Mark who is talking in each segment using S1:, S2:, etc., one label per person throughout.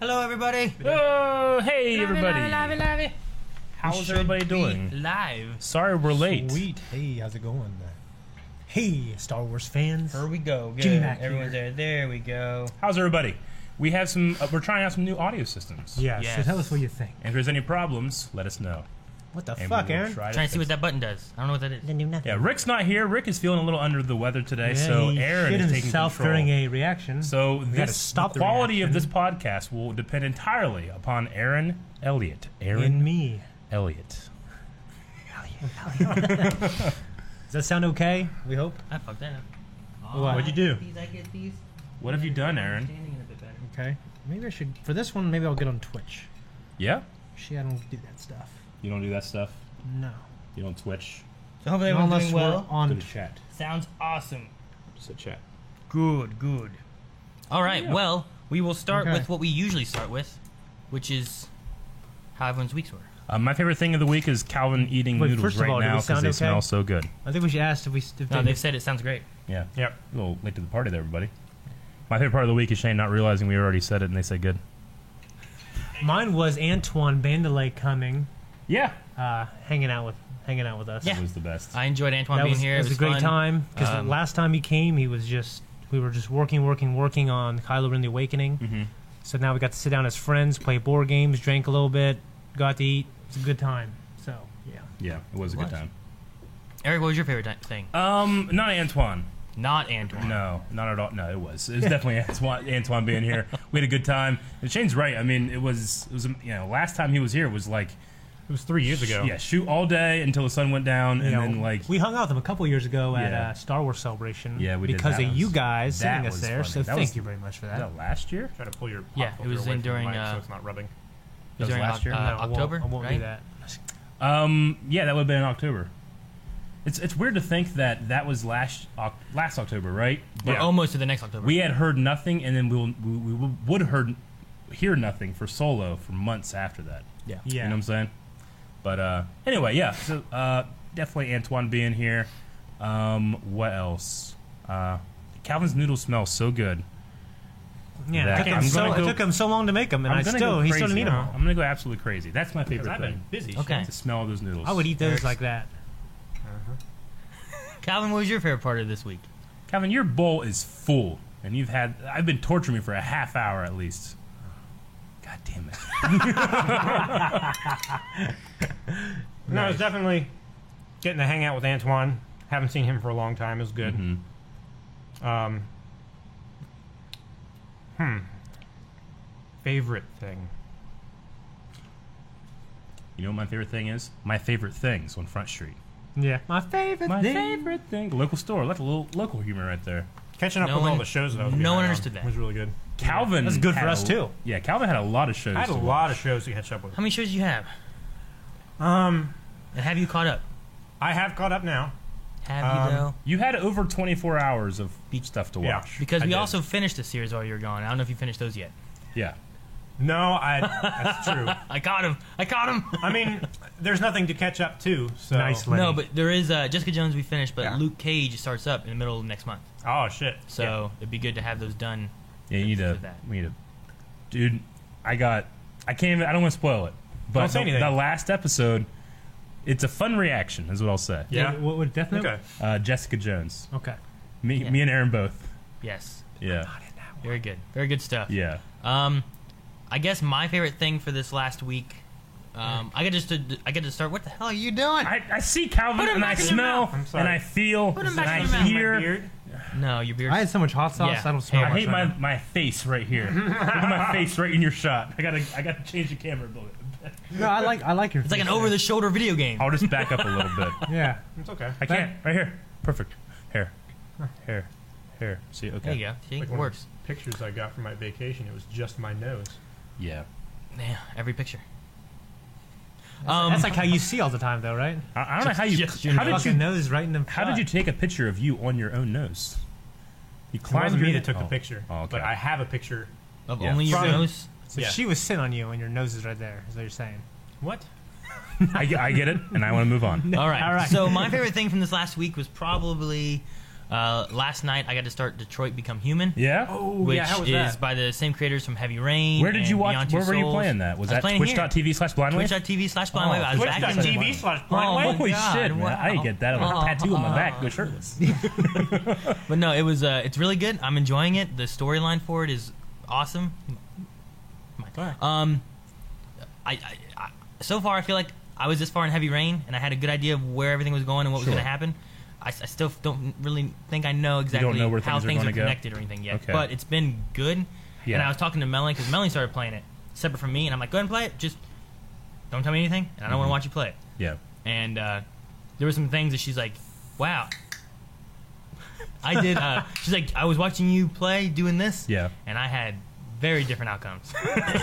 S1: Hello, everybody.
S2: Oh, hey everybody!
S1: Everybody.
S2: How's everybody doing?
S1: Live.
S2: Sorry we're late.
S3: Sweet. Hey, how's it going? Hey, Star Wars fans.
S1: Here we go. Good.
S3: Jimmy Mac
S1: Everyone's there. There we go.
S2: How's everybody? We have some. Uh, we're trying out some new audio systems.
S3: Yeah, so
S1: Yes.
S3: tell us what you think.
S2: And if there's any problems, let us know.
S3: What the
S2: And
S3: fuck,
S2: we will
S3: Aaron?
S2: Try
S1: Trying to see
S2: fix-
S1: what that button does. I don't know what that is.
S3: Didn't do nothing.
S2: Yeah, Rick's not here. Rick is feeling a little under the weather today, so
S3: he
S2: Aaron
S3: shit
S2: is taking
S3: himself
S2: control.
S3: during a reaction.
S2: so
S3: gotta
S2: this
S3: stop
S2: the
S3: the
S2: quality of this podcast will depend entirely upon Aaron Elliott. Aaron
S3: in me.
S2: Elliott.
S3: Does that sound okay? We hope.
S1: I fucked that up.
S3: What? What'd you do?
S1: These, I get these.
S2: What have you done, Aaron?
S1: Understanding it a bit better.
S3: Okay. Maybe I should for this one. Maybe I'll get on Twitch.
S2: Yeah,
S3: Shit, I don't do that stuff.
S2: you don't do that stuff.
S3: No.
S2: You don't Twitch.
S1: So hopefully everyone's
S3: Unless
S1: doing
S3: we're
S1: well.
S2: Go to
S3: on.
S2: chat.
S1: Sounds awesome.
S2: Just a chat.
S1: Good, good. All right,
S2: Yeah.
S1: well, we will start
S3: Okay.
S1: with what we usually start with, which is how everyone's weeks were.
S2: Uh, my favorite thing of the week is Calvin eating
S3: Wait,
S2: noodles
S3: first of
S2: right
S3: all, do
S2: now
S3: we
S2: because
S3: sound
S2: they
S3: okay?
S2: smell so good.
S3: I think we should ask if we. If
S1: No,
S3: they,
S1: they've said it sounds great.
S2: Yeah.
S3: Yep.
S2: A little late to the party there, everybody. My favorite part of the week is Shane not realizing we already said it and they said good.
S3: Mine was Antoine Bandelay coming,
S2: Yeah.
S3: uh, hanging out with hanging out with us.
S1: Yeah.
S2: It was the best.
S1: I enjoyed Antoine
S3: that
S1: being
S3: was,
S1: here.
S3: It was, a great
S1: fun.
S3: time because
S1: Um,
S3: last time he came, he was just we were just working, working, working on Kylo Ren: The Awakening. Mm-hmm. So now we got to sit down as friends, play board games, drank a little bit, got to eat. It's a good time. So yeah,
S2: yeah, it was a good
S1: What?
S2: time.
S1: Eric, what was your favorite ti- thing?
S2: Um, not Antoine.
S1: Not Antoine.
S2: No, not at all. No, it was. It was definitely Antoine, Antoine being here. We had a good time. And Shane's right. I mean, it was. It was. You know, last time he was here was like
S4: It was three years ago.
S2: yeah, shoot all day until the sun went down, and
S3: You know,
S2: then like
S3: we hung out with him a couple years ago at
S2: Yeah.
S3: uh, Star Wars Celebration.
S2: Yeah, we did
S3: because
S2: that.
S3: of you guys
S2: That
S3: sending us
S2: was
S3: there.
S2: funny.
S3: So
S2: That
S3: thank
S2: was-
S3: you very much for
S2: was
S3: that.
S2: that last year.
S4: Try to pull your pop
S1: Yeah, it
S4: filter
S1: was
S4: away
S1: in
S4: from the
S1: during,
S4: mic
S1: uh,
S4: so it's not rubbing.
S1: It was
S2: That was
S1: during
S2: last
S1: Oc-
S2: year?
S1: uh,
S3: No, I won't-
S1: October.
S3: I won't,
S1: right?
S3: do that.
S2: Um, yeah, that would have been in October. It's it's weird to think that that was last Oc- last October, right?
S1: We're
S2: But
S1: almost to the next October.
S2: we had heard nothing, and then we'll, we we would heard hear nothing for solo for months after that.
S1: yeah.
S2: You know
S3: Yeah,
S2: what I'm saying? But uh, anyway, yeah. So uh, definitely Antoine being here. Um, what else? Uh, Calvin's noodles smell so good.
S3: yeah.
S2: that-
S3: It took, him
S2: I'm
S3: so,
S2: gonna
S3: it
S2: go-
S3: took him so long to make them, and
S2: I'm
S3: I
S2: gonna
S3: still
S2: go
S3: he
S2: crazy.
S3: still didn't eat them. all.
S2: I'm gonna go absolutely crazy. That's my
S4: Because
S2: favorite
S4: I've
S2: thing.
S4: been busy.
S1: Okay.
S2: The smell of those noodles.
S3: I would eat those
S1: Eric's-
S3: like that.
S1: Calvin, what was your favorite part of this week?
S2: Calvin, your bowl is full, and you've had. I've been torturing you for a half hour at least. God damn it!
S4: No, it was definitely getting to hang out with Antoine. Haven't seen him for a long time. It was good. Um, hmm. Favorite thing.
S2: You know what my favorite thing is? My favorite things on Front Street.
S3: Yeah, my favorite.
S2: My
S3: thing.
S2: favorite thing. Local store. That's a little local humor right there.
S4: Catching up
S1: No
S4: with all
S1: one-
S4: the shows that I was
S1: no
S4: behind
S1: one
S4: on
S1: understood that.
S4: was really good.
S2: Calvin.
S3: That's good for
S2: had
S3: us,
S2: a-
S3: too.
S2: Yeah, Calvin had a lot of shows.
S4: I had a
S2: to
S4: lot of shows to catch up with.
S1: How many shows did you have?
S4: Um,
S1: And have you caught up?
S4: I have caught up now.
S1: Have
S4: Um,
S1: you though?
S2: You had over 24 hours of beach stuff to
S4: Yeah.
S2: watch.
S1: Because
S4: I
S1: we
S4: did.
S1: also finished the series while you were gone. I don't know if you finished those yet.
S2: Yeah.
S4: No, I. That's true.
S1: I caught him. I caught him.
S4: I mean, there's nothing to catch up to. So
S3: Nice
S1: no,
S3: Lenny.
S1: but there is uh, Jessica Jones. We finished, but
S4: Yeah.
S1: Luke Cage starts up in the middle of next month.
S4: Oh shit.
S1: So it'd be good to have those done.
S2: Yeah, you need
S1: Let's
S2: to.
S1: do that.
S2: We need to. Dude, I got. I can't even. I don't want to spoil it. But
S4: Don't say
S2: the-
S4: anything.
S2: the last episode, it's a fun reaction, is what I'll say.
S4: Yeah.
S3: What would Death Note?
S4: Okay.
S2: Uh, Jessica Jones.
S3: Okay.
S2: Me,
S1: Yeah.
S2: me and Aaron both.
S1: Yes,
S2: Yeah.
S1: very good. Very good stuff.
S2: Yeah.
S1: Um, I guess my favorite thing for this last week, um, I get just to I get to start. What the hell are you doing?
S2: I, I see
S1: Put
S2: Calvin
S1: him
S2: and I
S1: back in your
S2: smell
S1: mouth.
S4: I'm sorry.
S2: and I feel
S1: Put him
S2: and
S1: back in
S2: I
S1: your mouth.
S4: My
S2: hear.
S4: beard.
S1: no, your beard.
S3: I had so much hot sauce.
S1: Yeah.
S3: I don't smell.
S2: I
S3: much
S2: hate
S3: right
S2: my,
S3: now.
S2: my face right here. Look at my face right in your shot. I gotta I gotta change the camera a little bit.
S3: No, I like I like your.
S1: it's like an over-the-shoulder video game.
S2: I'll just back up a little bit.
S3: Yeah.
S4: It's okay.
S2: I can't. Right here. Perfect. Hair. Hair. Hair. See. Okay.
S1: There you go. See,
S4: Like
S1: it
S4: one of
S1: works.
S4: the Pictures I got from my vacation. It was just my nose.
S2: Yeah.
S1: Yeah, every picture. Um,
S3: That's like how you see all the time, though, right?
S2: I, I don't know how you.
S1: Just your
S2: How did
S3: Fucking
S2: you?
S3: nose right in the.
S2: How did you take a picture of you on your own nose? You
S4: It wasn't me
S2: your-
S4: that took the
S2: oh.
S4: picture,
S2: Oh, okay.
S4: but I have a picture.
S1: of
S2: Yeah.
S1: only your
S4: Probably.
S1: nose.
S3: So
S4: Yeah.
S3: she was sitting on you, and your nose is right there. Is what you're saying?
S4: What?
S2: I, get- I get it, and I want to move on.
S1: All right.
S3: All right.
S1: So my favorite thing from this last week was probably Uh, last night I got to start Detroit Become Human,
S2: Yeah.
S1: which
S4: yeah, how was
S1: is
S4: that?
S1: by the same creators from Heavy Rain.
S2: Where did you
S1: and
S2: watch?
S1: Beyond Two
S2: Where were you
S1: Souls.
S2: playing that? Was,
S1: I
S2: that
S1: playing here. oh,
S2: twitch.tv slash blindly?
S1: Twitch.tv slash
S2: Oh,
S1: blind wave. I was back in
S2: Twitch.tv.
S4: Twitch.tv slash
S1: Oh,
S4: blind
S1: my
S2: Holy
S1: God,
S2: shit, man.
S1: wow.
S2: I didn't get that. I got a tattoo on my back. Go shirtless.
S1: But no, it was uh, it's really good. I'm enjoying it. The storyline for it is awesome. Um, I, I, I so far I feel like I was this far in heavy rain, and I had a good idea of where everything was going and what was
S2: Sure.
S1: going to happen. I, s- I still don't really think I know exactly
S2: know where
S1: how
S2: things are
S1: things are,
S2: gonna go?
S1: connected or anything yet.
S2: Okay.
S1: But it's been good. And
S2: Yeah.
S1: I was talking to Melanie because Melanie started playing it separate from me, and I'm like, go ahead and play it. Just don't tell me anything, and I
S2: Mm-hmm.
S1: don't want to watch you play it
S2: yeah.
S1: and uh, there were some things that she's like, "Wow." I did. Uh, she's like, I was watching you play doing this,
S2: Yeah.
S1: and I had very different outcomes.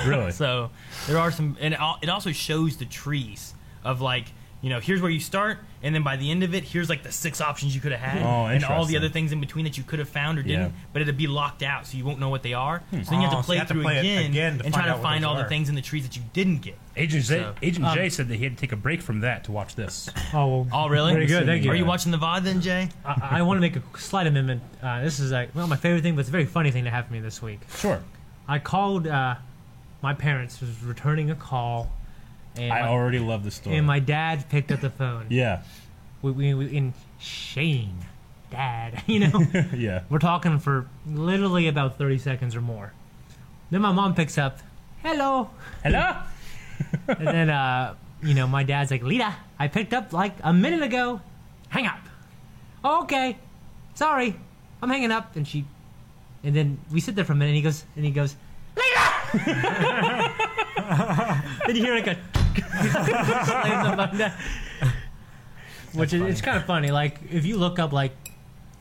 S2: Really.
S1: so there are some, and it al- it also shows the trees of like, you know, here's where you start, and then by the end of it, here's like the six options you could have had,
S2: Oh,
S1: and all the
S2: interesting.
S1: other things in between that you could have found or didn't,
S2: Yeah. Hmm.
S1: but it'd be locked out, so you won't know what they are. So then you have
S4: Oh,
S1: to
S4: so
S1: play
S4: you have to
S1: through
S4: play it
S1: again,
S4: again to
S1: and
S4: find
S1: try
S4: out
S1: to
S4: what
S1: find
S4: those
S1: all the
S4: are.
S1: things in the trees that you didn't get.
S2: Agent J,
S1: So-
S2: Agent
S3: Um,
S2: J said that he had to take a break from that to watch this.
S3: Oh, well,
S1: Oh, really?
S3: Very good. Thank you.
S1: Are you watching the VOD then, Jay?
S3: I, I want to make a slight amendment. Uh, this is like well, my favorite thing, but it's a very funny thing to happen to me this week.
S2: Sure.
S3: I called uh, my parents. Was returning a call, and
S2: I
S3: my,
S2: already love the story.
S3: and my dad picked up the phone.
S2: yeah.
S3: We, we, we in Shane, Dad. You know,
S2: Yeah.
S3: we're talking for literally about thirty seconds or more. Then my mom picks up, "Hello,"
S2: Hello?
S3: and then uh, you know my dad's like, "Lita, I picked up like a minute ago. Hang up." "Oh, okay, sorry, I'm hanging up. And she, and then we sit there for a minute. And he goes, and he goes, Lita. then you hear like a slams the button down. which is, it's kind of funny. Like if you look up like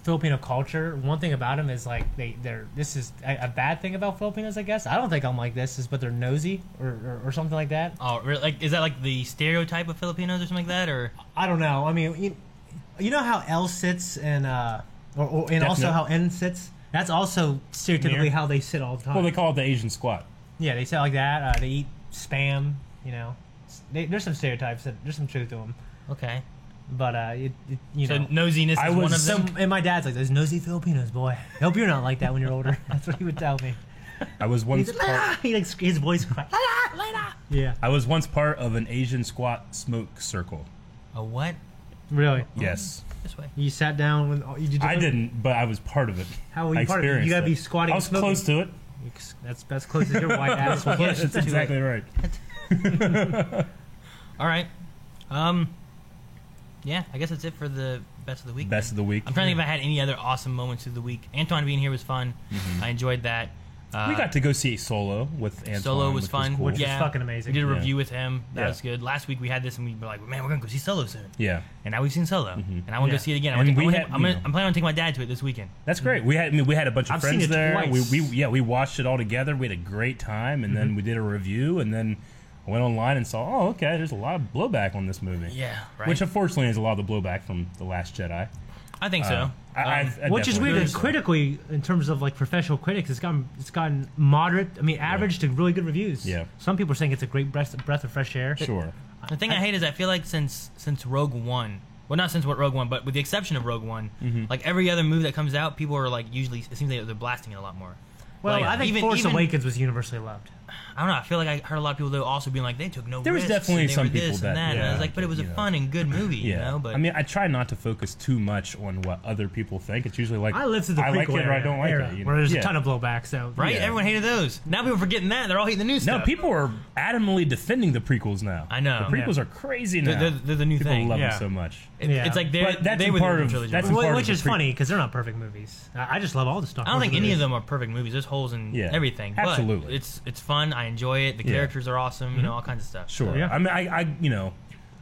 S3: Filipino culture, one thing about them is like they they're this is a, a bad thing about Filipinos, I guess. I don't think I'm like this, is but they're nosy or, or, or something like that.
S1: Oh, really? like is that like the stereotype of Filipinos or something like that, or
S3: I don't know. I mean, you, you know how L sits and uh, or, or and also
S2: Definite.
S3: how N sits. That's also stereotypically
S4: Near.
S3: how they sit all the time.
S2: Well, they call it the Asian squat.
S3: yeah, they sit like that. Uh, they eat spam. You know, S- they, there's some stereotypes. That, there's some truth to them.
S1: okay?
S3: But uh, it, it, you
S1: So
S3: know.
S1: nosiness is
S2: I
S1: one
S2: was
S1: of them.
S3: Some, and my dad's like, "Those nosy Filipinos, boy. I hope you're not like that when you're older." That's what he would tell me.
S2: I was once
S3: He's like,
S2: part,
S3: "Ah!" he like sc- his voice cracked. yeah,
S2: I was once part of an Asian squat smoke circle.
S1: A what?
S3: really.
S2: Yes.
S1: This way.
S3: You sat down with all- you did.
S2: I didn't, but I was part of it.
S3: How were you
S2: I
S3: part of it? You
S2: experienced
S3: gotta
S2: it.
S3: be squatting
S2: I
S3: and
S2: was
S3: smoking.
S2: close to it.
S3: That's that's close as your white ass. was.
S2: Yeah, that's exactly right.
S1: All right. Um. Yeah, I guess that's it for the best of the week.
S2: Best of the week.
S1: I'm trying to think if I had any other awesome moments through the week. Antoine being here was fun. I enjoyed that. Uh,
S2: Mm-hmm. we got to go see Solo with Antoine.
S1: Solo was
S2: which
S1: fun.
S2: cool.
S3: Which was
S1: yeah,
S3: fucking amazing.
S1: We did a
S2: Yeah.
S1: review with him. That
S2: Yeah.
S1: was good. Last week we had this and we were like, man, we're gonna go see Solo soon.
S2: Yeah.
S1: And now we've seen Solo, and I want to go
S3: Yeah.
S1: see it again.
S2: Mm-hmm. And
S1: I'm,
S2: we
S1: gonna,
S2: had-
S1: I'm,
S2: you
S1: gonna,
S2: know.
S1: I'm planning on taking my dad to it this weekend.
S2: That's great. We had I mean, we had a bunch of
S3: I've seen
S2: friends
S3: it
S2: there.
S3: twice.
S2: We we yeah, we watched it all together. We had a great time and
S1: Mm-hmm.
S2: then we did a review and then I went online and saw, "Oh, okay, there's a lot of blowback on this movie."
S1: Yeah, right.
S2: Which unfortunately is a lot of the blowback from The Last Jedi.
S1: I think
S2: Uh,
S1: so.
S2: I,
S1: Um,
S2: I, I
S3: Which
S2: definitely
S3: is weird.
S2: think
S3: And
S2: so.
S3: critically, in terms of like professional critics, it's gotten it's gotten moderate. I mean, average to really good reviews.
S2: Yeah.
S3: Some people are saying it's a great breath breath of fresh air.
S2: Sure.
S1: The thing I, hate is I feel like since since Rogue One, well, not since what Rogue One, but with the exception of Rogue One,
S2: Mm-hmm.
S1: like every other movie that comes out, people are like usually it seems like they're blasting it a lot more.
S3: Well,
S1: Like,
S3: I think
S1: even-
S3: Force
S1: even-
S3: Awakens was universally loved.
S1: I don't know. I feel like I heard a lot of people though also being like they took no.
S2: There was
S1: risks,
S2: definitely
S1: and they
S2: some
S1: were this
S2: people
S1: and
S2: that-
S1: and I
S2: yeah,
S1: was like, but it was a
S2: you know.
S1: fun and good movie, you
S2: Yeah.
S1: know. But
S2: I mean, I try not to focus too much on what other people think. It's usually like
S3: I lived through the
S2: I like it
S3: prequel
S2: or
S3: era,
S2: I don't like
S3: era,
S2: it. you know?
S3: where there's
S2: Yeah.
S3: a ton of blowback. So
S1: right,
S2: yeah.
S1: everyone hated those. Now people are forgetting that they're all hating the new
S2: No,
S1: stuff.
S2: people are adamantly defending the prequels now.
S1: I know.
S2: The prequels are crazy now.
S1: They're- they're- they're the new
S2: people
S1: thing.
S2: love
S4: Yeah.
S2: them so much.
S1: It-
S3: Yeah.
S1: It's like they're
S2: But that's
S1: they
S2: a
S1: were the
S2: part of-
S1: trilogy.
S2: that's a
S1: before.
S2: part
S3: Wh-
S2: of
S3: which
S2: the
S3: is
S2: pre-
S3: funny because they're not perfect movies. I I just love all the Star Wars.
S1: I don't think any of
S3: movies.
S1: them are perfect movies. There's holes in
S2: Yeah.
S1: everything. but
S2: Absolutely.
S1: it's it's fun. I enjoy it. The
S2: Yeah. Mm-hmm.
S1: characters are awesome. You know, all kinds of stuff.
S2: Sure.
S3: Yeah.
S2: I mean, I, I you know,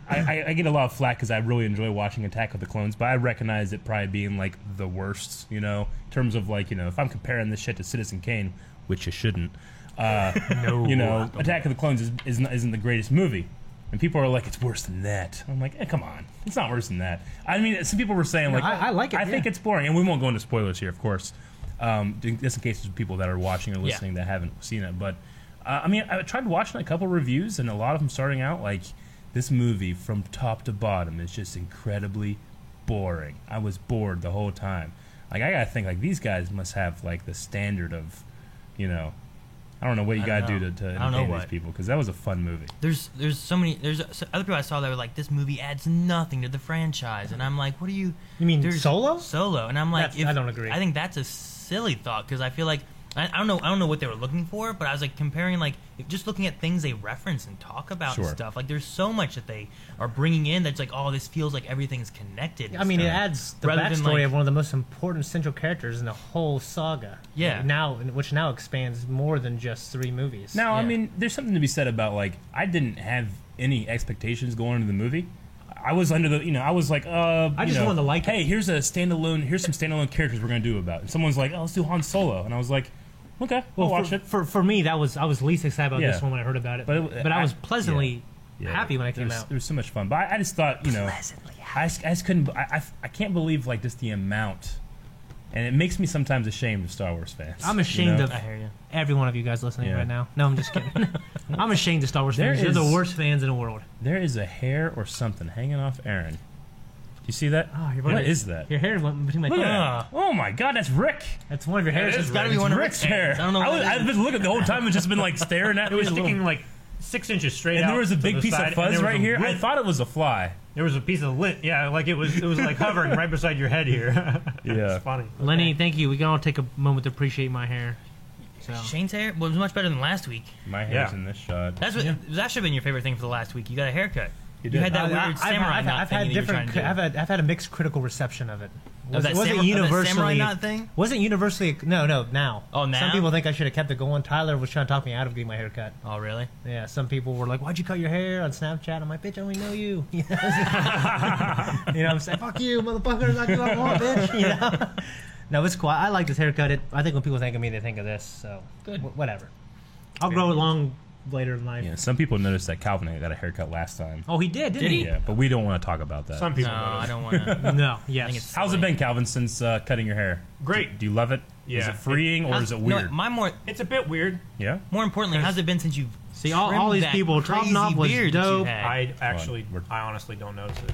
S2: I, I, I get a lot of flack because I really enjoy watching Attack of the Clones, but I recognize it probably being like the worst, you know, in terms of like, you know, if I'm comparing this shit to Citizen Kane, which you shouldn't, uh, you know, Attack of the Clones is, is not, isn't the greatest movie. And people are like, it's worse than that. I'm like, eh, come on. It's not worse than that. I mean, some people were saying, like,
S3: I- I like it,
S2: I think
S3: yeah.
S2: it's boring. And we won't go into spoilers here, of course, um, just in case there's people that are watching or listening that haven't seen it. But uh, I mean, I tried watching a couple reviews, and a lot of them starting out like this movie from top to bottom is just incredibly boring. I was bored the whole time. Like I gotta think like these guys must have like the standard of, you know, I don't know what you
S1: I
S2: gotta
S1: don't know.
S2: do to, to
S1: I don't know
S2: entertain these
S1: what.
S2: people because that was a fun movie.
S1: There's there's so many there's so other people I saw that were like this movie adds nothing to the franchise and I'm like what are you
S3: You mean
S1: There's-
S3: solo?
S1: solo and I'm like
S3: That's- I don't agree.
S1: I think that's a silly thought because I feel like I, I don't know I don't know what they were looking for but I was like comparing like if just looking at things they reference and talk about
S2: Sure.
S1: and stuff like there's so much that they are bringing in that's like oh this feels like everything's connected and
S3: I mean, it
S1: stuff.
S3: adds the
S1: Rather than,
S3: backstory
S1: like-
S3: of one of the most important central characters in the whole saga.
S1: Yeah.
S3: Now, which now expands more than just three movies.
S2: Now, I
S1: Yeah.
S2: mean, there's something to be said about like I didn't have any expectations going into the movie. I was under the, you know, I was like, uh,
S3: I
S2: you
S3: just
S2: know,
S3: wanted to like it.
S2: Hey, here's a standalone. Here's some standalone characters we're gonna do about. And someone's like, oh, let's do Han Solo, and I was like, okay, we'll,
S3: well,
S2: watch
S3: for,
S2: it.
S3: for for me, that was I was least excited about
S2: Yeah.
S3: this one when I heard about it,
S2: But it-
S3: but, I,
S2: I-
S3: was pleasantly
S2: Yeah.
S3: happy when it
S2: There
S3: came
S2: was-
S3: out.
S2: There was so much fun, but I, I just thought, you know, I, just- I just couldn't. b- I, I- I can't believe like just the amount, and it makes me sometimes ashamed of Star Wars fans.
S3: I'm
S2: you
S3: ashamed
S2: know?
S3: of
S1: I hear you
S3: every one of you guys listening
S2: Yeah.
S3: right now. No, I'm just kidding. I'm ashamed of Star Wars
S2: There
S3: fans. You're
S2: is-
S3: the worst fans in the world.
S2: There is a hair or something hanging off Aaron. Do you see that?
S4: Ah,
S3: Oh, you're
S2: what
S3: right.
S2: is that?
S3: Your hair went between my
S2: Look at
S3: teeth.
S2: that. Oh my god, that's Rick.
S3: That's one of your hairs.
S1: is
S3: It's
S1: Rick.
S3: gotta be
S1: It's
S3: one of
S1: Rick's
S2: Rick's hair.
S1: hands. I don't know what
S2: was,
S1: it is.
S2: I've been looking the whole time and just been like staring at
S4: It was
S2: a little-
S4: sticking like six inches straight
S2: and
S4: out.
S2: there was a
S4: to
S2: big
S4: the
S2: piece
S4: side,
S2: of
S4: and there
S2: fuzz
S4: was a
S2: right here. I
S4: lint-
S2: thought it was a fly.
S4: There was a piece of lint. Yeah, like it was. It was like hovering right beside your head here.
S2: Yeah.
S4: it's funny.
S3: Lenny, thank you. We can all take a moment to appreciate my hair. So
S1: Shane's hair was much better than last week
S2: My hair's
S4: Yeah.
S2: in this shot.
S1: that's what that should have been your favorite thing for the last week you got a haircut
S2: You
S1: you,
S2: did.
S1: had that
S3: I- I-
S1: weird samurai
S3: Uh, I've,
S1: knot
S3: I've
S1: thing
S3: had
S1: that you were trying
S3: different.
S1: to do.
S3: I've had, I've had a mixed critical reception of it.
S1: Of that
S3: wasn't
S1: samurai- of that samurai knot thing?
S3: Wasn't universally no no now.
S1: Oh, now?
S3: some people think I should have kept it going. Tyler was trying to talk me out of getting my hair cut.
S1: oh really
S3: Yeah, some people were like, "Why'd you cut your hair on Snapchat?" I'm like, "Bitch, I only know you." you know what I'm saying? Fuck you, motherfuckers! I do what I want, bitch. You know? No, it's cool. I like this haircut. It, I think when people think of me, they think of this. So
S1: Good.
S3: wh- whatever. I'll grow it long later in life.
S2: Yeah, some people noticed that Calvin got a haircut last time.
S3: Oh, he did, didn't
S1: Did he?
S2: Yeah, but we don't want to talk about that.
S4: Some
S1: no
S4: people.
S1: I
S4: notice.
S1: don't want to
S3: No.
S1: think
S3: Yes.
S1: it's-
S2: How's it been, Calvin, since uh, cutting your hair?
S4: Great.
S2: Do you love it? Is
S4: Yeah.
S2: it freeing or is it weird?
S1: no, my more
S4: It's a bit weird.
S2: yeah.
S1: More importantly, how's it been since you've
S3: See, all- all
S1: trimmed
S3: these
S1: that
S3: people,
S1: crazy
S3: Tromp-Knop was
S1: beard that you
S3: dope.
S1: had?
S4: I actually,
S2: Come on, we're-
S4: I honestly don't notice it.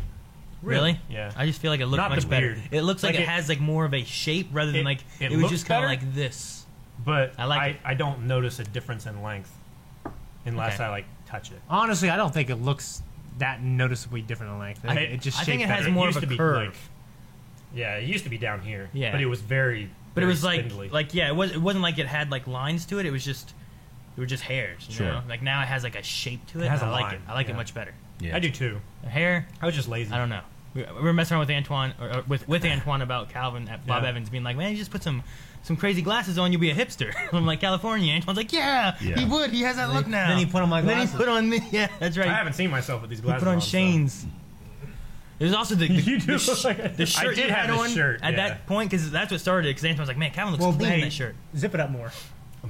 S1: really,
S4: Yeah.
S1: I just feel like it looks
S4: Not the
S1: much better.
S4: beard.
S1: It looks like,
S4: Like
S1: it,
S4: it-
S1: has like more of a shape rather than
S4: It-
S1: like
S4: it
S1: it, was
S4: looks
S1: just kind of
S4: better.
S1: like this.
S4: But
S1: I
S4: I
S1: like
S4: I,
S1: it.
S4: don't notice a difference in length unless
S1: Okay.
S4: I like touch it.
S3: Honestly, I don't think it looks that noticeably different in length.
S4: I-
S3: It, it just
S1: I think
S3: shaped
S1: it has
S3: better.
S1: more
S4: used
S1: of a
S4: to be,
S1: curve,
S4: like- Yeah, it used to be down here.
S1: Yeah.
S4: but it was very.
S1: but it
S4: very
S1: was like
S4: spindly.
S1: like yeah, it was it wasn't like it had like lines to it. It was just it were just hairs. You
S2: Sure.
S1: know? Like now it has like a shape to it.
S4: It has
S1: and I
S4: a
S1: like
S4: line,
S1: it. I like it
S4: yeah.
S1: much better.
S2: Yeah.
S4: I do too.
S1: The hair,
S4: I was just lazy.
S1: I don't know. We we were messing around with Antoine or, or with with Antoine about Calvin at Bob
S4: Yeah.
S1: Evans being like, man, you just put some. Some crazy glasses on, you'll be a hipster. I'm like California. Antoine's like, yeah,
S2: Yeah.
S1: he would. He has that look now.
S3: Then he put on my
S1: And then he
S3: glasses.
S1: put on me. Yeah, that's right.
S4: I haven't seen myself with these
S1: He
S4: glasses.
S1: put on
S4: so-
S1: Shane's. There's also the, the,
S4: You do
S1: the, sh-
S4: look like-
S1: the shirt
S4: I did
S1: you
S4: have
S1: had
S4: the
S1: on
S4: shirt,
S1: at
S4: yeah.
S1: that point because that's what started. Because Antoine was like, "Man, Calvin looks clean in
S3: hey,
S1: that shirt."
S3: Zip it up more.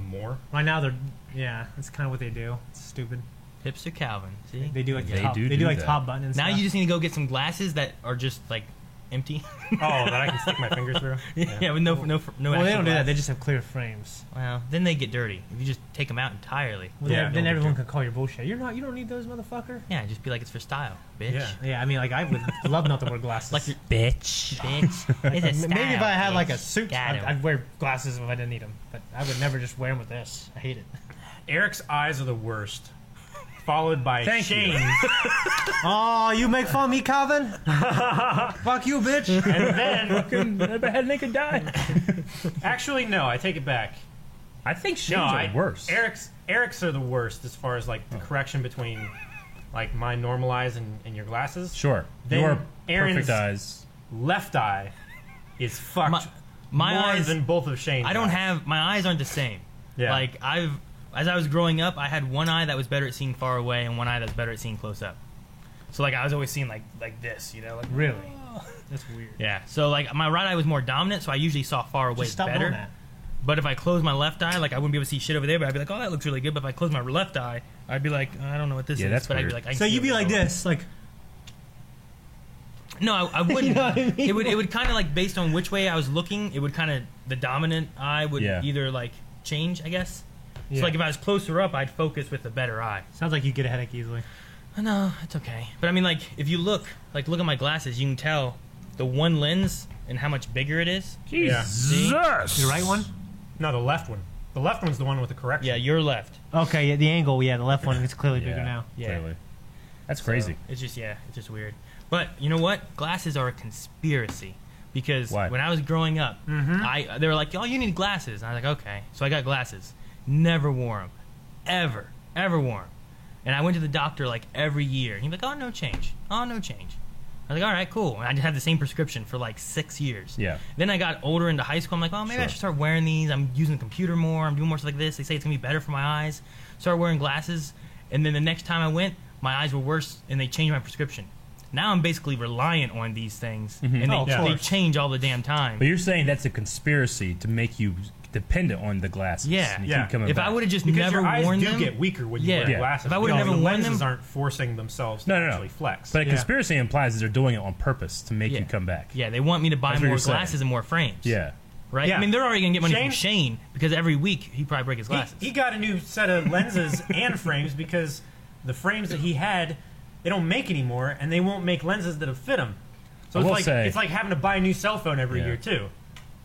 S4: More.
S3: Right now, they're yeah. That's kind of what they do. It's stupid.
S1: Hipster Calvin. See,
S3: They do like
S2: They
S3: top.
S2: do
S3: they
S2: do
S3: do like
S2: that.
S3: top button and
S1: now
S3: stuff.
S1: you just need to go get some glasses that are just like empty.
S4: Oh, that I can stick my fingers through.
S1: yeah. with no no no.
S3: well, they
S1: actual
S3: don't do that.
S1: glass.
S3: They just have clear frames.
S1: well, then they get dirty if you just take them out entirely.
S3: Well,
S4: Yeah,
S3: then,
S4: don't
S3: then
S4: do
S3: everyone can call your bullshit. You're not. You don't need those, motherfucker.
S1: Yeah, just be like it's for style, bitch.
S4: Yeah.
S3: Yeah, I mean, like I would love not to wear glasses.
S1: Like your
S2: Bitch.
S1: bitch. It's a
S3: M-
S1: style,
S3: maybe if I had like
S1: bitch.
S3: a suit,
S1: Got
S3: I'd,
S1: him.
S3: I'd wear glasses if I didn't need them. But I would never just wear them with this. I hate it.
S4: Eric's eyes are the worst. Followed by
S2: Thank you.
S4: Shane's,
S3: Oh, you make fun of me, Calvin? Fuck you, bitch.
S4: and then
S2: head naked die.
S4: actually no, I take it back.
S2: I think Shane's
S4: No,
S2: are
S4: I,
S2: worse. Oh.
S4: Eric's Eric's are the worst as far as like the correction between like my normal eyes and, and your glasses.
S2: sure.
S4: Then
S2: Your perfect
S4: Aaron's-
S2: eyes.
S4: Left eye is fucked
S1: My- my
S4: more
S1: eyes-
S4: than both of Shane's.
S1: I don't
S4: eyes.
S1: have my eyes aren't the same.
S4: Yeah.
S1: Like I've as I was growing up, I had one eye that was better at seeing far away and one eye that's better at seeing close up. So like I was always seeing like like this, you know, like
S3: Really? That's weird.
S1: yeah. So like my right eye was more dominant, so I usually saw far away
S3: Just stop
S1: better.
S3: doing that.
S1: But if I closed my left eye, like I wouldn't be able to see shit over there. But I'd be like, oh, that looks really good. But if I closed my left eye, I'd be like, I don't know what this
S2: Yeah,
S1: is.
S2: that's
S1: but
S2: weird.
S1: I'd be like, I can
S3: So
S1: see
S3: you'd be
S1: over
S3: like
S1: there.
S3: this, like
S1: No, I, I wouldn't.
S3: know what I mean?
S1: It would it would kind of like based on which way I was looking, it would kind of the dominant eye would
S2: Yeah.
S1: either like change, I guess.
S3: Yeah.
S1: So like if I was closer up, I'd focus with the better eye.
S3: sounds like you get a headache easily.
S1: No, it's okay. But I mean, like if you look, like look at my glasses, you can tell the one lens and how much bigger it is.
S2: Jesus.
S3: The right one?
S4: No, the left one. The left one's the one with the correction.
S1: Yeah, your left.
S3: Okay, yeah, the angle, yeah, the left one is clearly
S2: Yeah,
S3: bigger now.
S1: Yeah.
S2: Clearly. That's crazy.
S1: It's just yeah, it's just weird. But you know what? Glasses are a conspiracy because
S2: Why?
S1: when I was growing up, I they were like, "Oh, you need glasses." And I was like, "Okay." So I got glasses. Never wore them, ever, ever wore them. And I went to the doctor like every year. And he'd be like, "Oh, no change. Oh, no change." I was like, "All right, cool." And I just had the same prescription for like six years.
S2: Yeah.
S1: Then I got older into high school. I'm like, "Oh, maybe I
S2: Sure.
S1: should start wearing these. I'm using the computer more. I'm doing more stuff like this. They say it's gonna be better for my eyes." Started wearing glasses, and then the next time I went, my eyes were worse, and they changed my prescription. Now I'm basically reliant on these things, and they,
S4: Oh, of
S1: they
S4: course.
S1: change all the damn time.
S2: But you're saying that's a conspiracy to make you dependent on the glasses.
S1: Yeah.
S2: and you
S4: Yeah.
S2: Keep coming
S1: if
S2: back.
S1: I would have just
S4: Because
S1: never
S4: your eyes
S1: worn
S4: do
S1: them,
S4: get weaker when
S1: Yeah.
S4: you wear
S1: Yeah.
S4: glasses.
S1: If I would've
S4: because
S1: never
S4: the
S1: worn
S4: lenses
S1: them-
S4: aren't forcing themselves
S2: No,
S4: to
S2: no, no.
S4: actually flex.
S2: But a
S4: Yeah.
S2: conspiracy implies that they're doing it on purpose to make
S1: Yeah.
S2: you come back.
S1: yeah, they want me to buy
S2: That's what
S1: more
S2: you're saying.
S1: glasses and more frames.
S2: Yeah.
S1: right. I
S4: Yeah.
S1: mean, they're already gonna get money from
S4: Shane-
S1: Shane because every week he probably break his
S4: He-
S1: glasses.
S4: He, got a new set of lenses and frames because the frames that he had, they don't make anymore, and they won't make lenses that'll fit him. So
S2: I
S4: it's
S2: will
S4: like
S2: say-
S4: it's like having to buy a new cell phone every
S2: Yeah.
S4: year too.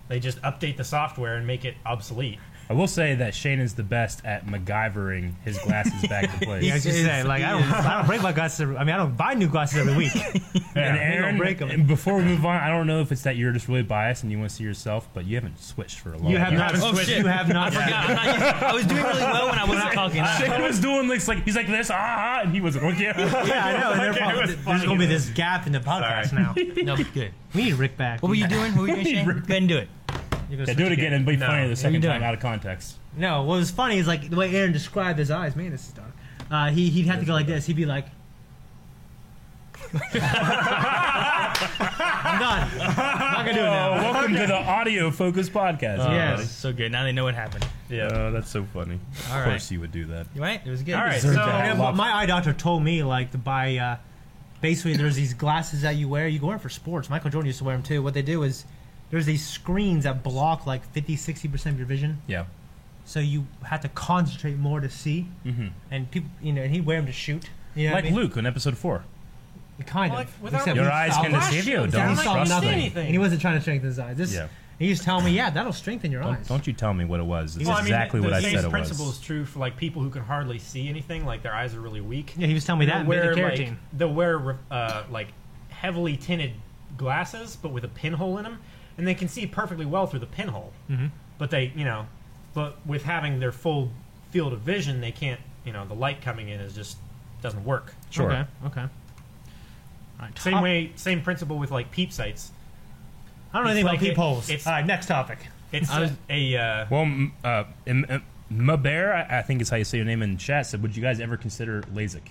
S4: They just update the software and make it obsolete.
S2: I will say that Shane is the best at MacGyvering his glasses back to place.
S3: Yeah, I was just
S1: It's-
S3: saying, like, I don't, I don't break my glasses. Every, I mean, I don't buy new glasses every week.
S2: And
S3: They don't
S2: Aaron,
S3: break 'em.
S2: and before we move on, I don't know if it's that you're just really biased and you want to see yourself, but you haven't switched for a long
S3: You have
S2: time.
S3: not
S1: Oh,
S3: switched.
S1: shit.
S3: You have
S1: I
S3: not.
S1: forgot. I'm not used- I was doing really well when I wasn't talking.
S2: Shane was doing this like he's like this ah, ah and he wasn't looking. at-
S3: Yeah, I know. and they're
S4: Okay, it
S3: probably-
S4: was
S3: there's
S4: funny.
S3: going to be this gap in the podcast now.
S1: No, good.
S3: We need Rick back.
S1: What were you doing? What were you doing, Shane? Go ahead and do it.
S2: Yeah, do it again and be funny the
S1: you
S2: second
S1: doing?
S2: time out of context.
S3: No, what was funny is like the way Aaron described his eyes. Man, this is dark. Uh, he he'd have to go like this. He'd be like, "I'm done. I'm not gonna do it
S2: Oh,
S3: now."
S2: welcome to the audio focus podcast.
S1: Oh,
S3: Yes.
S1: it's so good. Now they know what happened.
S2: Yeah, oh, that's so funny.
S1: All
S2: of
S1: right.
S2: course you would do that.
S1: You right? It was good.
S4: All right,
S2: deserve
S4: so
S2: that.
S3: Yeah, but my eye doctor told me like to buy. Uh, basically, there's these glasses that you wear. You can wear 'em for sports. Michael Jordan used to wear them too. What they do is there's these screens that block like 50, 60 percent of your vision,
S2: Yeah.
S3: so you have to concentrate more to see. Mm-hmm. And people, you know, and he'd wear them to shoot. You know what
S2: Like
S3: I mean?
S2: Luke in episode four.
S3: Kind
S4: Like,
S3: of.
S4: without-
S3: Except
S2: Your
S3: we
S2: eyes
S3: saw-
S2: can deceive you. Don't
S3: we saw
S2: trust
S3: nothing.
S2: them.
S3: And he wasn't trying to strengthen his eyes. This,
S2: Yeah.
S3: He was telling me, yeah, that'll strengthen your
S2: Don't,
S3: eyes.
S2: don't you tell me what it was. It's
S4: Well, I mean,
S2: exactly
S4: the,
S2: what I
S4: same
S2: said it
S4: principle is
S2: was.
S4: true for like people who can hardly see anything, like their eyes are really weak.
S3: yeah, he was telling me that.
S4: they'll
S3: and made
S4: wear
S3: the
S4: like
S3: carotene.
S4: they'll wear uh, like heavily tinted glasses, but with a pinhole in them, and they can see perfectly well through the pinhole. Mm-hmm. But they, you know, but with having their full field of vision, they can't. You know, the light coming in is just doesn't work.
S2: Sure.
S3: Okay. Okay. All right,
S4: Same
S3: top-
S4: way, same principle with like peep sights.
S3: I don't know
S4: it's
S3: anything
S4: like
S3: about
S4: it-
S3: peepholes.
S4: it's-
S3: All right, next topic.
S4: It's
S1: I was-
S4: a uh,
S2: Well, m- uh, M- M- Maber, I I think is how you say your name in chat. Said, "Would you guys ever consider LASIK?"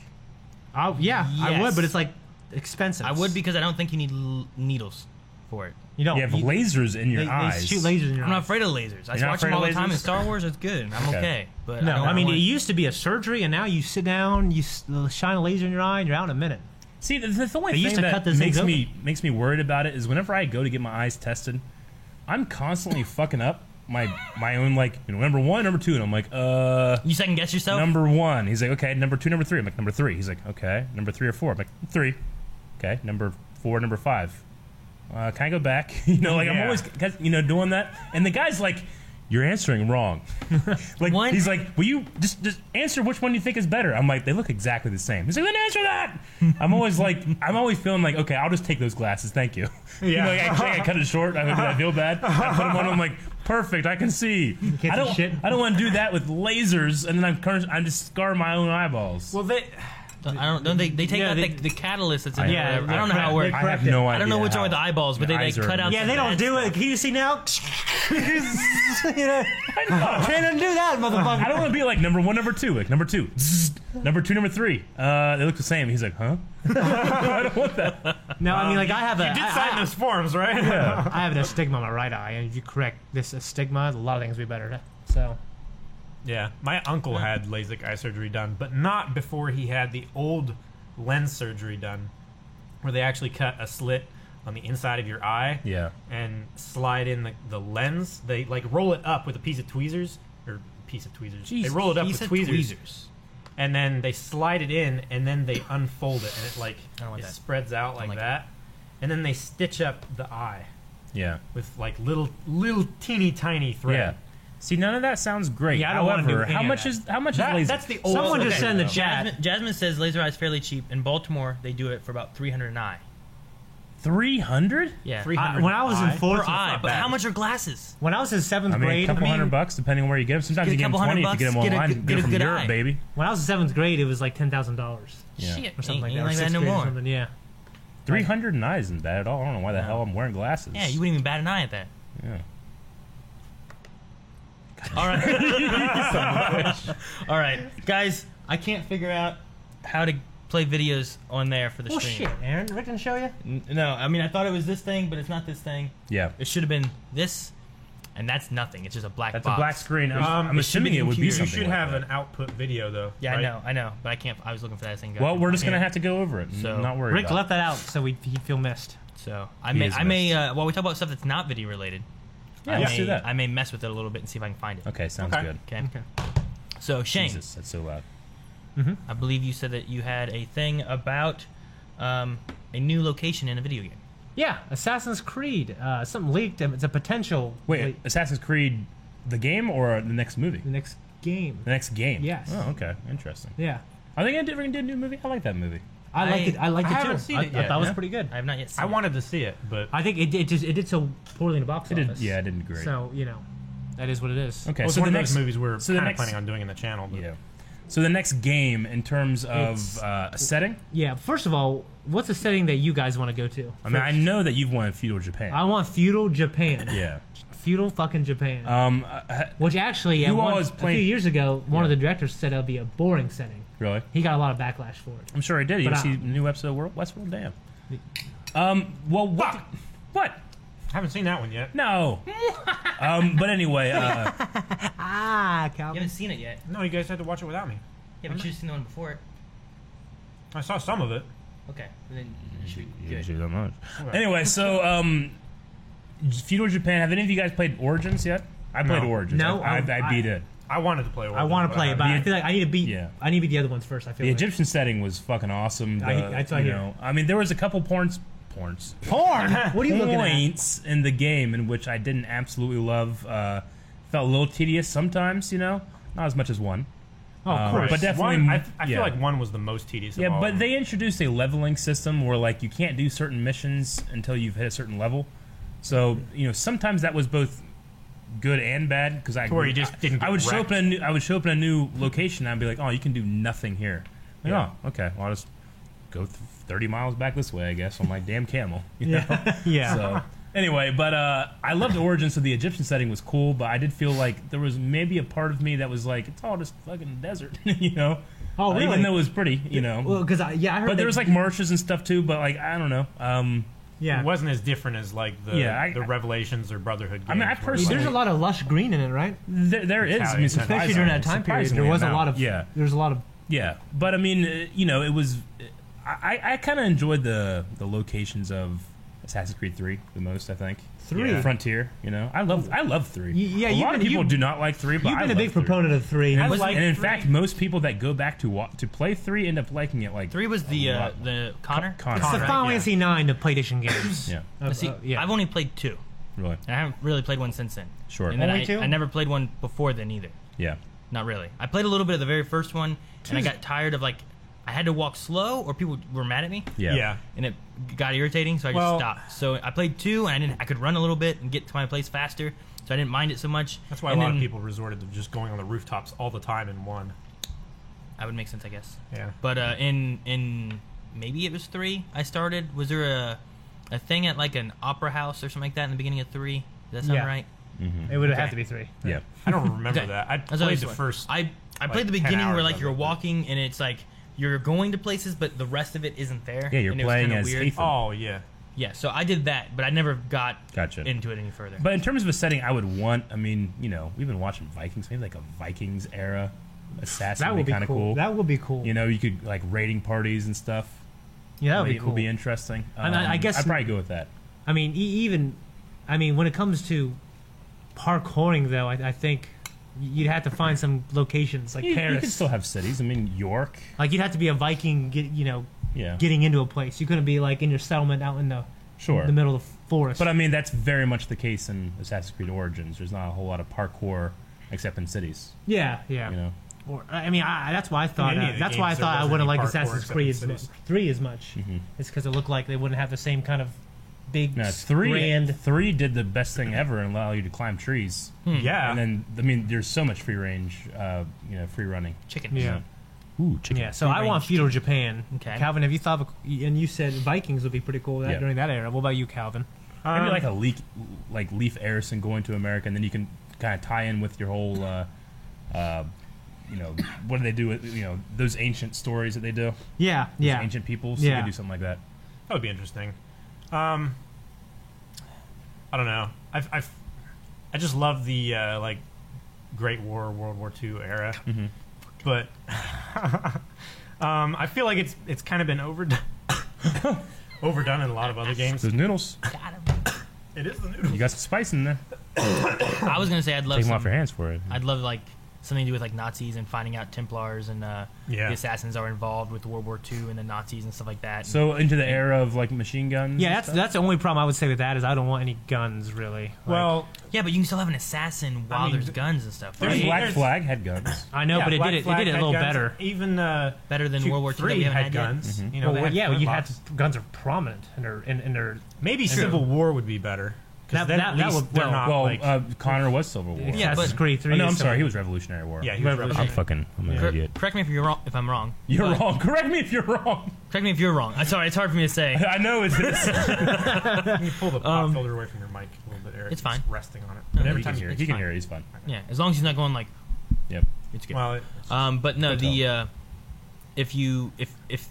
S3: i yeah, I
S1: Yes.
S3: would, but it's like expensive.
S1: I would because I don't think you need l- needles for it.
S3: You don't.
S2: You have
S3: you-
S2: lasers in your
S3: they, they
S2: eyes.
S3: shoot lasers in your
S1: I'm not
S3: eyes.
S1: afraid of lasers. I
S2: You're not
S1: watch them
S2: afraid
S1: all
S2: of
S1: the time in
S2: lasers?
S1: Star Wars. It's good. I'm okay. But
S3: No, I, mean,
S1: you.
S3: it used to be a surgery, and now you sit down, you s- uh, shine a laser in your eye, and you're out in a minute.
S2: See, the, the only
S3: They
S2: thing
S3: used to
S2: that
S3: cut those
S2: makes
S3: things
S2: me makes me worried about it is whenever I go to get my eyes tested, I'm constantly fucking up my my own like you know, number one, number two, and I'm like, uh,
S1: You second guess yourself?
S2: number one. He's like, okay, number two, number three. I'm like, number three. He's like, okay, number three or four. I'm like, three. Okay, number four, number five. Uh, can I go back? you know, like I'm
S4: Yeah.
S2: always, 'cause, you know, doing that. And the guy's like, you're answering wrong. like
S1: What?
S2: he's like, will you just just answer which one you think is better? I'm like, they look exactly the same. He's like, then answer that. I'm always like, I'm always feeling like, okay, I'll just take those glasses. Thank you. you
S4: Yeah.
S2: know, like, I, can't- I cut it short. I, I feel bad. I put them on. I'm like, perfect. I can see.
S3: can't
S2: I
S3: see
S2: don't.
S3: shit.
S2: I don't want to do that with lasers, and then I'm cur- I'm just scar my own eyeballs.
S4: well, they,
S1: I don't, don't they, they take
S4: Yeah,
S1: out
S4: they-
S1: the, the catalyst that's in there.
S3: Yeah,
S1: I don't know how it works.
S2: I
S1: I
S2: have no idea.
S1: don't know what's wrong
S2: how
S1: with the eyeballs, but they
S2: your
S1: they
S2: eyes are-
S1: cut out.
S3: Yeah, they don't do it. Can you see now? you know, can't undo that, motherfucker.
S2: I don't want to be like number one, number two, like number two, zzz, number two, number three. Uh, they look the same. He's like, huh? I don't want that.
S3: No, I mean, like, I have a.
S4: you did
S3: I-
S4: sign
S3: I-
S4: those forms, right?
S3: I have an astigma on my right eye, and if you correct this astigma, a lot of things will be better. So,
S4: Yeah, my uncle had LASIK eye surgery done, but not before he had the old lens surgery done, where they actually cut a slit on the inside of your eye
S2: Yeah.
S4: and slide in the, the lens. They like roll it up with a piece of tweezers or piece of tweezers. they roll it up with tweezers, and then they slide it in, and then they unfold it, and it like
S1: I don't want
S4: it
S1: that.
S4: spreads out like
S1: like
S4: that. and then they stitch up the eye
S2: Yeah.
S4: with like little little teeny tiny
S2: Yeah.
S4: thread.
S2: See, none of that sounds great.
S3: Yeah, I don't wanna do
S2: However,
S3: any
S2: how
S3: of
S2: much
S3: that.
S2: is how much is
S4: That-
S2: laser?
S4: that's the old
S3: Someone just
S4: thing,
S3: said in the
S4: though.
S3: chat.
S1: Jasmine, Jasmine says laser eye is fairly cheap. In Baltimore, they do it for about 300 an eye.
S2: three hundred.
S1: Yeah.
S4: Three-
S3: I, when I was in
S4: Per
S1: per
S3: Florida,
S1: eye. But how much are glasses?
S3: When I was in seventh
S2: I mean,
S3: grade,
S2: a couple
S3: I mean,
S2: hundred bucks, depending on where you get them. Sometimes
S1: Get a
S2: you get them
S1: couple hundred
S2: twenty if you get them
S1: bucks, get a
S2: online.
S1: good-
S2: you
S1: get
S2: get
S1: a
S2: them from
S1: good
S2: Europe,
S1: eye.
S2: baby.
S3: when I was in seventh grade, it was like ten thousand dollars
S2: Yeah.
S1: Shit.
S3: or something
S1: ain't,
S3: like
S1: ain't
S3: that. or
S1: like that
S3: sixth
S1: no
S3: grade or
S1: more.
S3: something, Yeah.
S2: Three hundred and nine isn't bad at all. I don't know why the hell I'm wearing glasses.
S1: Yeah, you wouldn't even bat an eye at that.
S2: Yeah.
S1: All right. All right, guys. I can't figure out how to play videos on there for the
S3: Well,
S1: stream.
S3: Oh, shit, Aaron, Rick can show you.
S1: N- No, I mean I thought it was this thing, but it's not this thing.
S2: Yeah.
S1: It should have been this, and that's nothing. It's just a black
S2: That's
S1: box.
S2: a black screen. I'm,
S4: Um,
S2: I'm
S4: it should
S2: assuming it would be
S4: You
S2: something.
S4: should
S2: like
S4: have
S2: that.
S4: an output video though.
S1: Yeah,
S4: right?
S1: I know, I know, but I can't. I was looking for that thing.
S2: Well, we're just gonna
S1: Yeah.
S2: have to go over it.
S1: So-
S2: So not worry.
S3: Rick
S2: about
S3: left that out, so we he'd feel missed.
S1: So I
S2: He
S1: may,
S2: is
S1: I may.
S2: missed.
S1: Uh, while we talk about stuff that's not video related,
S2: Yeah,
S1: I
S2: let's
S1: may,
S2: do that.
S1: I may mess with it a little bit and see if I can find it.
S2: it. Okay, sounds
S4: Okay.
S2: good.
S1: Okay. So Shane,
S2: Jesus, that's so loud.
S1: I believe you said that you had a thing about um, a new location in a video game.
S3: Yeah, Assassin's Creed. Uh, something leaked. and It's a potential.
S2: Wait,
S3: like,
S2: Assassin's Creed, the game or the next movie?
S3: the next game.
S2: The next game.
S3: Yes.
S2: Oh, okay. Interesting.
S3: Yeah,
S2: Are they gonna do, gonna do a new movie? I like that movie.
S3: I,
S1: I-
S3: liked it. I liked
S4: I
S3: it too.
S4: haven't seen
S3: I,
S4: it
S3: I
S4: yet.
S3: thought it Oh, was
S2: Yeah.
S3: pretty good.
S1: I have not yet seen.
S4: I
S1: it.
S4: wanted to see it, but
S3: I think it, it just it did so poorly in the box
S2: It did.
S3: office.
S2: Yeah, it didn't great.
S3: So you know, that is what it is.
S2: okay.
S4: well, it's
S2: so
S4: one
S2: the
S4: of the
S2: next
S4: next movies we're
S2: so the
S4: kind of
S2: next-
S4: planning on doing in the channel. But
S2: Yeah. So the next game in terms
S3: It's-
S2: of uh, a setting.
S3: Yeah. First of all, what's a setting that you guys want to go to?
S2: I mean, I know that you've won feudal Japan.
S3: I want feudal Japan.
S2: yeah.
S3: Feudal fucking Japan.
S2: Um. uh, ha-
S3: Which actually, at
S2: You
S3: one,
S2: always
S3: a few
S2: play-
S3: years ago, one of
S2: Yeah.
S3: the directors said it would be a boring setting.
S2: really?
S3: He got a lot of backlash for it.
S2: I'm sure I did. You
S3: But
S2: see
S3: I-
S2: the new episode of World Westworld? Damn. Um. Well, what? the- What?
S4: I haven't seen that one yet.
S2: No. um. But anyway. Uh,
S3: Ah,
S1: You
S3: Calvin.
S1: haven't seen it yet.
S4: No, you guys had to watch it without me.
S1: Yeah, but you've seen the one before it.
S4: I saw some of it.
S1: Okay. Then you should be
S2: Yeah,
S1: good.
S2: she was on lunch. Anyway, so um, feudal Japan. Have any of you guys played Origins yet? I played
S4: No.
S2: Origins.
S3: No,
S2: I, I,
S3: I-
S2: I beat it.
S4: I wanted to play. Origins,
S3: I want to
S4: but
S3: play it,
S4: haven't.
S3: but I feel like I need to beat.
S2: Yeah.
S3: I need to beat the other ones first. I feel
S2: The
S3: like.
S2: Egyptian setting was fucking awesome.
S3: I-
S2: The-
S3: that's what I
S2: you
S3: hear.
S2: know, I mean, there was a couple porns, porns,
S3: porn. what are you looking at?
S2: points in the game in which I didn't absolutely love. Uh, felt a little tedious sometimes. You know, not as much as one.
S3: Oh, of
S2: Um,
S3: course.
S2: but definitely,
S4: One, I, I
S2: yeah.
S4: feel like one was the most tedious. of
S2: Yeah,
S4: all
S2: but
S4: of them.
S2: they introduced a leveling system where like you can't do certain missions until you've hit a certain level. So you know sometimes that was both good and bad because I
S4: where you just didn't
S2: I,
S4: get
S2: would show up in
S4: wrecked.
S2: a new I would show up in a new location and I'd be like, oh, you can do nothing here. Like,
S4: Yeah.
S2: Oh, okay. Well, I'll just go th- thirty miles back this way, I guess, on my damn camel. You know?
S3: yeah. yeah.
S2: So anyway, but uh, I loved Origins, so the Egyptian setting was cool. But I did feel like there was maybe a part of me that was like, it's all just fucking desert, you know. Uh,
S3: Oh, really?
S2: even though it was pretty, you know.
S3: Well, because I yeah, I heard.
S2: but
S3: they-
S2: there was like marshes and stuff too. But like, I don't know. Um,
S3: yeah.
S4: It wasn't as different as like the
S2: Yeah, I-
S4: the Revelations or Brotherhood. Games
S2: I mean, I
S4: were.
S2: personally-
S3: There's a lot of lush green in it, right?
S2: there, there is. I mean,
S4: Italian.
S3: Especially
S2: surprisingly-
S3: during that time period, there
S2: surprisingly
S3: was a
S2: amount.
S3: lot of
S2: yeah,
S3: There was a lot of
S2: yeah. But I mean, uh, you know, it was. I, I kind of enjoyed the the locations of Assassin's Creed Three the most. I think
S3: Three?
S2: Yeah. Frontier. You know, I love I love Three.
S3: Y- yeah,
S2: a
S3: you've
S2: lot of
S3: been-
S2: people
S3: you've-
S2: do not like Three. But
S3: You've
S2: I
S3: been a
S2: love
S3: big
S2: 3.
S3: proponent of three.
S2: And,
S1: I like
S2: and in
S1: three.
S2: fact, most people that go back to wa- to play three end up liking it. Like
S1: Three was the uh, the Connor.
S2: Connor.
S3: It's the
S2: Alright,
S3: Final
S1: yeah.
S3: Fantasy nine of PlayStation games.
S2: yeah,
S3: Uh,
S1: See,
S3: uh, yeah.
S1: I've only played two,
S2: really,
S1: and I haven't really played one since then.
S2: Sure.
S1: And then
S3: Only
S1: I,
S3: two?
S1: I never played one before then either.
S2: yeah.
S1: Not really. I played a little bit of the very first one, and I got tired of like I had to walk slow, or people were mad at me.
S2: yeah,
S4: yeah.
S1: And it got irritating, so I just
S4: Well-
S1: stopped. So I played two, and I didn't. I could run a little bit and get to my place faster, so I didn't mind it so much.
S4: That's why
S1: And
S4: a lot
S1: then-
S4: of people resorted to just going on the rooftops all the time in one.
S1: That would make sense, I guess.
S4: Yeah.
S1: But uh, in in maybe it was three. I started. Was there a a thing at like an opera house or something like that in the beginning of three? Does that sound
S3: Yeah.
S1: right?
S3: it would have
S1: okay.
S3: to be three.
S2: yeah.
S4: I don't remember
S1: Okay.
S4: that. I
S1: That's what I
S4: played
S1: was
S4: the
S1: doing.
S4: first.
S1: I I
S4: like,
S1: played the
S4: 10
S1: beginning where
S4: hours
S1: like
S4: of
S1: you're
S4: it, but-
S1: walking and it's like you're going to places, but the rest of it isn't there.
S2: Yeah, you're
S1: and it was
S2: playing
S1: kinda
S2: as
S1: weird.
S2: Ethan.
S4: oh yeah.
S1: Yeah, so I did that, but I never got
S2: Gotcha.
S1: into it any further.
S2: But in terms of a setting, I would want. I mean, you know, we've been watching Vikings. Maybe like a Vikings era assassin
S3: That
S2: would
S3: would
S2: be
S3: be
S2: kind
S3: cool.
S2: of cool.
S3: That would be cool.
S2: you know, you could like raiding parties and stuff.
S3: yeah, that
S2: I
S3: would
S2: mean,
S3: be
S2: it
S3: cool.
S2: would be interesting. Um,
S3: And I- I guess-
S2: I'd probably go with that.
S3: I mean, e- even, I mean, when it comes to parkouring, though, I, I think you'd have to find some locations like
S2: You,
S3: Paris.
S2: you could still have cities. I mean, York.
S3: like you'd have to be a Viking, get, you know,
S2: Yeah.
S3: getting into a place. You couldn't be like in your settlement out in the
S2: Sure.
S3: the middle of the forest.
S2: But I mean, that's very much the case in Assassin's Creed Origins. There's not a whole lot of parkour except in cities,
S3: yeah, yeah.
S2: you know.
S3: Or I mean, I, I- that's why I thought
S4: any
S3: uh,
S4: of the
S3: that's why I
S4: games,
S3: thought
S4: there
S3: I
S4: wasn't
S3: wouldn't
S4: any
S3: like
S4: parkour
S3: Assassin's
S4: except
S3: Creed
S4: in
S3: as mu-
S4: cities. Mm-hmm.
S3: three as much. It's because it looked like they wouldn't have the same kind of big
S2: No, three
S3: grand.
S2: three did the best thing ever and allow you to climb trees.
S4: Yeah.
S2: And then I mean, there's so much free range, uh, you know, free running.
S1: Chicken.
S2: you
S3: Yeah.
S2: know. Ooh, chicken.
S3: Yeah, so I want feudal Japan.
S1: Okay.
S3: Calvin, have you thought of? A, and you said Vikings would be pretty cool that,
S2: Yeah.
S3: during that era. What about you, Calvin?
S2: Maybe
S3: Uh,
S4: Um,
S2: like a leak, like Leaf Arison going to America, and then you can kind of tie in with your whole, uh, uh, you know, what do they do with you know those ancient stories that they do?
S3: Yeah,
S2: Those
S3: yeah.
S2: ancient peoples. So you
S3: Yeah.
S2: could do something like that.
S4: That would be interesting. Um, I don't know. I've, I've I just love the uh, like Great War, World War II era,
S3: Mm-hmm.
S4: but um, I feel like it's it's kind of been overdone, overdone in a lot of other games.
S2: Those noodles.
S4: It is the noodle.
S2: You got some spice in there.
S1: I was gonna say I'd love
S2: Take them off
S1: some,
S2: your hands for it.
S1: I'd love like something to do with like Nazis and finding out Templars and uh,
S4: Yeah.
S1: the assassins are involved with World War II and the Nazis and stuff like that.
S2: So into the era of like machine guns.
S3: Yeah,
S2: and
S3: that's
S2: stuff?
S3: that's the only problem I would say with that is I don't want any guns really. Like,
S4: Well,
S1: yeah, but you can still have an assassin while
S4: mean,
S1: there's
S4: th-
S1: guns and stuff.
S4: there's
S1: right?
S4: a lot-
S2: Black
S4: there's-
S2: Flag had guns.
S3: I know,
S4: yeah,
S3: but it
S4: Black
S3: did it. They
S4: Flag
S3: did it a
S4: had
S3: little
S4: guns.
S3: better. Mm-hmm.
S4: Even uh,
S1: Better than
S4: Shoot
S1: World War II that
S4: Three
S1: we haven't
S4: had
S1: had yet.
S4: guns. You know,
S3: Well,
S4: they had
S3: yeah, well, you had
S4: flintlock.
S3: guns are prominent in their in, in their.
S4: maybe
S3: True.
S4: Civil War would be better. 'cause
S3: That-
S4: then
S3: that-
S4: at
S3: that
S4: least
S3: would-
S4: they're
S3: well-
S4: not
S2: Well,
S4: like
S2: uh, Connor was Civil War.
S1: Yeah,
S3: Assassin's
S1: but-
S3: Creed Three.
S2: Oh, no, I'm
S3: is
S2: sorry. He
S3: something-
S2: was Revolutionary War.
S4: yeah, he was
S3: Revolution-
S4: revolutionary.
S2: I'm fucking. I'm an
S1: Cor-
S2: idiot.
S1: correct me if you're wrong. If I'm wrong,
S2: You're
S1: but-
S2: wrong. Correct me if you're wrong.
S1: Correct me if you're wrong. I'm sorry, it's hard for me to say.
S2: I know it's this.
S4: Can you pull the pop filter away from your mic a little bit, Eric?
S1: It's fine.
S4: resting on it.
S1: No,
S2: Every
S1: he
S2: time
S1: can
S2: he
S1: hear
S2: can
S1: it.
S2: hear, he
S1: It's
S2: can
S1: fine.
S2: hear it, he's fine.
S1: Yeah, as long as he's not going like
S2: Yep.
S1: it's good.
S4: Well, it,
S1: Um, but no,
S2: Good
S1: the uh, if you if if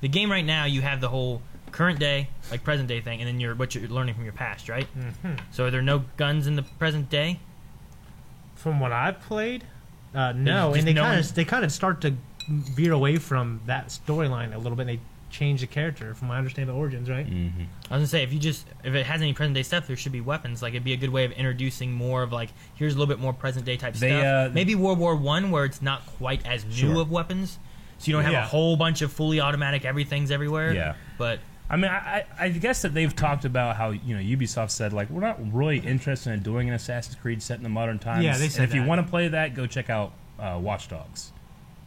S1: the game right now you have the whole current day like present day thing, and then you're what you're learning from your past, right? Mm-hmm. So are there no guns in the present day?
S3: From what I've played, uh, no,
S1: just
S3: and they
S1: no
S3: kind
S1: one-
S3: of they kind of start to veer away from that storyline a little bit. and They change the character, from my understanding, of origins, right?
S1: I was gonna say if you just if it has any present day stuff, there should be weapons. Like it'd be a good way of introducing more of like here's a little bit more present day type
S2: They,
S1: stuff.
S2: uh,
S1: Maybe World War One where it's not quite as new
S2: Sure.
S1: of weapons, so you don't have
S4: Yeah.
S1: a whole bunch of fully automatic everything's everywhere.
S2: Yeah.
S1: but
S2: I mean, I, I I guess that they've talked about how you know Ubisoft said like we're not really interested in doing an Assassin's Creed set in the modern times.
S3: Yeah, they said
S2: And if you
S3: that.
S2: want to play that, go check out uh, Watch Dogs.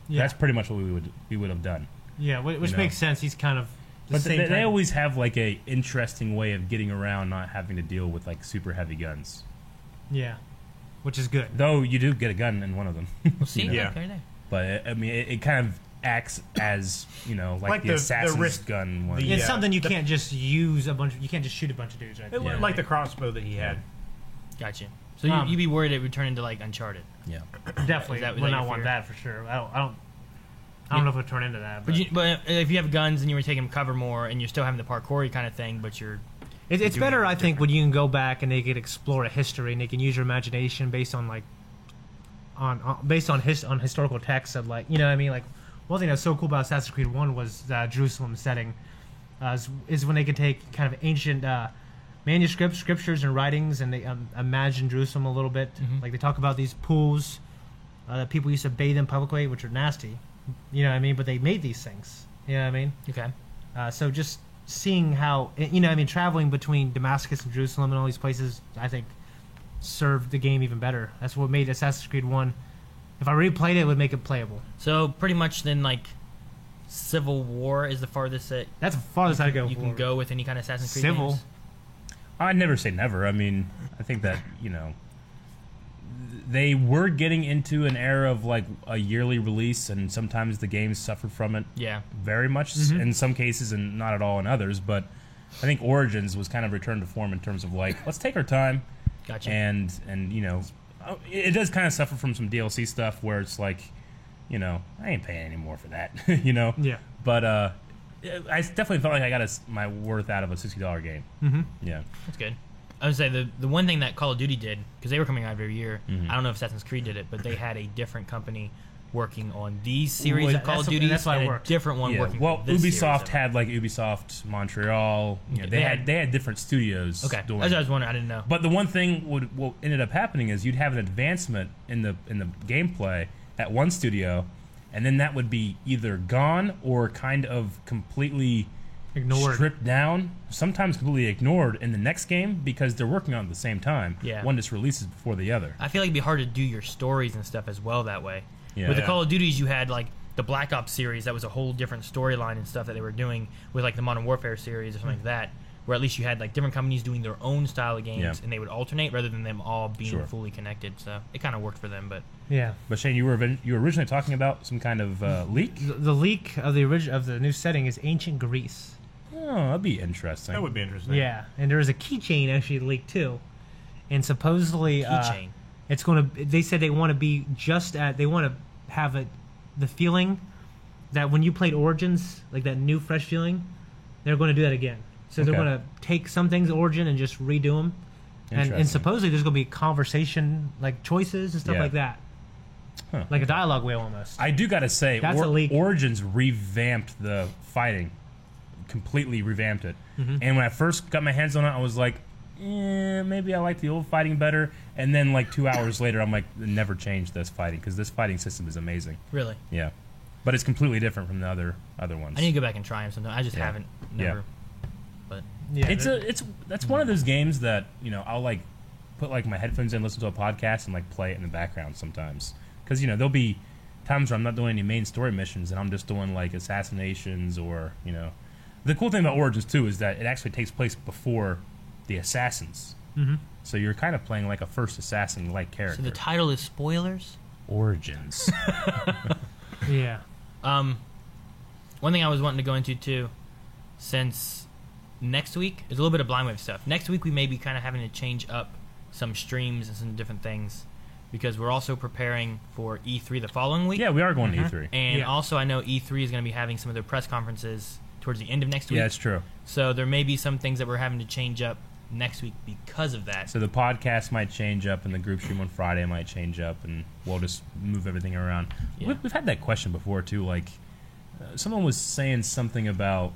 S3: Yeah,
S2: That's pretty much what we would we would have done.
S3: yeah, whi- which
S2: you know.
S3: makes sense. He's kind of the
S2: But
S3: same.
S2: they, they
S3: type-
S2: always have like a interesting way of getting around not having to deal with like super heavy guns.
S3: yeah, which is good.
S2: Though you do get a gun in one of them.
S1: we'll see.
S4: Yeah.
S1: Look, right there.
S2: but it, I mean, it, it kind of acts as you know like,
S4: Like
S2: the,
S4: the- the
S2: assassin's
S4: wrist-
S2: gun one.
S4: the-
S3: It's
S4: Yeah.
S3: something you can't just use a bunch. Of, you can't just shoot a bunch of dudes. Right?
S4: it
S2: Yeah.
S4: like the crossbow that he had.
S1: Gotcha. So you,
S3: Um,
S1: you'd be worried it would turn into like Uncharted.
S2: yeah.
S3: Definitely
S1: Is that- is
S3: would
S1: that
S3: not
S1: your
S3: want
S1: fear?
S3: that for sure. I don't. I don't. I don't know if it would turn into that, but,
S1: But, you, but if you have guns and you were taking cover more, and you're still having the parkour kind of thing, but you're
S3: it, it's
S1: doing
S3: better,
S1: it
S3: I think, when you can go back and they can explore a history and they can use your imagination based on like, on, on based on his on historical texts of like you know what I mean like one thing that's so cool about Assassin's Creed One was uh, Jerusalem setting, uh, is, is when they could take kind of ancient uh, manuscripts, scriptures, and writings, and they um, imagine Jerusalem a little bit. Like they talk about these pools uh, that people used to bathe in publicly, which are nasty. You know what I mean? But they made these things. You know what I mean?
S1: okay.
S3: Uh, so just seeing how eh, you know, I mean, traveling between Damascus and Jerusalem and all these places, I think served the game even better. That's what made Assassin's Creed One. If I replayed it, it would make it playable.
S1: So pretty much then like Civil War is the farthest that
S3: That's the farthest I'd go.
S1: you can
S3: forward.
S1: go with any kind of Assassin's Creed.
S3: Civil.
S1: games?
S2: I never say never. I mean, I think that you know th- they were getting into an era of like a yearly release, and sometimes the games suffered from it
S1: Yeah.
S2: very much s- in some cases, and not at all in others. But I think Origins was kind of returned to form in terms of like let's take our time
S1: Gotcha.
S2: and and you know oh, it it does kind of suffer from some DLC stuff where it's like you know I ain't paying any more for that you know
S3: Yeah.
S2: but uh I definitely felt like I got a s my worth out of a sixty dollar game mm-hmm. yeah
S1: That's good. I would say the the one thing that Call of Duty did because they were coming out every year.
S2: Mm-hmm.
S1: I don't know if Assassin's Creed did it, but they had a different company working on these series
S3: Well,
S1: of Call of
S3: that's-
S1: Duty
S3: that's why it
S1: and a
S3: worked.
S1: different one working.
S2: Well,
S1: for this series
S2: Ubisoft
S1: of-
S2: had like Ubisoft Montreal. You know, they
S1: They
S2: had
S1: had-
S2: they had different studios.
S1: Okay, that's
S2: doing
S1: what I
S2: it.
S1: was wondering. I didn't know.
S2: But the one thing would what ended up happening is you'd have an advancement in the in the gameplay at one studio, and then that would be either gone or kind of completely
S3: ignored.
S2: stripped down, sometimes completely ignored in the next game because they're working on it at the same time.
S1: Yeah.
S2: One just releases before the other.
S1: I feel like it'd be hard to do your stories and stuff as well that way.
S2: Yeah.
S1: with the
S2: Yeah.
S1: Call of Duties, you had like the Black Ops series that was a whole different storyline and stuff that they were doing with like the Modern Warfare series or something like
S2: Hmm.
S1: that, where at least you had like different companies doing their own style of games
S2: Yeah.
S1: and they would alternate rather than them all being
S2: Sure.
S1: fully connected. So it kind of worked for them, but
S3: yeah.
S2: But Shane, you were event- you were originally talking about some kind of uh, leak.
S3: The, the leak of the origin of the new setting is ancient Greece.
S2: Oh, that'd be interesting.
S4: That would be interesting.
S3: Yeah, and there is a keychain actually leaked too, and supposedly uh,
S1: Keychain.
S3: it's going to. They said they want to be just at. They want to have a, the feeling that when you played Origins, like that new fresh feeling, they're going to do that again. So they're
S2: Okay.
S3: going to take some things Origin and just redo them, and,
S2: Interesting.
S3: and supposedly there's going to be conversation like choices and stuff
S2: Yeah.
S3: like that,
S2: Huh.
S3: like a dialogue wheel almost.
S2: I do gotta say,
S3: That's a leak.
S2: Origins revamped the fighting, completely revamped it. And when I first got my hands on it, I was like, eh, maybe I like the old fighting better. And then like two hours later, I'm like, never change this fighting because this fighting system is amazing.
S1: really,
S2: Yeah, but it's completely different from the other other ones.
S1: I need to go back and try them sometime. I just
S2: Yeah.
S1: haven't,
S2: Yeah.
S1: never.
S3: yeah,
S2: it's a it's that's one of those games that you know I'll like put like my headphones in, listen to a podcast, and like play it in the background sometimes because you know there'll be times where I'm not doing any main story missions and I'm just doing like assassinations or you know the cool thing about Origins too is that it actually takes place before the assassins. Mm-hmm. So you're kind of playing like a first assassin like
S1: So
S2: character.
S1: the title is spoilers.
S2: Origins.
S3: yeah.
S1: Um, one thing I was wanting to go into too, since next week is a little bit of blind wave stuff. Next week we may be kind of having to change up some streams and some different things because we're also preparing for E3 the following week.
S2: yeah, we are going to E E3.
S1: And
S3: Yeah.
S1: also, I know E3 is going to be having some of their press conferences towards the end of next week.
S2: Yeah, that's true.
S1: So there may be some things that we're having to change up next week because of that.
S2: So the podcast might change up, and the group stream on Friday might change up, and we'll just move everything around.
S1: Yeah.
S2: We've, we've had that question before too. Like, uh, someone was saying something about,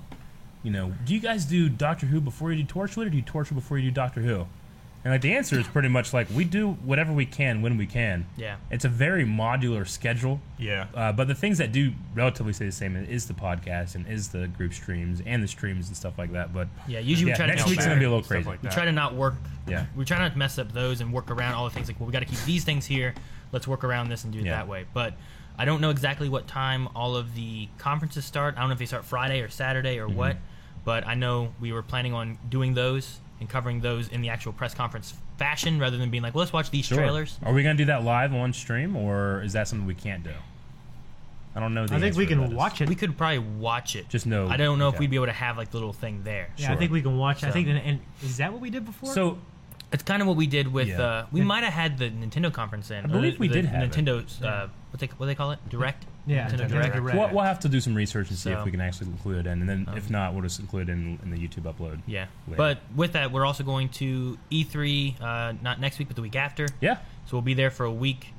S2: you know, do you guys do Doctor Who before you do Torchwood, or do you Torchwood before you do Doctor Who? And like the answer is pretty much like we do whatever we can when we can.
S1: Yeah.
S2: it's a very modular schedule.
S4: Yeah.
S2: Uh, but the things that do relatively stay the same is the podcast and is the group streams and the streams and stuff like that. But
S1: Yeah, usually
S2: Yeah,
S1: we try
S2: next
S1: to nail
S2: week's
S1: back.
S2: gonna be a little
S4: Stuff
S2: crazy.
S4: like
S1: we
S4: that.
S1: try to not work.
S2: Yeah.
S1: We try not to mess up those and work around all the things. Like, well, we got to keep these things here. Let's work around this and do it
S2: Yeah.
S1: that way. But I don't know exactly what time all of the conferences start. I don't know if they start Friday or Saturday or
S2: Mm-hmm.
S1: what. But I know we were planning on doing those and covering those in the actual press conference fashion rather than being like, well, let's watch these
S2: Sure.
S1: trailers.
S2: Are we going to do that live on stream, or is that something we can't do? I don't know. The
S3: I think
S2: answer
S3: we
S2: to that
S3: can
S2: is-
S3: watch it.
S1: We could probably watch it.
S2: Just no-
S1: I don't know
S2: okay.
S1: if we'd be able to have like the little thing there.
S3: Yeah,
S2: Sure.
S3: I think we can watch. I
S1: So-
S3: think, and, and is that what we did before?
S2: So
S1: It's kind of what we did with.
S2: Yeah.
S1: Uh, we might have had the Nintendo conference in. I
S2: believe we did have it.
S1: Nintendo's. Uh, what they what they call it? Direct.
S3: Yeah,
S1: Nintendo
S3: Nintendo
S1: Direct.
S3: Direct.
S2: we'll, we'll have to do some research and see
S1: So-
S2: if we can actually include it in, and then if not, we'll just include it in, in the YouTube upload.
S1: Um, Yeah.
S2: Later.
S1: But with that, we're also going to E3. Uh, not next week, but the week after.
S2: yeah,
S1: So we'll be there for a week.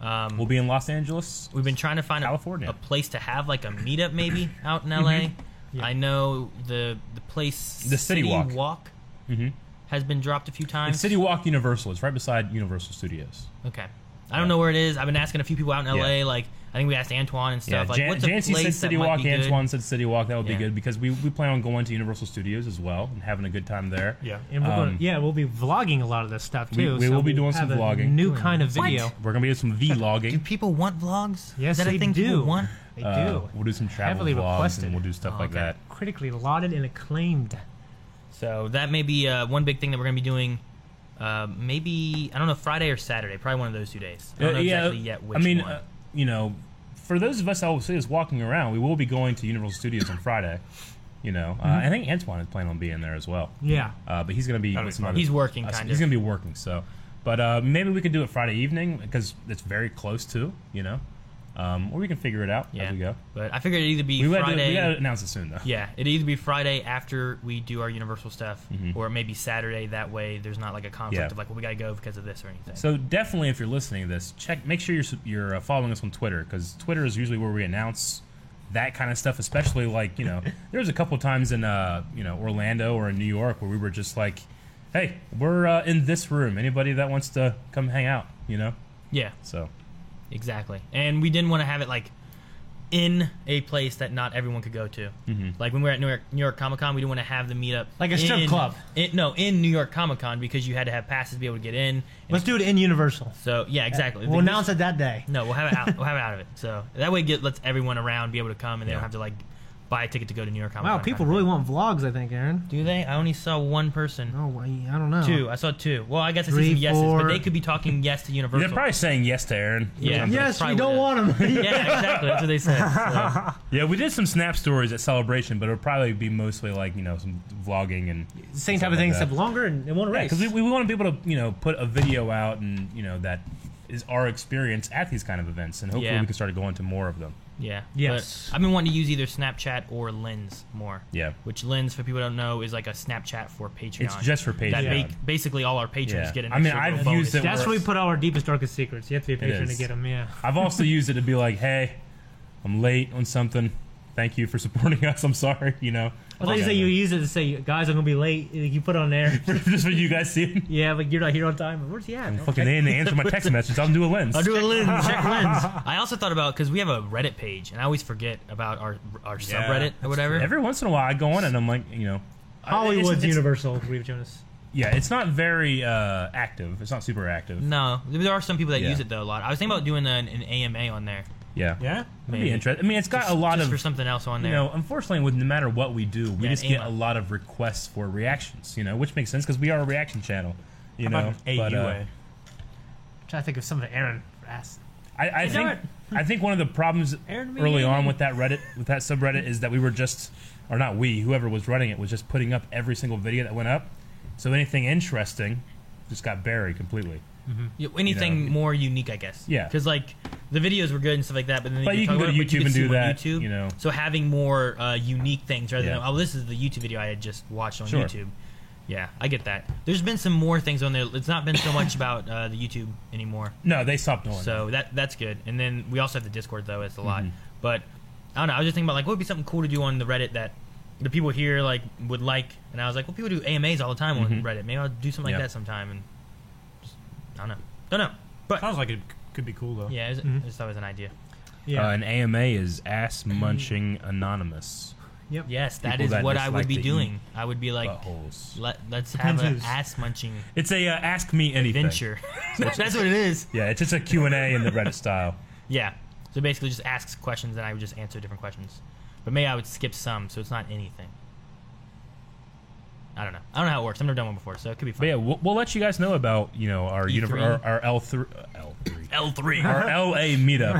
S1: Um,
S2: we'll be in Los Angeles.
S1: We've been trying to find a-
S2: California.
S1: A, place to have like a meetup, maybe out in LA.
S3: Yeah.
S1: I know the the place
S2: Mm-hmm. The City Walk. Mhm.
S1: has been dropped a few times.
S2: It's City Walk Universal. It's right beside Universal Studios.
S1: Okay. I don't know where it is. I've been asking a few people out in LA.
S2: Yeah.
S1: Like, I think we asked Antoine and
S2: Yeah,
S1: stuff. like,
S2: Jan-
S1: what's a
S2: Jancy
S1: place
S2: said
S1: that
S2: City
S1: might
S2: Walk.
S1: be good?
S2: Antoine said City Walk. That would
S1: Yeah.
S2: be good because we, we plan on going to Universal Studios as well and having a good time there.
S4: Yeah.
S3: And we're
S2: Um,
S3: gonna, yeah, we'll be vlogging a lot of this stuff
S2: We-
S3: too.
S2: we
S3: so
S2: will be
S3: we'll
S2: doing some
S3: have a
S2: vlogging.
S3: New kind of video.
S2: We're gonna be doing some
S1: Do
S2: vlogging.
S1: people want vlogs?
S3: Yes,
S1: is that
S3: they
S1: a thing
S3: do.
S1: people want?
S3: They
S2: Uh,
S3: do.
S2: we'll do some travel
S3: Heavily
S2: vlogs
S3: requested.
S2: and we'll do stuff
S1: Oh,
S2: like
S1: okay.
S2: that.
S3: Critically lauded and acclaimed.
S1: So that may be uh, one big thing that we're going to be doing. Uh, maybe I don't know Friday or Saturday, probably one of those two days. I don't
S2: Uh,
S1: know exactly yet which
S2: I mean,
S1: one.
S2: uh, you know, for those of us that will see us walking around, we will be going to Universal Studios on Friday. You know, uh,
S1: Mm-hmm.
S2: I think Antoine is planning on being there as well.
S3: Yeah.
S2: Uh, but he's going to be
S4: That'll
S2: with
S4: be
S2: some
S4: fun.
S2: other-
S1: He's working,
S2: uh,
S1: kind
S2: He's
S1: of.
S2: going to be working. So, but uh, maybe we could do it Friday evening because it's very close to. You know, um, or we can figure it out as we go.
S1: But I figured it'd either be
S2: We got
S1: Friday.
S2: to announce it soon though.
S1: yeah, it'd either be Friday after we do our Universal stuff, or maybe Saturday. That way, there's not like a conflict
S2: Mm-hmm. Yeah.
S1: of like, well, we got to go because of this or anything.
S2: So definitely, if you're listening to this, check. Make sure you're su- you're uh, following us on Twitter because Twitter is usually where we announce that kind of stuff. Especially like you know, there was a couple times in uh you know Orlando or in New York where we were just like, hey, we're uh, in this room. Anybody that wants to come hang out, you know.
S1: yeah,
S2: So
S1: Exactly. And we didn't want to have it like in a place that not everyone could go to. Like when we were at New York, New York Comic Con, we didn't want to have the meetup
S3: Mm-hmm. Like a strip
S1: in-
S3: club.
S1: in- no, in New York Comic Con because you had to have passes to be able to get in.
S3: Let's do it in Universal.
S1: So yeah, exactly.
S3: We'll announce it that day.
S1: No, we'll have it out. we'll have it out of it. So that way, it get lets everyone around be able to come, and they
S2: Yeah.
S1: don't have to like buy a ticket to go to New York Comic Con.
S3: Wow, people really want vlogs. I think, Aaron.
S1: Do they? I only saw one person.
S3: Oh, I I don't know.
S1: Two. I saw two. Well, I guess I see
S3: Three,
S1: some yeses,
S3: four.
S1: but they could be talking yes to Universal.
S2: They're probably saying yes to Aaron.
S1: Yeah.
S2: Something.
S3: Yes,
S1: Probably
S3: we don't
S1: would've-
S3: want them.
S1: yeah, exactly. That's what they said. So,
S2: Yeah, we did some snap stories at Celebration, but it would probably be mostly like, you know, some vlogging and.
S3: Same type of thing, except longer and it won't
S2: Yeah,
S3: erase.
S2: because we, we want people to, you know, put a video out and, you know, that is our experience at these kind of events. And hopefully
S1: Yeah.
S2: we can start going to more of them.
S1: yeah.
S3: Yes.
S1: But I've been wanting to use either Snapchat or Lens more.
S2: Yeah.
S1: Which Lens, for people who don't know, is like a Snapchat for Patreon.
S2: It's just for Patreon.
S1: that ba- basically all our patrons
S2: Yeah.
S1: get an
S2: I mean,
S1: extra
S2: I've
S1: little
S2: used
S1: bonus.
S2: it
S3: That's where we put all our deepest, darkest secrets. You have to be a
S2: It
S3: patron to
S2: is.
S3: get them. Yeah.
S2: I've also used it to be like, hey, I'm late on something. Thank you for supporting us. I'm sorry, you know.
S3: I thought you said you use it to say, guys, I'm gonna be late. You put it on there.
S2: Just what you guys see.
S3: yeah, but you're not here on time. Where's he at?
S2: Fucking they didn't answer my text message. I'll do a lens.
S1: I'll do a lens. Check lens. I also thought about because we have a Reddit page, and I always forget about our our
S2: Yeah.
S1: subreddit or whatever.
S2: Every once in a while, I go on and I'm like, you know,
S3: Hollywood's
S1: It's- it's-
S3: Universal. Reeve Jonas.
S2: yeah, it's not very uh, active. It's not super active.
S1: No, there are some people that
S2: Yeah.
S1: use it though a lot. I was thinking about doing an, an AMA on there,
S2: Yeah,
S4: Yeah.
S2: It'd
S1: maybe.
S2: be interesting. I mean, it's got a lot
S1: just for
S2: of
S1: something else on
S2: you
S1: there.
S2: know. Unfortunately, with no matter what we do, we
S1: Yeah,
S2: just
S1: aim
S2: get
S1: up.
S2: a lot of requests for reactions. You know, which makes sense because we are a reaction channel. You
S4: How
S2: know,
S4: about an
S2: But, uh,
S4: AUA?
S3: I'm trying to think of something Aaron asked.
S2: I, I
S3: do
S2: think
S3: it.
S2: I think one of the problems
S3: Aaron, we
S2: early
S3: need
S2: on with that Reddit with that subreddit is that we were just or not we whoever was running it was just putting up every single video that went up, so anything interesting just got buried completely.
S1: Yeah, anything
S2: know.
S1: more unique, I guess.
S2: Yeah.
S1: Because like the videos were good and stuff like that, but then
S2: But
S1: they
S2: you
S1: talk
S2: can go
S1: about
S2: to
S1: it, but
S2: YouTube and
S1: can see
S2: do
S1: it on
S2: that,
S1: YouTube.
S2: you know.
S1: So having more uh, unique things rather than
S2: Yeah.
S1: oh, this is the YouTube video I had just watched on
S2: Sure.
S1: YouTube. Yeah, I get that. There's been some more things on there. It's not been so much about uh, the YouTube anymore.
S2: No, they stopped doing. that.
S1: So that that's good. And then we also have the Discord though. It's a lot,
S2: Mm-hmm.
S1: but I don't know. I was just thinking about like what would be something cool to do on the Reddit that the people here like would like. And I was like, well, people do AMAs all the time on Reddit. Maybe I'll do something like
S2: Mm-hmm. Yeah.
S1: that sometime. And just, I don't know. Don't know. But
S4: Sounds like it could be cool though.
S1: yeah, it was,
S2: Mm-hmm.
S1: I just thought it was an idea.
S3: Yeah.
S2: Uh, an AMA is ass munching anonymous
S3: yep.
S1: Yes, that
S2: People
S1: is
S2: that
S1: what I would
S2: dislike
S1: be
S2: to eat
S1: doing. I would be like,
S2: buttholes.
S1: let, let's have
S3: Depends
S1: an
S3: who's-
S1: ass munching
S2: It's a uh, ask me anything.
S1: adventure. that's what it is.
S2: Yeah, it's just a Q and A in the Reddit style.
S1: Yeah. So basically, just asks questions, and I would just answer different questions. But maybe I would skip some, so it's not anything. I don't know. I don't know how it works. I've never done one before, so it could be
S2: But
S1: fun.
S2: yeah, we'll, we'll let you guys know about you know our univer-
S1: E3.
S2: our, our L three L three
S1: L three.
S2: our LA meetup.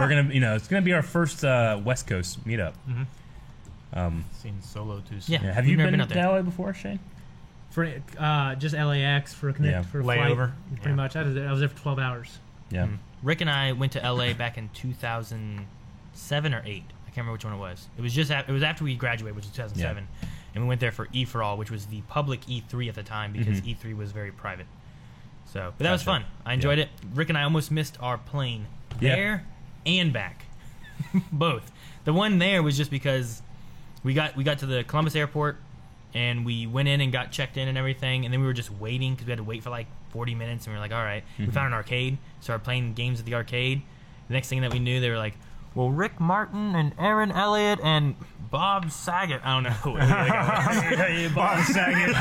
S2: We're gonna, you know, it's gonna be our first uh, West Coast meetup.
S4: Seen Solo too. soon.
S1: Yeah.
S2: Yeah,
S1: Mm-hmm.
S2: have
S1: We've
S2: you
S1: never
S2: been,
S1: been out
S2: to LA before, Shane?
S3: For uh, just LAX for a connect
S2: Yeah.
S3: for a
S4: Layover.
S3: Flight, pretty
S1: Yeah.
S3: much. I was, I was there for 12 hours.
S2: Yeah,
S1: Rick and I went to LA back in 2007 or eight. I can't remember which one it was. It was just af- it was after we graduated, which was 2007, and we went there for E for All, which was the public E3 at the time because E3 was very private. So, but that was
S2: Mm-hmm. Gotcha.
S1: fun. I enjoyed it. Rick and I almost missed our plane
S2: Yeah.
S1: there and back, both. The one there was just because we got we got to the Columbus airport and we went in and got checked in and everything and then we were just waiting because we had to wait for like 40 minutes and we were like all right. we found an arcade started playing games at the arcade the next thing that we knew they were like well rick martin and aaron elliott and bob saget i don't know who the other guy was. bob saget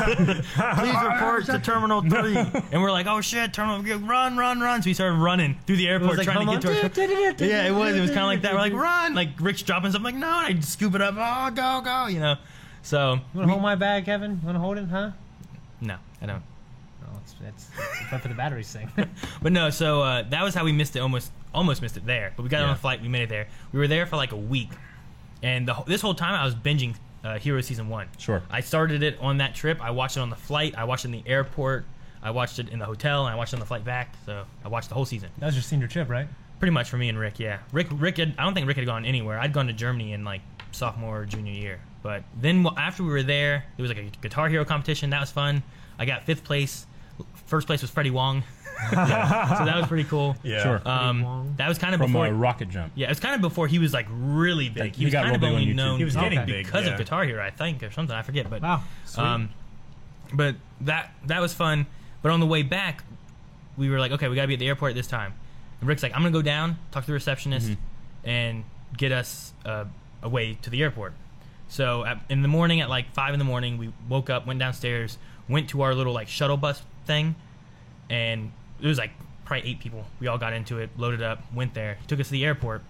S1: please report to terminal 3 and we're like oh shit terminal run run run so we started running through the airport trying to get to our yeah, it was. It was kind of like that. We're like, run! Like Rick's dropping something. Like, no, and I scoop it up. Oh, go, go! You know. So
S3: Want to hold my bag, Kevin? Want to hold it, huh?
S1: no, I don't.
S3: Oh, it's, that's, that's fun for the batteries thing.
S1: But no, so uh, that was how we missed it. Almost, almost missed it there. But we got on
S2: Yeah.
S1: a flight. We made it there. We were there for like a week, and the, wh- this whole time I was binging uh, Hero season one.
S2: Sure.
S1: I started it on that trip. I watched it on the flight. I watched it in the airport. I watched it in the hotel, and I watched it on the flight back. So I watched the whole season.
S3: that was your senior trip, right?
S1: Pretty much for me and Rick, yeah. Rick, Rick, had, I don't think Rick had gone anywhere. I'd gone to Germany in like sophomore or junior year. But then wh- after we were there, there was like a Guitar Hero competition. That was fun. I got fifth place. First place was Freddie Wong. Yeah, So that was pretty cool.
S4: Yeah.
S2: sure.
S1: Um,
S3: Wong.
S1: that was kind of
S2: From
S1: before.
S2: uh, Rocket Jump.
S1: yeah, it was kind of before he was like really big.
S2: Like,
S1: he
S2: he
S1: was
S2: got
S1: kind of
S2: real big on
S1: only
S2: YouTube.
S1: known
S2: He
S4: was getting
S1: because
S4: big,
S1: because
S4: yeah.
S1: of Guitar Hero, I think, or something. I forget. But
S3: Wow.
S1: um, but that that was fun. But on the way back, we were like, okay, we gotta be at the airport at this time. And Rick's like, I'm gonna go down, talk to the receptionist, and get us uh, away to the airport. So at, in the morning, at like five in the morning, we woke up, went downstairs, went to our little like shuttle bus thing, and it was like probably eight people. We all got into it, loaded up, went there, took us to the airport,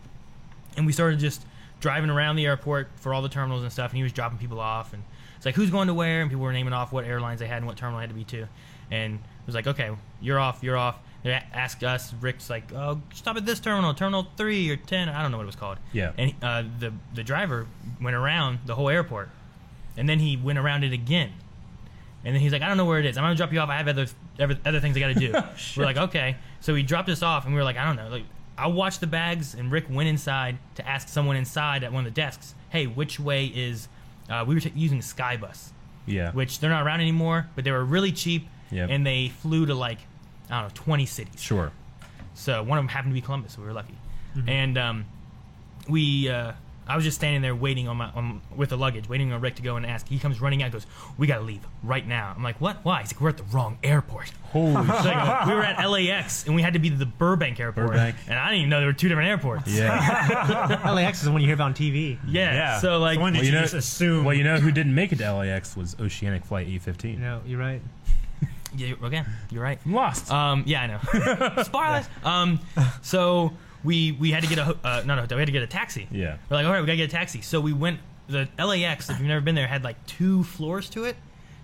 S1: and we started just driving around the airport for all the terminals and stuff. And he was dropping people off, and it's like who's going to where, and people were naming off what airlines they had and what terminal I had to be to, and it was like okay, you're off, you're off. They a- asked us. Rick's like, "Oh, stop at this terminal, terminal three or ten. I don't know what it was called."
S2: Yeah.
S1: And uh, the the driver went around the whole airport, and then he went around it again. And then he's like, I don't know where it is. I'm gonna drop you off. I have other other, other things I gotta do. we're like, okay. So he dropped us off, and we were like, I don't know. Like, I watched the bags, and Rick went inside to ask someone inside at one of the desks, Hey, which way is? Uh, we were t- using Skybus,
S2: Yeah.
S1: which they're not around anymore, but they were really cheap,
S2: Yep.
S1: and they flew to like I don't know, 20 cities.
S2: Sure.
S1: So one of them happened to be Columbus, so we were lucky. And um, we, uh, I was just standing there waiting on my on, with the luggage, waiting on Rick to go and ask. He comes running out, and goes, "We gotta leave right now." I'm like, "What? Why?" He's like, "We're at the wrong airport."
S2: Holy
S1: So I go, we were at LAX, and we had to be to the Burbank airport,
S2: Burbank.
S1: and I didn't even know there were two different airports.
S2: yeah.
S3: LAX is the one you hear about on TV.
S1: Yeah,
S4: Yeah.
S1: So like,
S4: So when did
S2: Well, you
S4: you
S2: know-
S4: just assume?
S2: Well, you know who didn't make it to LAX was Oceanic Flight E E15.
S3: No, you're right.
S1: yeah, you- okay, you're right.
S2: I'm lost.
S1: Um, yeah, I know. Spoilers. Um, so we we had to get a ho- uh, not a hotel. We had to get a taxi.
S2: yeah.
S1: We're like, all right, we gotta get a taxi. So we went. The LAX, if you've never been there, had like two floors to it.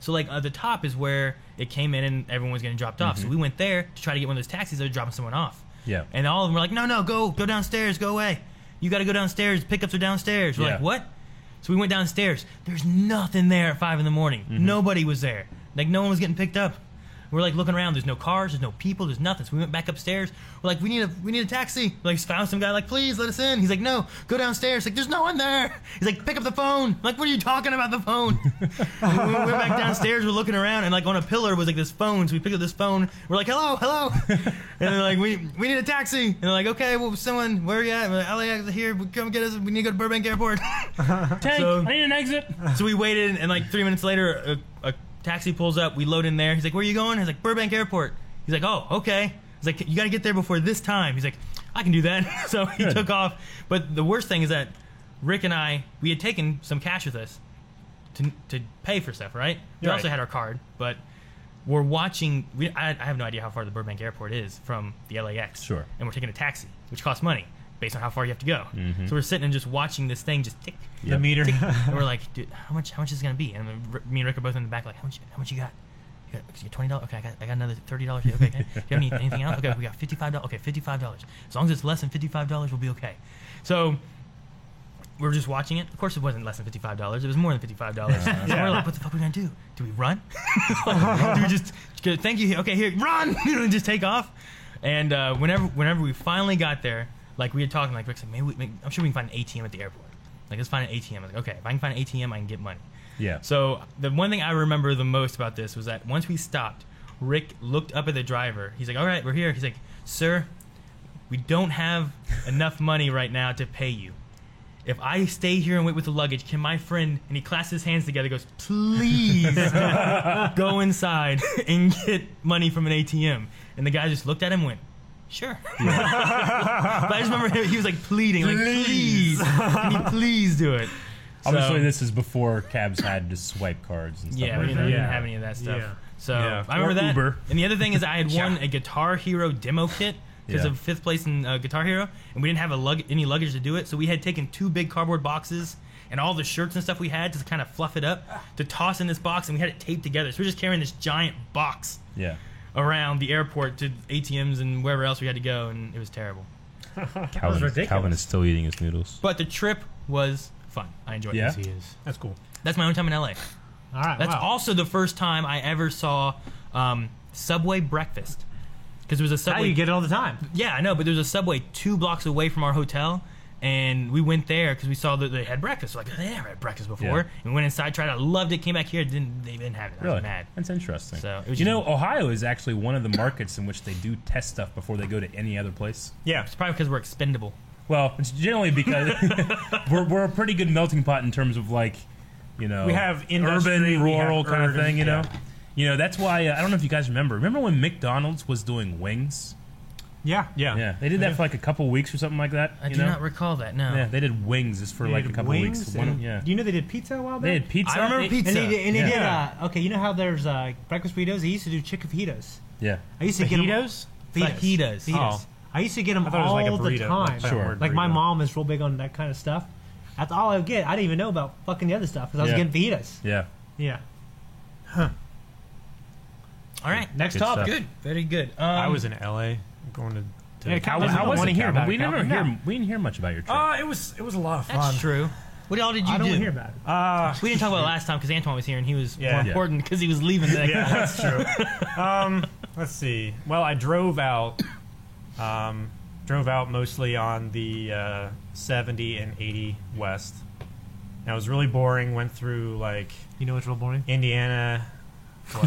S1: So like at the top is where it came in and everyone was getting dropped off. So we went there to try to get one of those taxis that were dropping someone off.
S2: Mm-hmm. Yeah.
S1: And all of them were like, no, no, go, go downstairs, go away. You gotta go downstairs. Pickups are downstairs. We're like,
S2: Yeah.
S1: what? So we went downstairs. There's nothing there at five in the morning. Nobody was there. Like no one was getting picked up. We're like looking around. There's no cars. There's no people. There's nothing. So we went back upstairs. We're like, we need a we need a taxi. Like found some guy. Like please let us in. He's like, no, go downstairs. Like there's no one there. He's like, pick up the phone. I'm like what are you talking about the phone? we went we went back downstairs. We're looking around and like on a pillar was like this phone. So we picked up this phone. We're like, hello, hello. And they're like, we we need a taxi. And they're like, okay, well, someone, where are you at? And we're like, LAX is here. Come get us. We need to go to Burbank Airport.
S2: Tank,
S1: so-
S2: I need an exit.
S1: so we waited, and like three minutes later, a, a taxi pulls up. We load in there. He's like, "Where are you going?" He's like, "Burbank Airport." He's like, "Oh, okay." He's like, "You got to get there before this time." He's like, "I can do that." so he took off. But the worst thing is that Rick and I we had taken some cash with us to to pay for stuff, right? We
S4: Right.
S1: also had our card, but we're watching. We, I, I have no idea how far the Burbank Airport is from the LAX.
S2: Sure.
S1: And we're taking a taxi, which costs money based on how far you have to go. So we're sitting and just watching this thing just tick,
S2: Yeah.
S4: the meter.
S1: and we're like, dude, how much? How much is it gonna be? And then R- me and Rick are both in the back, like, how much? How much you got? You got twenty dollars? Okay, I got, I got another thirty dollars. Okay, okay. do you have any, anything else? Okay, we got fifty-five dollars. Okay, fifty-five dollars. As long as it's less than fifty-five dollars, we'll be okay. So we're just watching it. Of course, it wasn't less than fifty-five dollars. It was more than fifty-five dollars. So we're like, what the fuck are we gonna do? Do we run? do we just go, thank you? Okay, here, run! You know, and just take off. And uh, whenever, whenever we finally got there, like we were talking, like Rick said, maybe we, maybe, I'm sure we can find an ATM at the airport. Like, let's find an ATM. I was like, okay, if I can find an ATM, I can get money.
S2: Yeah.
S1: So the one thing I remember the most about this was that once we stopped, Rick looked up at the driver. He's like, "All right, we're here." He's like, "Sir, we don't have enough money right now to pay you. If I stay here and wait with the luggage, can my friend?" And he clasps his hands together, goes, "Please go inside and get money from an ATM." And the guy just looked at him, and went, "Sure." but I just remember he was like pleading, like, "Please, can you please do it?"
S2: Obviously,
S1: So-
S2: this is before cabs had to swipe cards and stuff
S1: yeah,
S2: like
S1: we
S2: that.
S1: didn't, we didn't
S4: Yeah.
S1: have any of that stuff.
S4: Yeah.
S1: So
S4: Yeah.
S1: I remember
S2: Or
S1: that.
S2: Uber.
S1: And the other thing is, I had
S4: Yeah.
S1: won a Guitar Hero demo kit because
S2: Yeah.
S1: of fifth place in uh, Guitar Hero, and we didn't have a lug- any luggage to do it. So we had taken two big cardboard boxes and all the shirts and stuff we had to kind of fluff it up to toss in this box, and we had it taped together. So we're just carrying this giant box
S2: Yeah.
S1: around the airport to ATMs and wherever else we had to go, and it was terrible.
S2: Calvin,
S4: ridiculous.
S2: Calvin is still eating his noodles.
S1: But the trip was fun. I enjoyed
S2: Yeah?
S1: it.
S3: He is.
S4: That's cool.
S1: That's my own time in LA.
S4: All right.
S1: That's
S4: wow.
S1: also the first time I ever saw um, Subway breakfast. Because there was a
S3: How
S1: Subway.
S3: you get it all the time?
S1: yeah, I know, but there was a Subway two blocks away from our hotel. And we went there because we saw that they had breakfast. We're like, they never had breakfast before.
S2: Yeah.
S1: And we went inside, tried it, I loved it, came back here, didn't they didn't have it. I
S2: Really?
S1: was mad.
S2: That's interesting.
S1: So, it was just-
S2: you know, Ohio is actually one of the markets in which they do test stuff before they go to any other place.
S4: Yeah.
S1: It's probably because we're expendable.
S2: Well, it's generally because we're, we're a pretty good melting pot in terms of like, you know,
S4: We have industry,
S2: urban,
S4: we
S2: rural
S4: have
S2: kind
S4: urban,
S2: of thing. You know,
S4: yeah.
S2: you know that's why uh, I don't know if you guys remember. Remember when McDonald's was doing wings?
S4: Yeah, yeah,
S2: Yeah, they did that for like a couple weeks or something like that.
S1: I
S2: you
S1: do
S2: know?
S1: not recall that. No.
S2: Yeah, they did wings just for
S4: They
S2: like a
S4: did
S2: couple
S4: wings
S2: weeks. One,
S4: and-
S2: of- yeah,
S4: Do you know they did pizza a while back?
S2: they had pizza.
S1: I remember
S2: They-
S1: pizza.
S5: And they did. And they
S4: Yeah.
S5: did uh, okay, you know how there's uh, breakfast burritos. They used to do chicken fajitas.
S2: Yeah,
S5: I used to get them,
S4: Fajitos?
S5: fajitas.
S1: Fajitas.
S5: Fajitas.
S4: Oh.
S5: I used to get them
S4: I thought it was
S5: all
S4: like a burrito.
S5: the time.
S4: that
S2: Sure.
S4: word
S5: Like my
S4: burrito.
S5: mom is real big on that kind of stuff. That's all I would get. I didn't even know about fucking the other stuff because I was
S2: Yeah.
S5: getting fajitas.
S2: yeah.
S5: Yeah.
S1: All right.
S5: Next
S2: Good
S5: topic.
S2: stuff.
S1: Good. Very good. Um,
S4: I was in LA going to. to
S5: Yeah,
S2: How,
S5: I
S2: how
S5: don't
S2: was
S5: wanna
S2: it?
S5: hear
S2: Calvin?
S5: about
S2: we
S5: it,
S2: never
S5: Calvin.
S2: hear.
S5: No.
S2: We didn't hear much about your trip.
S4: Uh, it was it was a lot of
S1: That's
S4: fun.
S1: true. What all did you
S5: I don't
S1: do?
S5: want to hear about it.
S4: Uh,
S1: we didn't talk about it last time because Antoine was here and he was
S4: Yeah.
S1: more
S4: Yeah.
S1: important because he was leaving. The next
S4: yeah, that's true. um, let's see. Well, I drove out. Um, drove out mostly on the uh, 70 and 80 west. That was really boring. Went through like
S5: You know what's real boring?
S4: Indiana.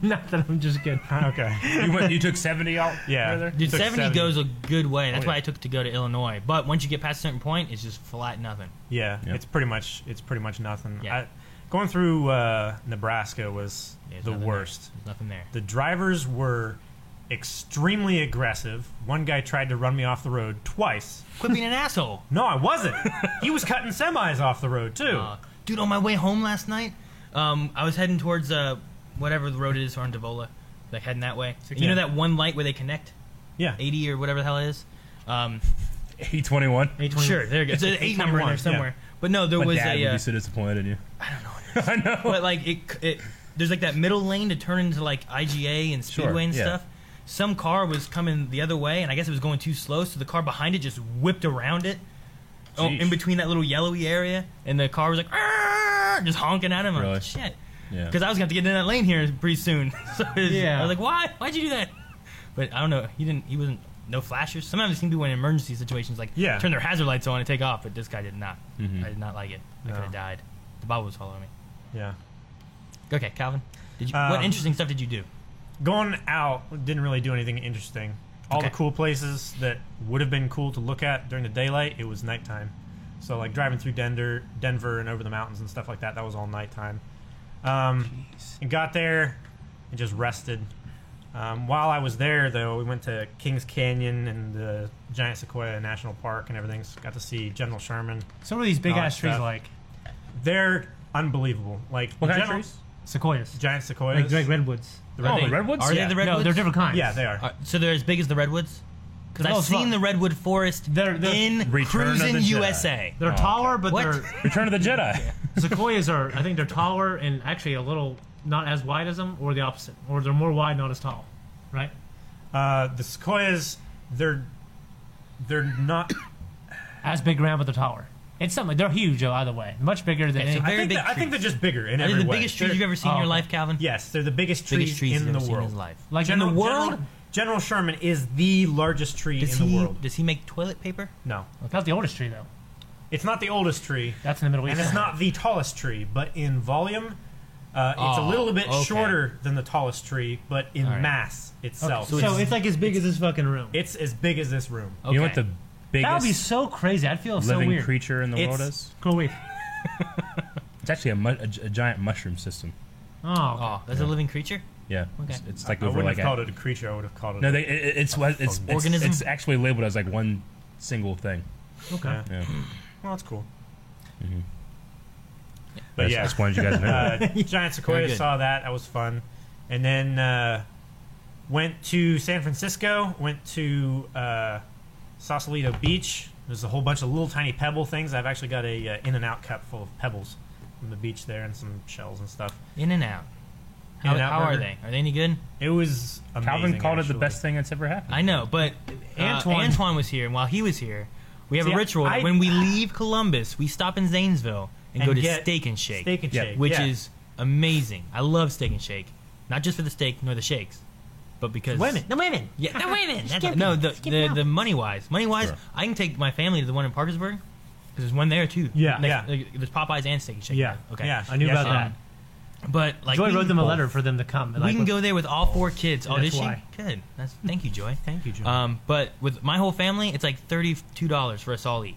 S5: Not that I'm just kidding.
S4: Okay.
S2: you went. You took seventy out.
S4: Yeah.
S2: further?
S1: Dude,
S4: Took
S1: 70,
S4: 70.
S1: goes a good way. That's
S4: Oh, yeah.
S1: why I took to go to Illinois. But once you get past a certain point, it's just flat nothing.
S4: Yeah,
S2: Yeah.
S4: it's pretty much it's pretty much nothing.
S1: Yeah.
S4: I, going through uh, Nebraska was
S1: There's
S4: the
S1: nothing
S4: worst.
S1: There's nothing there.
S4: The drivers were extremely aggressive. One guy tried to run me off the road twice.
S1: Quit being an asshole.
S4: No, I wasn't. he was cutting semis off the road too.
S1: Uh, dude, on my way home last night, um, I was heading towards uh, whatever the road is on Devola, like heading that way. You know
S4: yeah.
S1: that one light where they connect,
S4: yeah,
S1: 80 or whatever the hell it is. Um,
S2: Eight twenty-one.
S1: sure, there you go. It's an eight number in there
S4: 821,
S1: somewhere. But no, there
S2: My
S1: was
S2: dad
S1: a.
S2: would
S1: Uh,
S2: be so disappointed in you. I don't know. I know.
S1: but like it, it, there's like that middle lane to turn into like IGA and
S2: Sure,
S1: Speedway and
S2: yeah.
S1: stuff. Some car was coming the other way, and I guess it was going too slow, so the car behind it just whipped around it, oh,
S2: Jeez.
S1: in between that little yellowy area, and the car was like, "Arr!" just honking at him. I'm
S2: Really?
S1: like, shit,
S2: Yeah.
S1: because I was gonna have to get in that lane here pretty soon. so it was-
S5: Yeah.
S1: I was like, why? Why'd you do that? But I don't know. He didn't. He wasn't. No flashers. Sometimes it seems to be when in emergency situations, like
S4: Yeah.
S1: turn their hazard lights on and take off. But this guy did not.
S2: Mm-hmm.
S1: I did not like it. I
S4: No.
S1: could have died. The Bible was following me.
S4: yeah.
S1: Okay, Calvin. Did you,
S4: Um,
S1: what interesting stuff did you do?
S4: Going out didn't really do anything interesting. All
S1: Okay.
S4: the cool places that would have been cool to look at during the daylight, it was nighttime. So like driving through Denver, Denver, and over the mountains and stuff like that, that was all nighttime. Um, and got there and just rested. Um, while I was there, though, we went to Kings Canyon and the Giant Sequoia National Park and everything. So got to see General Sherman.
S5: Some of these big
S4: No,
S5: ass
S4: it's
S5: trees
S4: tough.
S5: like
S4: They're unbelievable. Like
S2: What kind of
S4: General-
S2: trees?
S5: sequoias,
S4: Giant sequoias.
S5: like, like redwoods.
S4: The
S1: Are
S4: red-
S2: Oh,
S1: they-
S2: redwoods?
S1: Are
S4: Yeah.
S1: they the
S4: No,
S1: redwoods?
S5: No, they're different kinds.
S4: yeah, they are.
S1: Are- so they're as big as the redwoods. Because
S5: No,
S1: I've
S5: it's
S1: seen
S5: not.
S1: the redwood forest
S5: They're- they're-
S1: in
S2: Return of the
S1: Cruising
S2: Jedi.
S1: USA.
S5: They're taller, but
S1: What?
S5: they're
S2: Return of the Jedi.
S5: sequoias are. I think they're taller and actually a little not as wide as them, or the opposite, or they're more wide, not as tall, right?
S4: Uh, the sequoias, they're they're not.
S5: As big around, but they're taller. It's something. They're huge, though, either way. Much bigger than
S1: Okay, so
S5: any.
S4: I
S1: Very
S4: think,
S1: big
S4: that- I think they're
S1: trees.
S4: just bigger in
S1: Are they
S4: every
S1: the
S4: way.
S1: biggest trees
S4: They're-
S1: you've ever seen in
S5: Oh,
S1: your
S5: okay.
S1: life, Calvin?
S4: Yes, they're the biggest trees,
S1: Biggest trees he's
S4: in
S1: ever
S4: the
S1: seen in
S4: world.
S1: his life.
S5: Like
S4: General,
S5: in the world,
S4: General, General Sherman is the largest tree
S1: Does
S4: in the
S1: he
S4: world.
S1: does he make toilet paper?
S4: No,
S5: that's the oldest tree, though.
S4: it's not the oldest tree,
S5: That's in the Middle East.
S4: and it's not the tallest tree, but in volume, uh, it's a
S1: Oh,
S4: little bit
S1: okay.
S4: shorter than the tallest tree, but in
S1: All right.
S4: mass itself,
S5: So, it's, like as big as this fucking room.
S4: it's, as big as this room.
S1: Okay.
S2: You know what the
S5: that would be
S2: biggest
S5: so crazy. I'd feel so
S2: living
S5: weird.
S2: creature in the world
S4: It's-
S2: is?
S5: Cool weird.
S2: It's actually a, mu- a, gi- a giant mushroom system.
S5: Oh,
S1: oh, that's a living creature.
S2: Yeah.
S1: Okay.
S2: It's, it's like
S4: I
S2: over
S4: wouldn't
S2: like
S4: have
S2: a-
S4: called it a creature. I would have called it.
S2: No,
S4: a-
S2: they, it, it's what it's, it's, it's,
S1: organism?
S2: actually labeled as like one single thing.
S5: okay.
S4: yeah.
S2: Yeah.
S4: Well, that's cool.
S1: Mm-hmm.
S2: I
S4: But
S2: just-
S4: yeah,
S2: I just wanted you guys to know. that.
S4: uh, giant
S1: Very
S4: sequoia
S1: good.
S4: saw that that was fun and then uh, went to san francisco went to uh, sausalito beach there's a whole bunch of little tiny pebble things i've actually got a uh, in and out cup full of pebbles from the beach there and some shells and stuff
S1: In and out. How,
S4: In-N-Out
S1: how are
S4: Burger.
S1: they? Are they any good?
S4: it was amazing,
S2: Calvin called it the
S4: actually.
S2: best thing that's ever happened.
S1: I know, but uh,
S4: Antoine-
S1: Antoine. was here, and while he was here, we have
S4: See,
S1: a ritual. that
S4: I-
S1: when we leave Columbus, we stop in Zanesville and,
S4: And
S1: go to
S4: get
S1: Steak and Shake,
S4: steak and
S2: Yeah,
S4: shake
S1: which
S4: yeah.
S1: is amazing. I love Steak and Shake, not just for the steak nor the shakes, but because
S4: women the women
S1: Yeah, the women. That's, no, the the, the money wise, money wise,
S2: Sure.
S1: I can take my family to the one in Parkersburg because there's one there too.
S5: Yeah.
S1: Next-
S4: Yeah.
S1: like, there's Popeyes and Steak and Shake.
S5: Yeah.
S1: okay,
S4: yeah
S5: I knew
S4: yes,
S5: about
S4: um,
S5: that.
S1: But like,
S5: Joy
S1: we
S5: wrote
S1: can-
S5: them a letter for them to come.
S1: We can go there with all four kids. Oh,
S5: That's
S1: did she?
S5: why.
S1: Good. That's thank you, Joy.
S4: thank you John.
S1: Um, but with my whole family, it's like thirty-two dollars for us all eat,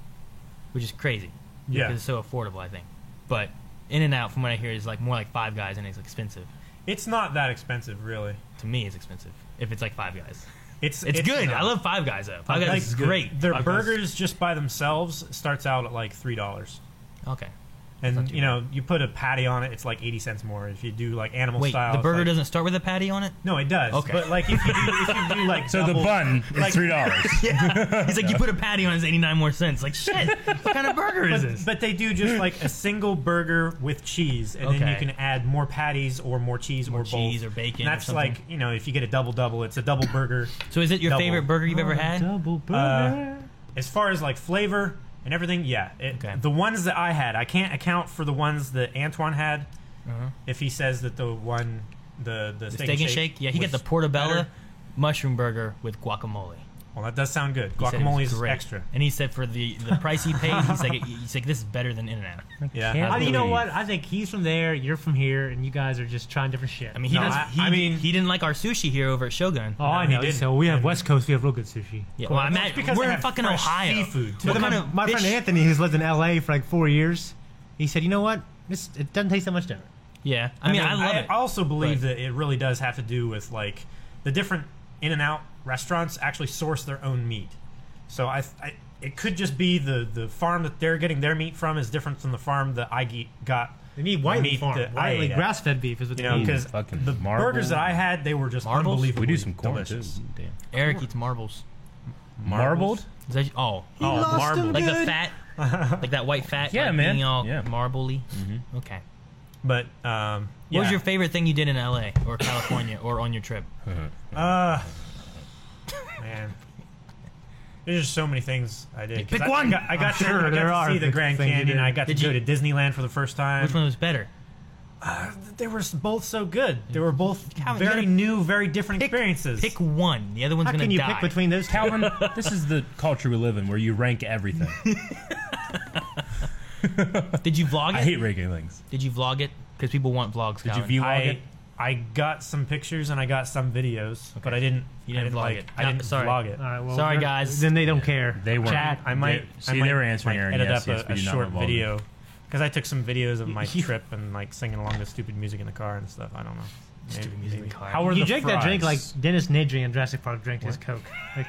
S1: which is crazy.
S4: Yeah.
S1: because it's so affordable, I think. But In and Out, from what I hear, is like more like Five Guys, and it's expensive.
S4: it's not that expensive really
S1: To me, it's expensive if it's like Five Guys.
S4: It's
S1: It's, good.
S4: no.
S1: I love Five Guys though. Five Guys
S4: Like,
S1: is great.
S4: Their
S1: Five Guys-
S4: burgers just by themselves starts out at like three dollars.
S1: Okay.
S4: And you know, you put a patty on it, it's like eighty cents more. If you do like animal
S1: Wait,
S4: style,
S1: the
S4: it's
S1: burger
S4: like-
S1: doesn't start with a patty on it.
S4: No, it does.
S1: Okay.
S4: but like if you do, if you do like
S2: So the
S4: double-
S2: bun
S4: like-
S2: is three dollars.
S1: He's like, you put a patty on, it's eighty nine more cents. Like, shit. what kind of burger is this?
S4: But, but they do just like a single burger with cheese, and then you
S1: Okay.
S4: can add more patties or more cheese
S1: More
S4: or both.
S1: cheese or bacon
S4: And
S1: or
S4: that's
S1: something.
S4: like you know, if you get a double double, it's a double burger.
S1: So is it your
S4: Double.
S1: favorite burger you've
S5: "Oh,
S1: ever had?
S3: Double burger.
S4: Uh, as far as like flavor and everything, yeah. It,
S1: Okay.
S4: The ones that I had, I can't account for the ones that Antoine had. If he says that the one, the the,
S1: Uh-huh. The steak, and shake. Yeah, he got
S4: was
S1: the portobello
S4: better.
S1: mushroom burger with guacamole.
S4: Well, that does sound good.
S1: He said it was
S4: Guacamole is
S1: great.
S4: extra.
S1: And he said for the the price he paid, he's like, he's like, this is better than In and Out.
S4: Yeah.
S2: Can't
S5: I, you know
S2: believe.
S5: what? I think he's from there, you're from here, and you guys are just trying different shit.
S1: I mean, he
S4: No,
S1: does.
S4: I-
S1: he,
S4: I mean-
S1: he didn't like our sushi here over at Shogun.
S5: oh, I
S4: he
S5: know.
S4: didn't.
S5: So we have West Coast. We have real good sushi.
S1: yeah, well, I'm at,
S4: because
S1: we're
S4: they
S1: in
S4: have
S1: fucking
S4: fresh
S1: Ohio.
S4: seafood, too.
S1: What
S4: But
S1: kind
S5: my,
S1: of
S5: my friend
S1: fish-
S5: Anthony, who's lived in L.A. for like four years, he said, "You know what? This it doesn't taste that much different."
S1: Yeah, I mean, I, love it.
S4: also believe
S1: but-
S4: that it really does have to do with like the different in and out restaurants actually source their own meat. So I, I it could just be the the farm that they're getting their meat from is different from the farm that I ge- got.
S5: They need white
S4: meat uh,
S5: farm,
S4: that I
S5: right?
S4: ate
S5: Like
S4: at.
S5: grass fed beef is what
S4: You
S5: they
S4: know,
S5: eat.
S4: because
S2: fucking
S4: the
S2: marble.
S4: burgers that I had, they were just
S1: Marbles?
S4: unbelievable.
S2: We do some corn too.
S4: delicious.
S2: Damn.
S1: Eric eats marbles.
S2: Marbled?
S1: Is that oh
S4: Oh, marble.
S1: like the fat, like that white fat?
S2: Yeah,
S1: like
S2: man.
S1: Being all
S2: Yeah.
S1: marbly. Okay.
S4: But um,
S1: What was
S4: yeah.
S1: your favorite thing you did in LA or California or on your trip?
S4: Uh, man. There's just so many things I did. 'Cause
S1: Pick
S4: I,
S1: one!
S4: I got, I got
S5: I'm
S4: to,
S5: sure
S4: I got
S5: there
S4: to
S5: are
S4: see the
S5: things
S4: Grand
S5: you did.
S4: Canyon. I got
S1: Did
S4: to
S1: you-
S4: go to Disneyland for the first time.
S1: Which one was better?
S4: They were s- both so good. They were both
S1: How- you
S4: very
S1: gotta
S4: new, very different experiences.
S1: Pick one. The other one's
S5: How
S1: gonna
S5: can you
S1: die.
S5: pick between those? Two?
S2: Calvin, this is the culture we live in where you rank everything.
S1: Did you vlog
S2: I
S1: it?
S2: hate ranking things.
S1: Did you vlog it? Because people want vlogs.
S2: Did you
S1: Colin.
S2: view all
S4: I
S2: it?
S4: I got some pictures and I got some videos, but I didn't.
S1: You didn't
S4: I
S1: vlog
S4: didn't like,
S1: it.
S4: I
S1: No,
S4: didn't
S1: sorry.
S4: vlog it.
S5: All right, well,
S1: Sorry,
S5: they're-
S1: guys.
S5: Then they don't care.
S2: They weren't.
S5: Chad,
S4: I
S2: They-
S4: might.
S2: see,
S4: I might,
S2: they were answering
S4: like,
S2: Aaron.
S4: Edit
S2: Yes,
S4: up
S2: yes,
S4: a,
S2: we
S4: a
S2: do not
S4: short
S2: involve them.
S4: video because I took some videos of my trip and like singing along to stupid music in the car and stuff. I don't know.
S1: Stupid
S4: Maybe-
S1: music in
S4: maybe.
S1: the car.
S2: How were
S5: you
S2: the
S5: drink
S2: fries?
S5: that drink like Dennis Nedry in Jurassic Park drank his Coke. Like,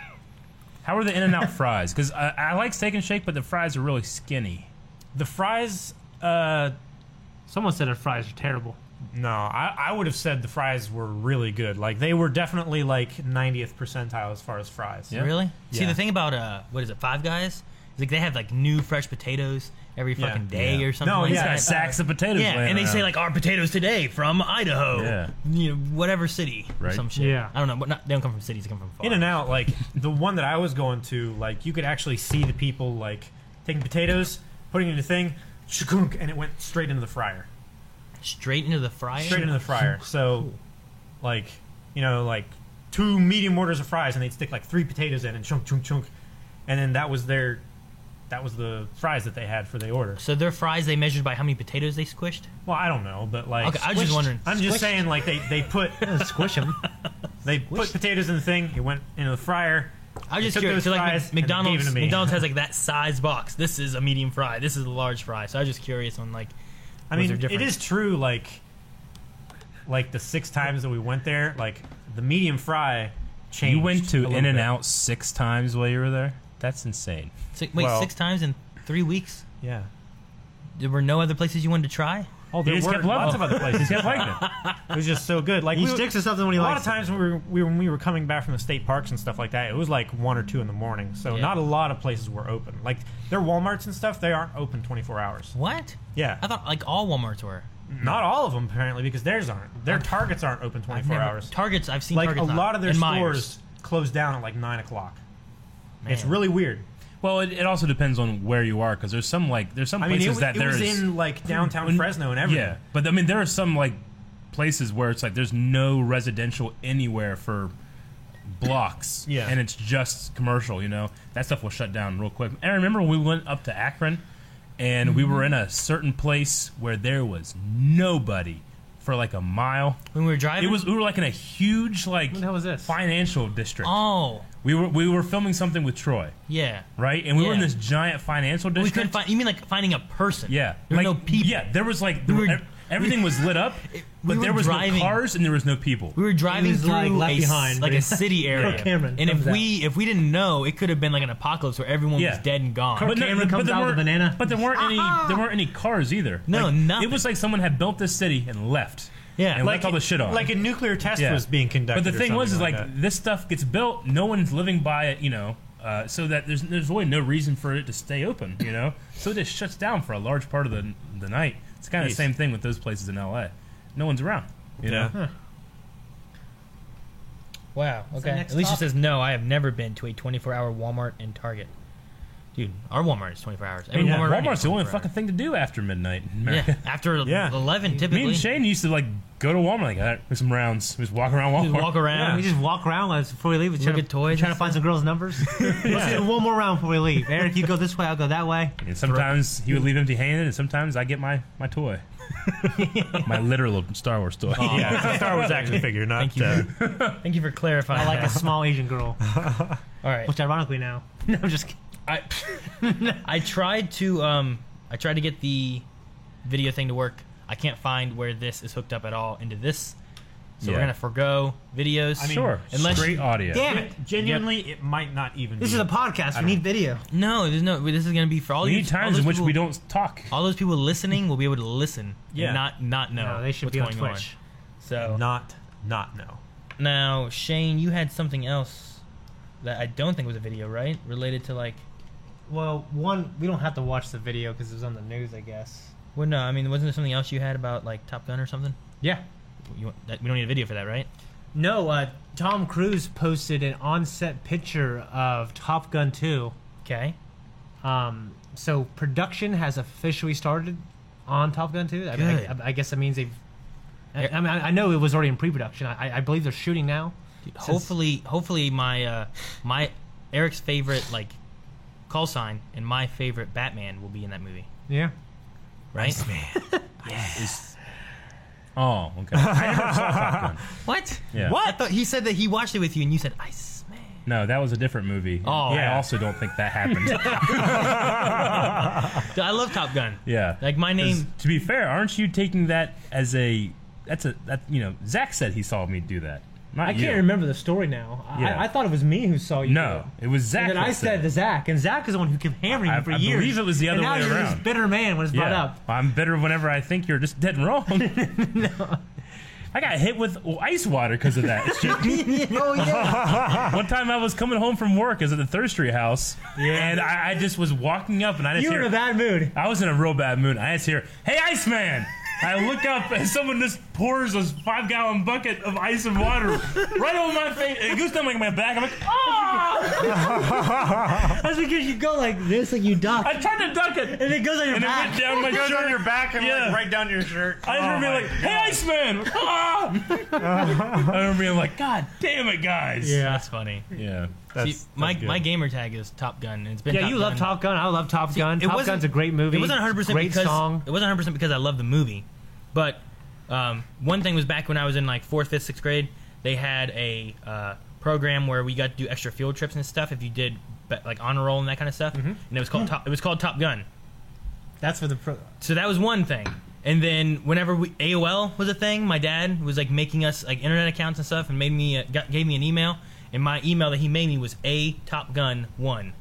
S2: How are the In and Out fries? Because I, I like steak and shake, but the fries are really skinny.
S4: The fries. Uh,
S5: someone said our fries are terrible.
S4: No, I, I would have said the fries were really good. Like they were definitely like 90th percentile as far as fries.
S1: Really? See,
S4: Yeah.
S1: the thing about uh, what is it? Five Guys is like they have like new fresh potatoes every
S4: Yeah.
S1: fucking day
S2: Yeah.
S1: or something.
S4: No,
S1: like
S4: yeah,
S1: that.
S2: Got sacks of potatoes.
S1: Yeah,
S2: laying
S1: and they say
S2: around.
S1: like our potatoes today from Idaho,
S2: Yeah.
S1: you know, whatever city, or
S2: Right.
S1: some shit.
S5: Yeah.
S1: I don't know, but not, they don't come from cities; they come from far.
S4: In and out, like the one that I was going to, like you could actually see the people like taking potatoes, putting it in a thing, shkunk, and it went straight into the fryer.
S1: straight into the fryer.
S4: Straight into the fryer. So, like you know, like two medium orders of fries, and they'd stick like three potatoes in and chunk, chunk, chunk, and then that was their, that was the fries that they had for the order.
S1: so their fries they measured by how many potatoes they squished.
S4: Well, I don't know, but like
S1: Okay, I was just
S4: Squished.
S1: wondering.
S4: I'm just saying, like they they put
S5: Squish them.
S4: They put potatoes in the thing. It went into the fryer.
S1: I was
S4: They
S1: just
S4: took
S1: curious.
S4: those
S1: So like
S4: fries
S1: Mc-
S4: and they gave it
S1: McDonald's,
S4: to me.
S1: McDonald's has like that size box. This is a medium fry. This is a large fry. So I was just curious on like.
S4: I
S1: Was
S4: mean,
S1: there
S4: it
S1: difference?
S4: is true. Like, like the six times that we went there, like the medium fry changed.
S2: you went
S4: a
S2: to
S4: little
S2: In and
S4: bit.
S2: Out six times while you were there. That's insane.
S1: si wait,
S4: Well-
S1: six times in three weeks.
S4: Yeah.
S1: There were no other places you wanted to try.
S4: Oh,
S2: He
S4: there
S2: just
S4: were
S2: kept loving
S4: lots of
S2: it.
S4: other places.
S2: He kept liking it.
S4: It was just so good. Like
S5: He
S4: we were-
S5: sticks to something when he
S4: a lot
S5: likes.
S4: of times when we, were, we when we were coming back from the state parks and stuff like that, it was like one or two in the morning. So
S1: Yeah.
S4: not a lot of places were open. Like their WalMarts and stuff, they aren't open 24 hours.
S1: What?
S4: Yeah.
S1: I thought like all WalMarts were.
S4: Not all of them apparently because theirs aren't. Their targets aren't open
S1: I've
S4: 24
S1: never-
S4: hours.
S1: Targets. I've seen
S4: like a
S1: Targets on-
S4: lot of their
S1: and
S4: stores
S1: Myers.
S4: close down at like nine o'clock. It's
S1: Man.
S4: really weird.
S2: Well, it, it also depends on where you are because there's some like there's some
S4: I mean,
S2: places
S4: it, was-
S2: that
S4: it
S2: there's Hmm.
S4: was in like downtown Fresno and everything.
S2: yeah, but I mean there are some like places where it's like there's no residential anywhere for blocks.
S4: Yeah.
S2: and it's just commercial. You know that stuff will shut down real quick. And I remember when we went up to Akron, and we were
S5: Mm-hmm.
S2: in a certain place where there was nobody for like a mile.
S1: When we were driving,
S2: It was we were like in a huge like
S5: What the hell was this? Um,
S2: financial district.
S1: Oh,
S2: We were we were filming something with Troy,
S1: yeah.
S2: right? And we were in
S1: Yeah.
S2: this giant financial
S1: We
S2: district.
S1: couldn't find. You mean like finding a person?
S2: yeah,
S1: There were
S2: like
S1: no people.
S2: Yeah, there was like
S1: We
S2: there
S1: were
S2: were- Everything was lit up, but
S1: were
S2: there was
S1: driving-
S2: no cars and there was no people.
S1: We were driving
S3: was,
S1: through
S3: like, left
S1: a,
S3: behind,
S1: s- like a
S3: man.
S1: city area,
S3: Cameron
S1: and if
S3: comes out.
S1: we if we didn't know, it could have been like an apocalypse where everyone
S2: Yeah.
S1: was dead and gone.
S3: Kirk-
S2: no-
S3: Cameron comes
S2: there
S3: out with
S2: weren't-
S3: a banana.
S2: But there weren't any. There weren't any cars either.
S1: No,
S2: like,
S1: nothing.
S2: It was like someone had built this city and left.
S1: Yeah.
S2: and
S1: Like
S2: left all the shit on.
S4: Like a nuclear test
S2: Yeah.
S4: was being conducted.
S2: but the
S4: or
S2: thing was, is
S4: something
S2: like,
S4: that.
S2: this stuff gets built. No one's living by it, you know. Uh, so that there's there's really no reason for it to stay open, you know. So it just shuts down for a large part of the the night. It's kind of the
S4: Jeez.
S2: same thing with those places in L.A. No one's around, you know.
S1: Wow.
S3: What's
S1: Okay.
S3: the next
S1: Alicia
S3: topic?
S1: says no. I have never been to a 24-hour Walmart and Target. Dude, our Walmart is 24 hours. Every
S2: Yeah,
S1: Walmart around here is
S2: Walmart's the only
S1: 24
S2: fucking thing to do after midnight. in
S1: hours.
S2: America.
S1: Yeah. After
S4: Yeah.
S1: 11, typically.
S2: Me and Shane used to like go to Walmart like that, make some rounds, just walk around Walmart.
S1: Just walk around.
S5: We just walk around like, before we leave. We're
S1: Look
S5: trying,
S1: at toys
S5: to, trying
S1: and
S5: to find some girls' numbers. Let's do one more round before we leave. Eric, you go this way, I'll go that way.
S2: And sometimes he would leave empty-handed, and sometimes I get my my toy, my literal Star Wars toy.
S4: yeah, it's a Star Wars action figure, not.
S1: Thank you.
S4: uh,
S1: Thank you for
S5: I
S1: clarifying.
S5: like a
S1: that.
S5: small Asian girl,
S1: All right.
S5: which ironically now. No, I'm just kidding.
S1: I I tried to um I tried to get the video thing to work. I can't find where this is hooked up at all into this. So we're
S2: Yeah.
S1: gonna forego videos.
S4: I mean,
S2: sure,
S1: Unless-
S2: straight audio.
S5: Damn it.
S4: Genuinely, it might not even.
S5: This
S4: be.
S5: is a podcast. We need video.
S1: No, there's no this is gonna be for all
S2: We
S1: these
S2: need
S1: all
S2: times
S1: those
S2: in which
S1: people,
S2: we don't talk.
S1: all those people listening will be able to listen
S4: Yeah.
S1: and not not know.
S5: No, they should
S1: what's
S5: be on
S1: going
S5: Twitch.
S1: So
S4: not not no.
S1: now Shane, you had something else that I don't think was a video, right? Related to like
S3: Well, one, we don't have to watch the video because it was on the news, I guess.
S1: well no, I mean wasn't there something else you had about like Top Gun or something?
S3: Yeah.
S1: You want, that, we don't need a video for that, right?
S3: No, uh, Tom Cruise posted an on-set picture of Top Gun 2.
S1: Okay.
S3: Um, so production has officially started on Top Gun 2. I, mean, I,
S1: Good.
S3: I guess that means they've. I, I mean, I I know it was already in pre-production. I, I- I believe they're shooting now. Since-
S1: hopefully, hopefully my uh, my Eric's favorite like call sign and my favorite Batman will be in that movie,
S3: Yeah.
S1: right?
S2: Oh, okay. I never saw Top Gun.
S1: What?
S2: Yeah.
S1: What? I thought he said that he watched it with you, and you said Ice Man.
S2: No, that was a different movie.
S1: Oh.
S2: yeah, I also don't think that happened.
S1: Dude, I love Top Gun.
S2: yeah,
S1: Like my
S2: 'Cause
S1: name.
S2: To be fair, aren't you taking that as a that's a that you know Zach said he saw me do that. Not
S3: I
S2: you.
S3: can't remember the story now. I,
S2: Yeah.
S3: I thought it was me who saw you. do
S2: No,
S3: it.
S2: it was Zach.
S3: And then
S2: that
S3: I said
S2: it.
S3: to Zach, and Zach is the one who kept
S5: Hammering
S2: I-
S5: you for
S2: I
S5: years.
S2: believe it was the
S5: And
S2: other
S5: now
S2: way
S5: you're this
S2: around.
S5: bitter man when it's brought up.
S2: I'm bitter whenever I think you're just dead wrong. I got hit with ice water because of that. shit.
S3: oh yeah.
S2: One time I was coming home from work, I was at the Third Street house, and I, I just was walking up, and I just
S3: you were
S2: hear
S3: in a bad mood.
S2: I was in a real bad mood. I just hear, "Hey, Iceman!" I look up, and someone just pours this five gallon bucket of ice and water right over my face. It goes down like my back. I'm like, "Ah!"
S3: That's because you go like this, like you duck,
S2: I tried to duck it,
S3: and it goes on your
S2: and it
S3: back.
S2: went down my
S4: Goes
S2: shirt.
S4: on your back and
S2: Yeah.
S4: like right down to your shirt.
S2: I just
S4: Oh
S2: remember
S4: my
S2: being like, "Hey, Iceman!" Ah! I remember being like, "God damn it, guys!"
S1: That's funny.
S2: yeah.
S1: See,
S2: That's,
S1: my
S2: that's good.
S1: my gamer tag is Top Gun, and it's been.
S5: Yeah,
S1: Top
S5: you love
S1: Gun.
S5: Top Gun. I love Top Gun.
S1: it
S5: Top
S1: wasn't-
S5: Gun's a great movie.
S1: It wasn't 100 percent
S5: Great
S1: because
S5: song.
S1: it wasn't 100 percent because I love the movie, but um, one thing was back when I was in like fourth, fifth, sixth grade. They had a uh, program where we got to do extra field trips and stuff if you did be- like honor roll and that kind of
S5: Mm-hmm.
S1: stuff, and it was
S5: Hmm.
S1: called top, it was called Top Gun.
S3: That's for the pro.
S1: So that was one thing. And then whenever we, AOL was a thing, my dad was like making us like internet accounts and stuff, and made me uh, got, gave me an email, and my email that he made me was a Top Gun one,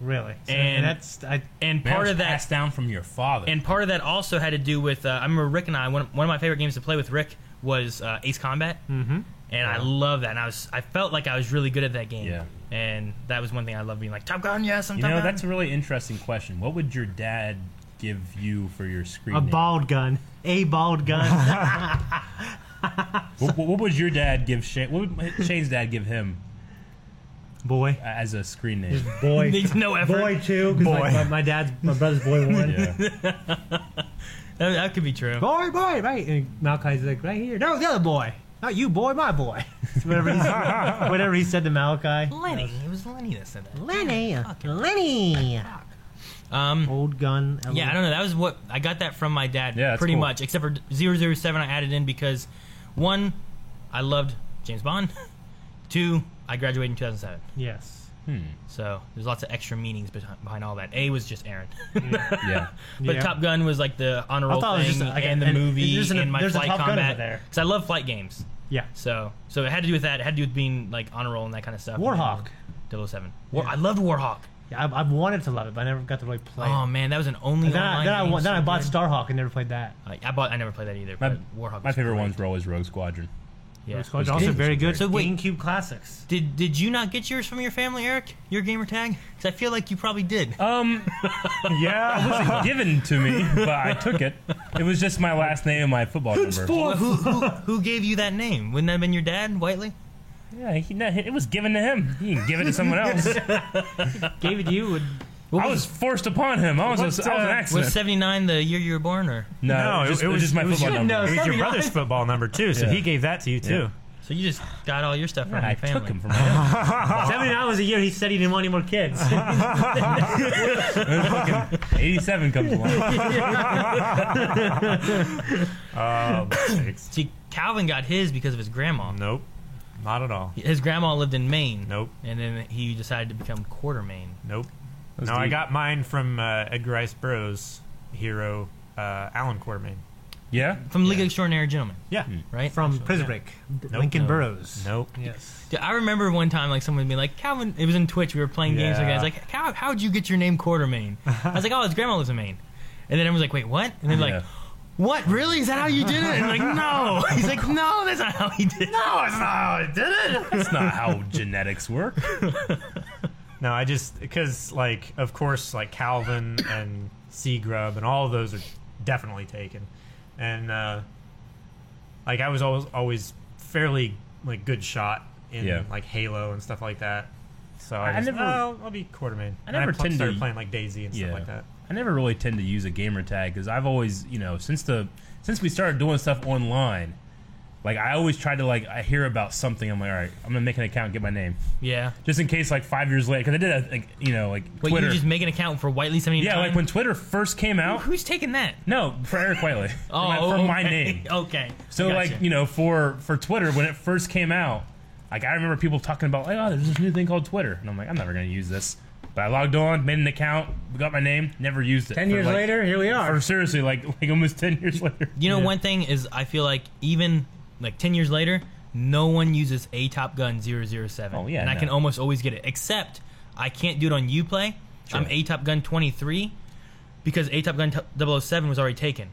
S3: Really. So,
S1: And-
S3: that's I.
S1: and
S2: Man,
S1: part
S2: it
S1: of
S2: was
S1: that
S2: passed down from your father.
S1: And part of that also had to do with uh, I remember Rick and I one, one of my favorite games to play with Rick was uh, Ace Combat, mm-hmm. and I love that. And I was I felt like I was really good at that game.
S2: Yeah.
S1: And that was one thing I loved being like Top Gun. Yes, I'm
S2: you
S1: Top
S2: know,
S1: Gun.
S2: that's a really interesting question. What would your dad give you for your screen?
S5: A
S2: name?
S5: bald gun. A bald gun.
S2: What, what- what would your dad give Shane? What would Shane's dad give him
S5: Boy.
S2: a- as a screen name?
S5: Boy.
S1: There's no effort.
S5: Boy two. 'cause, like, my, my dad's my brother's boy one.
S2: Yeah.
S1: That, that could be true.
S5: Boy, boy, right. And Malachi's like right here. No, the other boy. Not you, boy. My boy. It's whatever he said, whatever he said to Malachi.
S1: Lenny, it was Lenny that said that.
S5: Lenny. Lenny.
S1: Um,
S5: Old gun.
S1: Yeah, I don't know. That was what I got that from my dad.
S2: Yeah, that's
S1: pretty
S2: cool.
S1: much. Except for 007, I added in because one, I loved James Bond. Two, I graduated in 2007.
S5: Yes.
S1: So there's lots of extra meanings behind, behind all that. A was just Aaron,
S2: Yeah.
S1: but
S3: Yeah.
S1: Top Gun was like the honorable
S3: I thought it was
S1: thing
S3: just like a-
S1: and the
S3: and- and
S1: movie
S3: there's
S1: and,
S3: an-
S1: my
S3: there's a
S1: flight
S3: Top Gun over
S1: combat.
S3: there.
S1: Because I love flight games,
S3: Yeah.
S1: so so it had to do with that. It had to do with being like honor roll and that kind of stuff.
S3: Warhawk.
S1: 007. War, I loved Warhawk.
S3: Yeah, I, I wanted to love it, but I never got to really play
S1: Oh
S3: it.
S1: man, that was an only.
S3: Then I,
S1: online
S3: then, I,
S1: game
S3: wa- then
S1: so
S3: I bought
S1: good.
S3: Starhawk and never played that.
S1: Like, I bought. I never played that either.
S2: My-
S1: But Warhawk.
S2: My
S1: was
S2: favorite
S1: great.
S2: ones were always Rogue Squadron.
S1: Yeah.
S3: It's called
S2: Those
S3: also
S2: games
S3: very
S2: were
S3: good.
S2: great.
S1: So wait-
S3: GameCube classics.
S1: Did Did you not get yours from your family, Eric? Your gamer tag? Because I feel like you probably did.
S2: Um, yeah, it wasn't given to me, but I took it. It was just my last name and my football number.
S1: Who, who, who gave you that name? Wouldn't that have been your dad, Whiteley?
S2: Yeah, he, no, it was given to him. He didn't give it to someone else.
S3: Gave it to you. Would,
S2: I was forced upon him. I was, a, I was an
S6: uh,
S2: accident.
S1: Was seventy nine the year you were born, or
S2: no, it, was just, it was just my
S6: was
S2: football
S6: your-
S2: number.
S6: It was your
S3: Seventy-nine.
S6: brother's football number too, so
S2: Yeah.
S6: he gave that to you too.
S1: so you just got all your stuff from
S2: I
S1: your family?
S2: took him from him.
S3: 79 was a year he said he didn't want any more kids.
S2: Eighty-seven comes along.
S6: Oh, mistakes.
S1: See, Calvin got his because of his grandma.
S6: nope, not at all.
S1: His grandma lived in Maine.
S6: Nope,
S1: And then he decided to become quarter Maine.
S6: nope.
S2: That's
S6: no, I
S2: deep.
S6: got mine from uh, Edgar Rice Burroughs' hero, uh, Alan Quartermain.
S2: Yeah,
S1: From League of Extraordinary Gentlemen,
S6: Yeah.
S2: Hmm.
S1: right?
S3: From
S1: So,
S3: Prison
S1: yeah.
S3: Break. B-
S6: Nope.
S3: Lincoln
S1: No.
S3: Burrows.
S6: Nope.
S3: Yes.
S1: Dude, I remember one time, like, someone would be like, Calvin, it was in Twitch, we were playing games, and the guy's
S6: Yeah.
S1: like, How, how'd you get your name quarter Maine? I was like, oh, his grandma lives in Maine. And then everyone's like, wait, what? And they're like,
S2: Yeah.
S1: what, really? Is that how you did it? And I'm like, no. He's like, no, that's not how he did it. No.
S2: that's not how genetics work.
S6: No, I just because like of course like Calvin and Seagrub and all of those are definitely taken, and uh, like I was always always fairly like good shot in
S2: Yeah.
S6: like Halo and stuff like that. So I,
S2: I
S6: just,
S2: never-
S6: "Oh, I'll be Quartermain.
S2: I
S6: And
S2: never
S6: pl-
S2: tend to-
S6: started playing like Daisy and
S2: Yeah.
S6: stuff like that.
S2: I never really tend to use a gamer tag because I've always, you know, since the since we started doing stuff online, like I always try to like I hear about something, I'm like, all right, I'm gonna make an account, and get my name,
S1: Yeah.
S2: just in case, like five years later, because I did a, like, you know, like
S1: Wait,
S2: Twitter,
S1: you just make an account for Whiteley 79?
S2: yeah, like when Twitter first came out.
S1: Who's taking that?
S2: No, for Eric Whiteley, for my, for
S1: Oh, okay.
S2: my name.
S1: okay.
S2: So
S1: Gotcha.
S2: like you know, for for Twitter when it first came out, like I remember people talking about like, oh, there's this new thing called Twitter, and I'm like, I'm never gonna use this. But I logged on, made an account, got my name, never used it.
S3: Ten
S2: for,
S3: years
S2: like-
S3: later, here we are.
S2: or seriously, like like almost ten years later.
S1: You know, one thing is, I feel like even like ten years later, no one uses a Top Gun 007.
S2: Oh, yeah,
S1: and I
S2: no.
S1: can almost always get it. Except I can't do it on UPlay. I'm a Top Gun 23 because a Top Gun t- 007 was already taken.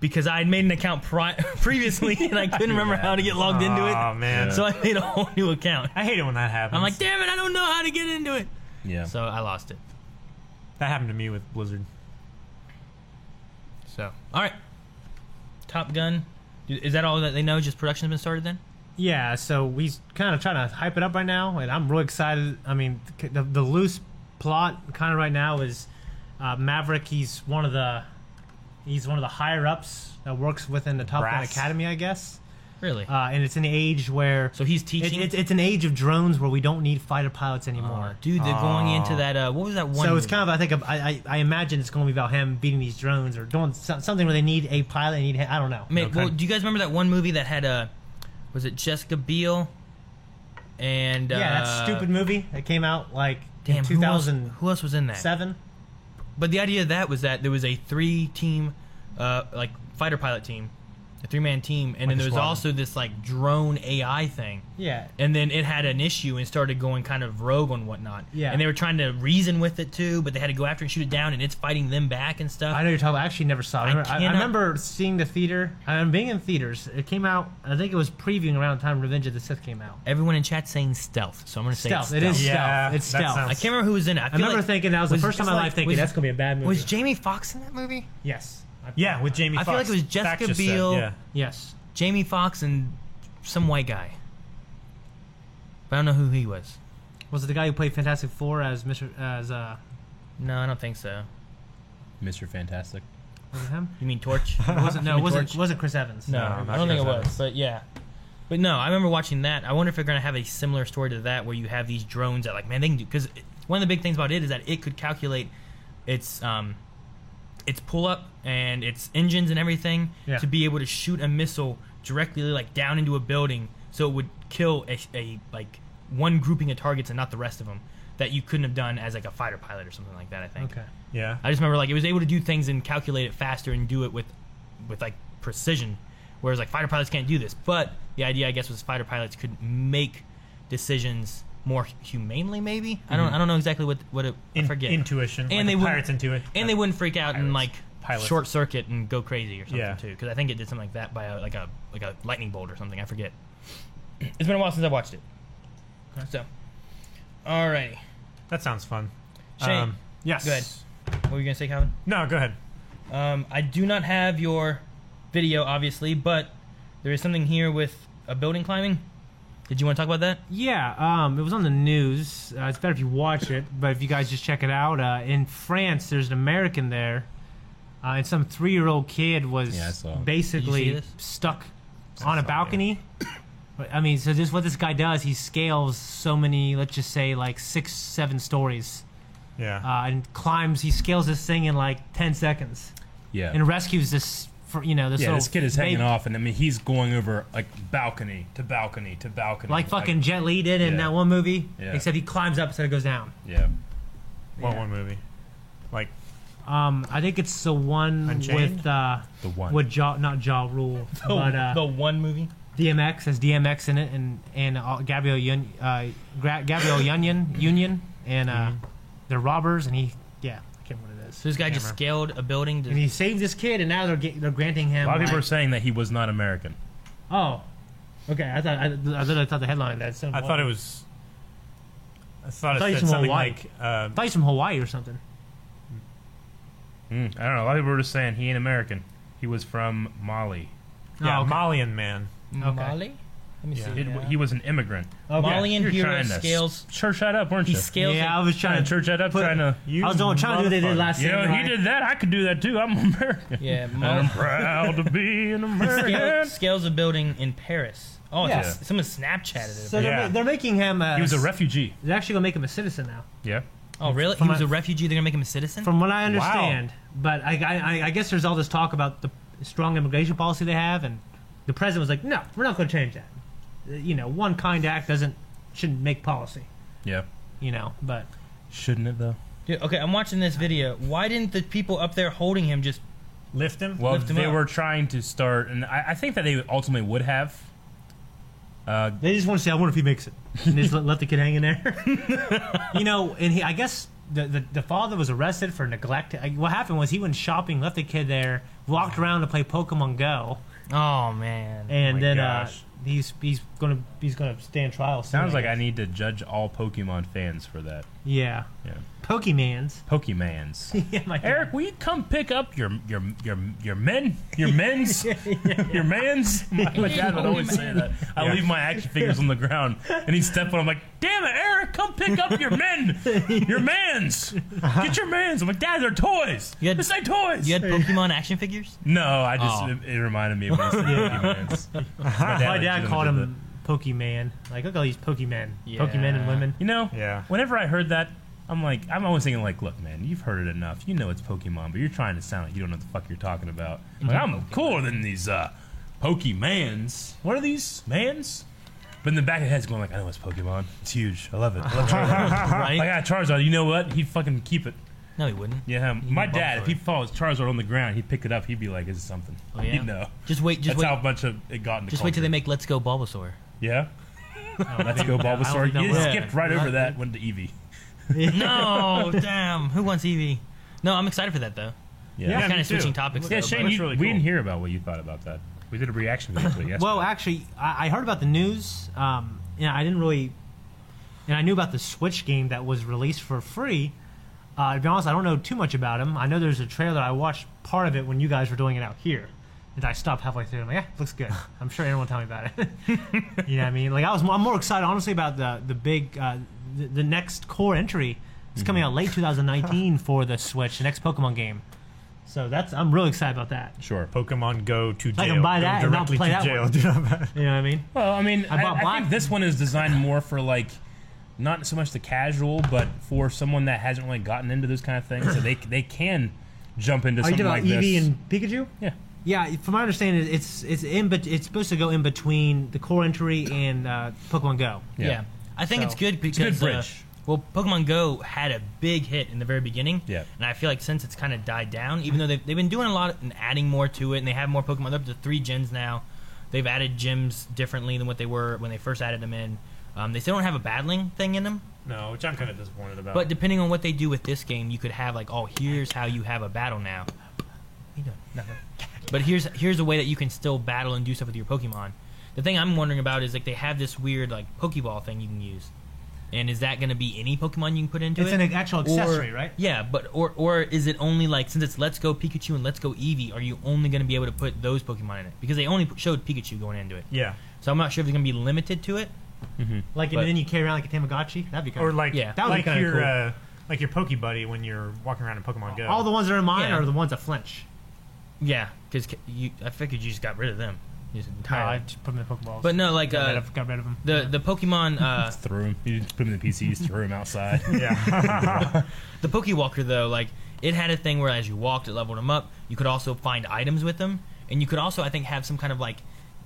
S1: Because I had made an account pri- previously and I couldn't remember how to get logged into
S6: Aw,
S1: it,
S6: man,
S1: so I made a whole new account.
S6: I hate it when that happens.
S1: I'm like, damn it, I don't know how to get into it.
S2: Yeah.
S1: So I lost it.
S6: that happened to me with Blizzard.
S1: So all right, Top Gun. Is that all that they know? Just production's been started then?
S3: Yeah, so we kind of trying to hype it up right now, and I'm really excited. I mean, the, the, the loose plot kind of right now is uh, Maverick. He's one of the he's one of the higher ups that works within the Top Gun
S6: Brass.
S3: Academy, I guess.
S1: Really?
S3: Uh, and it's an age where
S1: so he's
S3: it,
S1: teaching.
S3: it's it's an age of drones where we don't need fighter pilots anymore.
S1: Aw, dude, they're going into that. Uh, what was that one?
S3: Oh. So it's
S1: movie?
S3: kind of, I think, I, I, I imagine it's going to be about him beating these drones or doing so- something where they need a pilot. They need, I don't know.
S1: I mean,
S6: Okay.
S1: well, do you guys remember that one movie that had uh, was it Jessica Biel? And uh,
S3: yeah, that stupid movie that came out like
S1: Damn,
S3: in
S1: who else-
S3: 2007.
S1: Who else was in that? But the idea of that was that there was a three-team, uh, like fighter pilot team, a three-man team, and
S6: a
S1: then there was
S6: squadron.
S1: also this like drone AI thing.
S3: Yeah,
S1: and then it had an issue and started going kind of rogue and whatnot.
S3: Yeah.
S1: And they were trying to reason with it too, but they had to go after and shoot it down, and it's fighting them back and stuff.
S3: I know you're talking. About, I actually never saw it. I, remember- I- I
S1: cannot-
S3: remember seeing the theater. I am being in theaters. It came out. I think it was previewing around the time Revenge of the Sith came out.
S1: Everyone in chat saying stealth, so I'm gonna say
S3: Stealth.
S1: stealth.
S3: It is
S6: stealth. Yeah,
S3: stealth. It's
S6: that
S3: stealth.
S6: sounds-
S1: I can't remember who was in it. I,
S3: I
S1: feel
S3: remember
S1: like,
S3: thinking that was,
S1: was
S3: the first time in my
S1: like-
S3: life thinking
S1: was-
S3: that's gonna be a bad movie.
S1: was Jamie Foxx in that movie?
S3: yes. I-
S6: Yeah, with Jamie.
S1: I feel
S6: Foxx.
S1: like it was
S6: Zach
S1: Jessica
S6: just said,
S1: Biel.
S6: yeah.
S3: Yes.
S1: Jamie Foxx and some white guy. But I don't know who he was.
S3: Was it the guy who played Fantastic Four as Mr. as uh?
S1: No, I don't think so.
S2: Mr. Fantastic.
S3: Was it him?
S1: You mean Torch?
S3: It wasn't no. It
S1: Human
S3: wasn't
S1: Torch?
S3: wasn't Chris Evans?
S1: Uh, No,
S6: No,
S1: I
S6: not
S1: don't think it
S6: sure.
S1: was. But yeah. But no, I remember watching that. I wonder if they're going to have a similar story to that where you have these drones that, like, man, they can do. Because one of the big things about it is that it could calculate its um, its pull up and its engines and everything
S3: Yeah.
S1: to be able to shoot a missile directly, like, down into a building so it would kill a, a like, one grouping of targets and not the rest of them. that you couldn't have done as like a fighter pilot or something like that. I think.
S7: Okay.
S4: Yeah.
S1: I just remember like it was able to do things and calculate it faster and do it with, with like precision, whereas like fighter pilots can't do this. But the idea I guess was fighter pilots could make decisions more humanely. Maybe I don't I don't know exactly what what it, I
S4: Mm-hmm. In-
S1: forget.
S4: Intuition.
S1: And
S4: And
S1: they
S4: like they
S1: would-
S4: pirates intuit.
S1: and they wouldn't freak out and like
S4: Pilots.
S1: short circuit and go crazy or something
S4: Yeah.
S1: too. Because I think it did something like that by a, like a like a lightning bolt or something. I forget. It's been a while since I watched it. So, alrighty,
S4: That sounds fun.
S1: Shane,
S4: Um, yes.
S1: Good. what were you gonna say, Calvin?
S4: No, go ahead.
S1: Um, I do not have your video, obviously, but there is something here with a building climbing. Did you want to talk about that?
S3: Yeah, um, it was on the news. Uh, it's better if you watch it, but if you guys just check it out, uh, in France, there's an American there, uh, and some three-year-old kid was
S2: Yeah, I saw.
S1: Did you
S3: basically
S1: see this?
S3: stuck on a balcony. But, I mean, so this what this guy does. He scales so many, let's just say, like six, seven stories,
S4: Yeah.
S3: uh, and climbs. He scales this thing in like ten seconds,
S2: Yeah.
S3: and rescues this. For, you know, this
S2: yeah,
S3: little
S2: this kid is hanging
S3: baby.
S2: off, and I mean, he's going over like balcony to balcony to balcony,
S3: like fucking Jet Li did in
S2: Yeah.
S3: that one movie,
S2: Yeah.
S3: except he climbs up instead of goes down.
S2: yeah,
S4: what one movie? Like
S3: Um, I think it's the one
S4: Unchained?
S3: with uh,
S2: the one.
S3: with Jaw, not Jaw Rule, but uh,
S1: the one movie.
S3: DMX has DMX in it, and and uh, Gabriel Yun, uh, Gra- Gabriel Union Union, and uh,
S2: Mm-hmm.
S3: they're robbers, and he yeah, I can't remember what it is,
S1: So this guy just scaled a building. To,
S3: and he saved this kid, and now they're ge- they're granting
S2: a
S3: him.
S2: lot of people are
S3: like-
S2: saying that he was not American.
S3: oh, okay, I thought I, I literally thought the headline that
S4: I thought it was. I thought,
S3: I thought you
S4: it
S3: said Oh,
S4: said something
S3: Hawaii.
S4: like. Uh,
S3: I thought he's from Hawaii or something.
S2: Mm, I don't know. A lot of people are just saying he ain't American. He was from Mali.
S4: yeah,
S3: Oh, okay.
S4: Malian man.
S1: Mali. Let me see.
S2: It- He was an immigrant.
S1: Malian
S2: You're
S1: hero
S2: trying to
S1: scales.
S2: Church that up, weren't
S1: He
S2: you?
S1: scales.
S3: yeah, I
S1: a-
S3: was
S2: trying to
S3: trying to.
S2: church that up, trying to.
S3: I was doing trying to do what they did last
S2: You know,
S3: Samurai.
S2: he did that. I could do that too. I'm American.
S1: yeah,
S2: I'm
S1: Mali,
S2: proud to be an
S1: scale,
S2: American.
S1: scales a building in Paris. Oh,
S3: Yeah.
S1: yeah. someone Snapchatted it.
S3: So they're,
S4: Yeah.
S3: ma- they're making him. A,
S2: he was a refugee.
S3: They're actually gonna make him a citizen now.
S2: Yeah.
S1: oh, really? He was a refugee. They're gonna make him a citizen.
S3: from what I understand. But I, I- I, I guess there's all this talk about the strong immigration policy they have, and the president was like, "No, we're not going to change that." Uh, You know, one kind act doesn't shouldn't make policy.
S2: Yeah.
S3: You know, but
S2: Shouldn't it though?
S1: Dude, okay, I'm watching this video. Why didn't the people up there holding him just?
S4: Lift him.
S2: Well,
S1: Lift him
S2: they
S1: up.
S2: were trying to start, and I, I think that they ultimately would have. Uh,
S3: they just want to say, "I wonder if he makes it," and just let, let the kid hang in there. you know, and he, I guess. The, the, the father was arrested for neglect. Uh, What happened was he went shopping, left the kid there, walked around to play Pokemon Go,
S1: Oh man.
S3: and
S4: my
S3: then uh,
S4: gosh.
S3: he's he's gonna he's gonna stand trial. soon,
S2: sounds like
S3: guess.
S2: I need to judge all Pokemon fans for that.
S3: yeah,
S2: Yeah.
S3: Pokemans.
S2: Pokemans.
S3: yeah, my God.
S2: Eric, will you come pick up your your your your men, your men's, your man's? My, my dad would always say that. I leave my action figures on the ground, and he'd step on. I'm like, "Damn it, Eric, come pick up your men, your man's.
S3: Uh-huh.
S2: Get your man's." I'm like, "Dad, they're toys.
S1: You had-
S2: It's like toys."
S1: You had Pokemon action figures?
S2: no, I just
S1: Oh. Uh-huh.
S2: it, it reminded me of when he said Pokemans. My
S3: My dad
S2: legitimately
S3: called
S2: did that.
S3: him Pokemon. Like, look at all these Pokemon.
S1: Yeah.
S3: Pokemon and women.
S2: You know,
S4: Yeah.
S2: Whenever I heard that, I'm like, I'm always thinking like, look, man, you've heard it enough. You know it's Pokemon, but you're trying to sound like you don't know what the fuck you're talking about.
S1: Mm-hmm.
S2: Like, I'm cooler than these uh, Pokemans. What are these mans? But in the back of the head's going like, I know it's Pokemon. It's huge. I love it. I love Charizard.
S1: Right?
S2: I got Charizard. You know what? He'd fucking keep it.
S1: No, he wouldn't.
S2: Yeah, my
S1: bump
S2: dad.
S1: for
S2: If he
S1: it.
S2: falls Charizard on the ground, he'd pick it up. He'd be like, "Is it something?"
S1: Oh, yeah?
S2: He'd know.
S1: Just wait. Just
S2: That's
S1: wait.
S2: how much of it got into.
S1: just wait till Oh,
S2: culture.
S1: they make Let's Go Bulbasaur.
S2: Yeah. Let's go, Bulbasaur.
S3: that
S2: You
S3: will.
S2: skipped right over that. Went to Eevee.
S1: no, damn. Who wants Eevee? No, I'm excited for that though.
S2: Yeah,
S1: kind
S4: me
S1: of
S4: too.
S1: switching topics.
S2: Yeah,
S1: though,
S2: Shane,
S1: but-
S2: you,
S4: really
S2: we
S4: cool.
S2: didn't hear about what you thought about that. We did a reaction video to it yesterday.
S3: Well, actually, I, I heard about the news. Um, and I didn't really. And I knew about the Switch game that was released for free. Uh, to be honest, I don't know too much about him. I know there's a trailer. I watched part of it when you guys were doing it out here. And I stopped halfway through. I'm like, yeah, looks good. I'm sure Aaron will tell me about it. you know what I mean? Like, I was, I'm more excited, honestly, about the, the big, uh, the, the next core entry. It's coming out late 2019 for the Switch, the next Pokemon game. So that's, I'm really excited about that.
S2: sure.
S4: Pokemon Go to jail.
S3: I can buy
S4: Go
S3: that and not
S4: directly
S3: play
S4: to
S3: that
S4: jail.
S3: one.
S4: Do not-
S3: You know what I mean?
S2: Well, I mean, I,
S3: bought
S2: I
S3: black-
S2: think this one is designed more for like, not so much the casual, but for someone that hasn't really gotten into this kind of thing, so they they can jump into
S3: Are you
S2: something
S3: talking
S2: like
S3: about Eevee
S2: this.
S3: and Pikachu?
S2: yeah,
S3: Yeah, from my understanding, it's it's in but it's supposed to go in between the core entry and uh, Pokemon Go.
S1: yeah. I think
S3: So-
S1: it's good because
S2: good
S1: uh,
S2: bridge.
S1: Well, Pokemon Go had a big hit in the very beginning.
S2: Yeah.
S1: And I feel like since it's kind of died down, even though they've, they've been doing a lot and adding more to it, and they have more Pokemon. They're up to three gens now. They've added gyms differently than what they were when they first added them in. Um, they still don't have a battling thing in them,
S4: No, which I'm kind of disappointed about.
S1: but depending on what they do with this game, you could have like, oh, here's how you have a battle now. What you doing? Nothing. But here's here's a way that you can still battle and do stuff with your Pokemon. The thing I'm wondering about is like they have this weird like Pokeball thing you can use, and is that going to be any Pokemon you can put into
S3: It's
S1: it?
S3: an actual accessory, right?
S1: Yeah, but or or is it only like since it's Let's Go Pikachu and Let's Go Eevee, are you only going to be able to put those Pokemon in it? Because they only showed Pikachu going into it,
S4: yeah,
S1: so I'm not sure if it's going to be limited to it.
S3: Like,
S1: But-
S3: and then you carry around like a Tamagotchi. That'd be kind
S4: or like
S1: Yeah.
S3: That would be
S4: like
S3: kinda
S4: your
S3: cool.
S4: uh, like your Poke Buddy when you're walking around in Pokemon Go.
S3: All the ones that are mine
S1: Yeah.
S3: are the ones that flinch.
S1: Yeah, because you I figured you just got rid of them, just
S3: No, I
S1: entirely.
S3: just put them in Pokeballs.
S1: But no, like
S3: got, rid
S1: uh,
S3: of, got rid of them.
S1: the the Pokemon uh,
S2: Threw him. You just put him in the PC. You just threw him outside.
S1: the Pokewalker though, like it had a thing where as you walked, it leveled them up. You could also find items with them, and you could also I think have some kind of like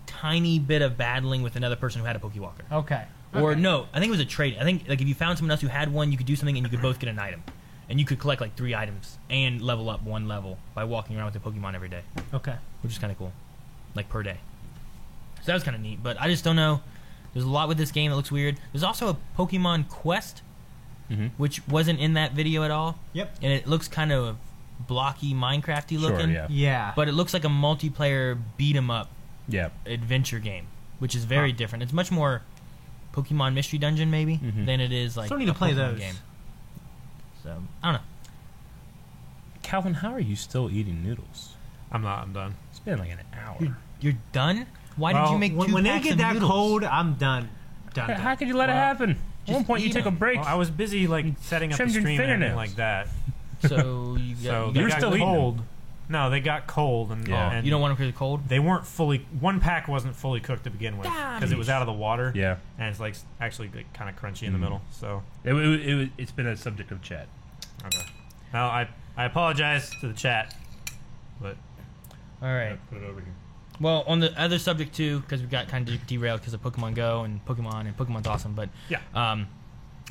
S1: tiny bit of battling with another person who had a Pokewalker.
S3: Okay.
S1: Or no, I think it was a trade. I think like if you found someone else who had one, you could do something and you could both get an item, and you could collect like three items and level up one level by walking around with the Pokemon every day,
S3: Okay.
S1: which is kind of cool, like per day. So that was kind of neat, but I just don't know. There's a lot with this game that looks weird. There's also a Pokemon Quest,
S2: Mhm.
S1: which wasn't in that video at all,
S3: Yep.
S1: and it looks kind of blocky, Minecrafty
S2: sure.
S1: looking.
S2: Yeah.
S3: Yeah.
S1: But it looks like a multiplayer beat 'em up
S2: Yeah.
S1: adventure game, which is very different. It's much more Pokemon Mystery Dungeon maybe
S2: Mhm.
S1: than it is like
S3: Still need to
S1: a
S3: play
S1: Pokemon
S3: those.
S1: game. So I don't know.
S2: Calvin, how are you still eating noodles?
S4: I'm not. I'm done.
S2: It's been like an hour.
S1: You're done. Why did you
S4: Well,
S1: make
S3: when,
S1: two
S3: when they
S1: packs
S3: get
S1: of
S3: that
S1: noodles?
S3: cold, I'm done. Done.
S2: How
S3: done.
S2: could you let it
S4: Wow.
S2: happen? At one
S1: Just
S2: point, you
S1: eat
S2: took a
S1: them.
S2: break.
S4: Well, I was busy like setting up the
S2: trimmed your
S4: stream and
S2: fingernails.
S4: everything like that.
S1: So you, got,
S4: So
S1: you,
S4: they
S2: You're
S4: got
S2: still eating them.
S4: cold. No, they got cold and,
S2: Yeah.
S1: got-
S4: and
S1: you don't want them because they're cold.
S4: They weren't fully. One pack wasn't fully cooked to begin with because it was out of the water.
S2: yeah.
S4: and it's like s- actually like, kind of crunchy in the middle. So
S2: It, it, it, it's been a subject of chat.
S4: okay. Now I I apologize to the chat, but
S1: All right.
S4: put it over here.
S1: Well, on the other subject too, because we got kind of derailed because of Pokemon Go and Pokemon and Pokemon's awesome, but
S4: Yeah. Uh,
S1: um,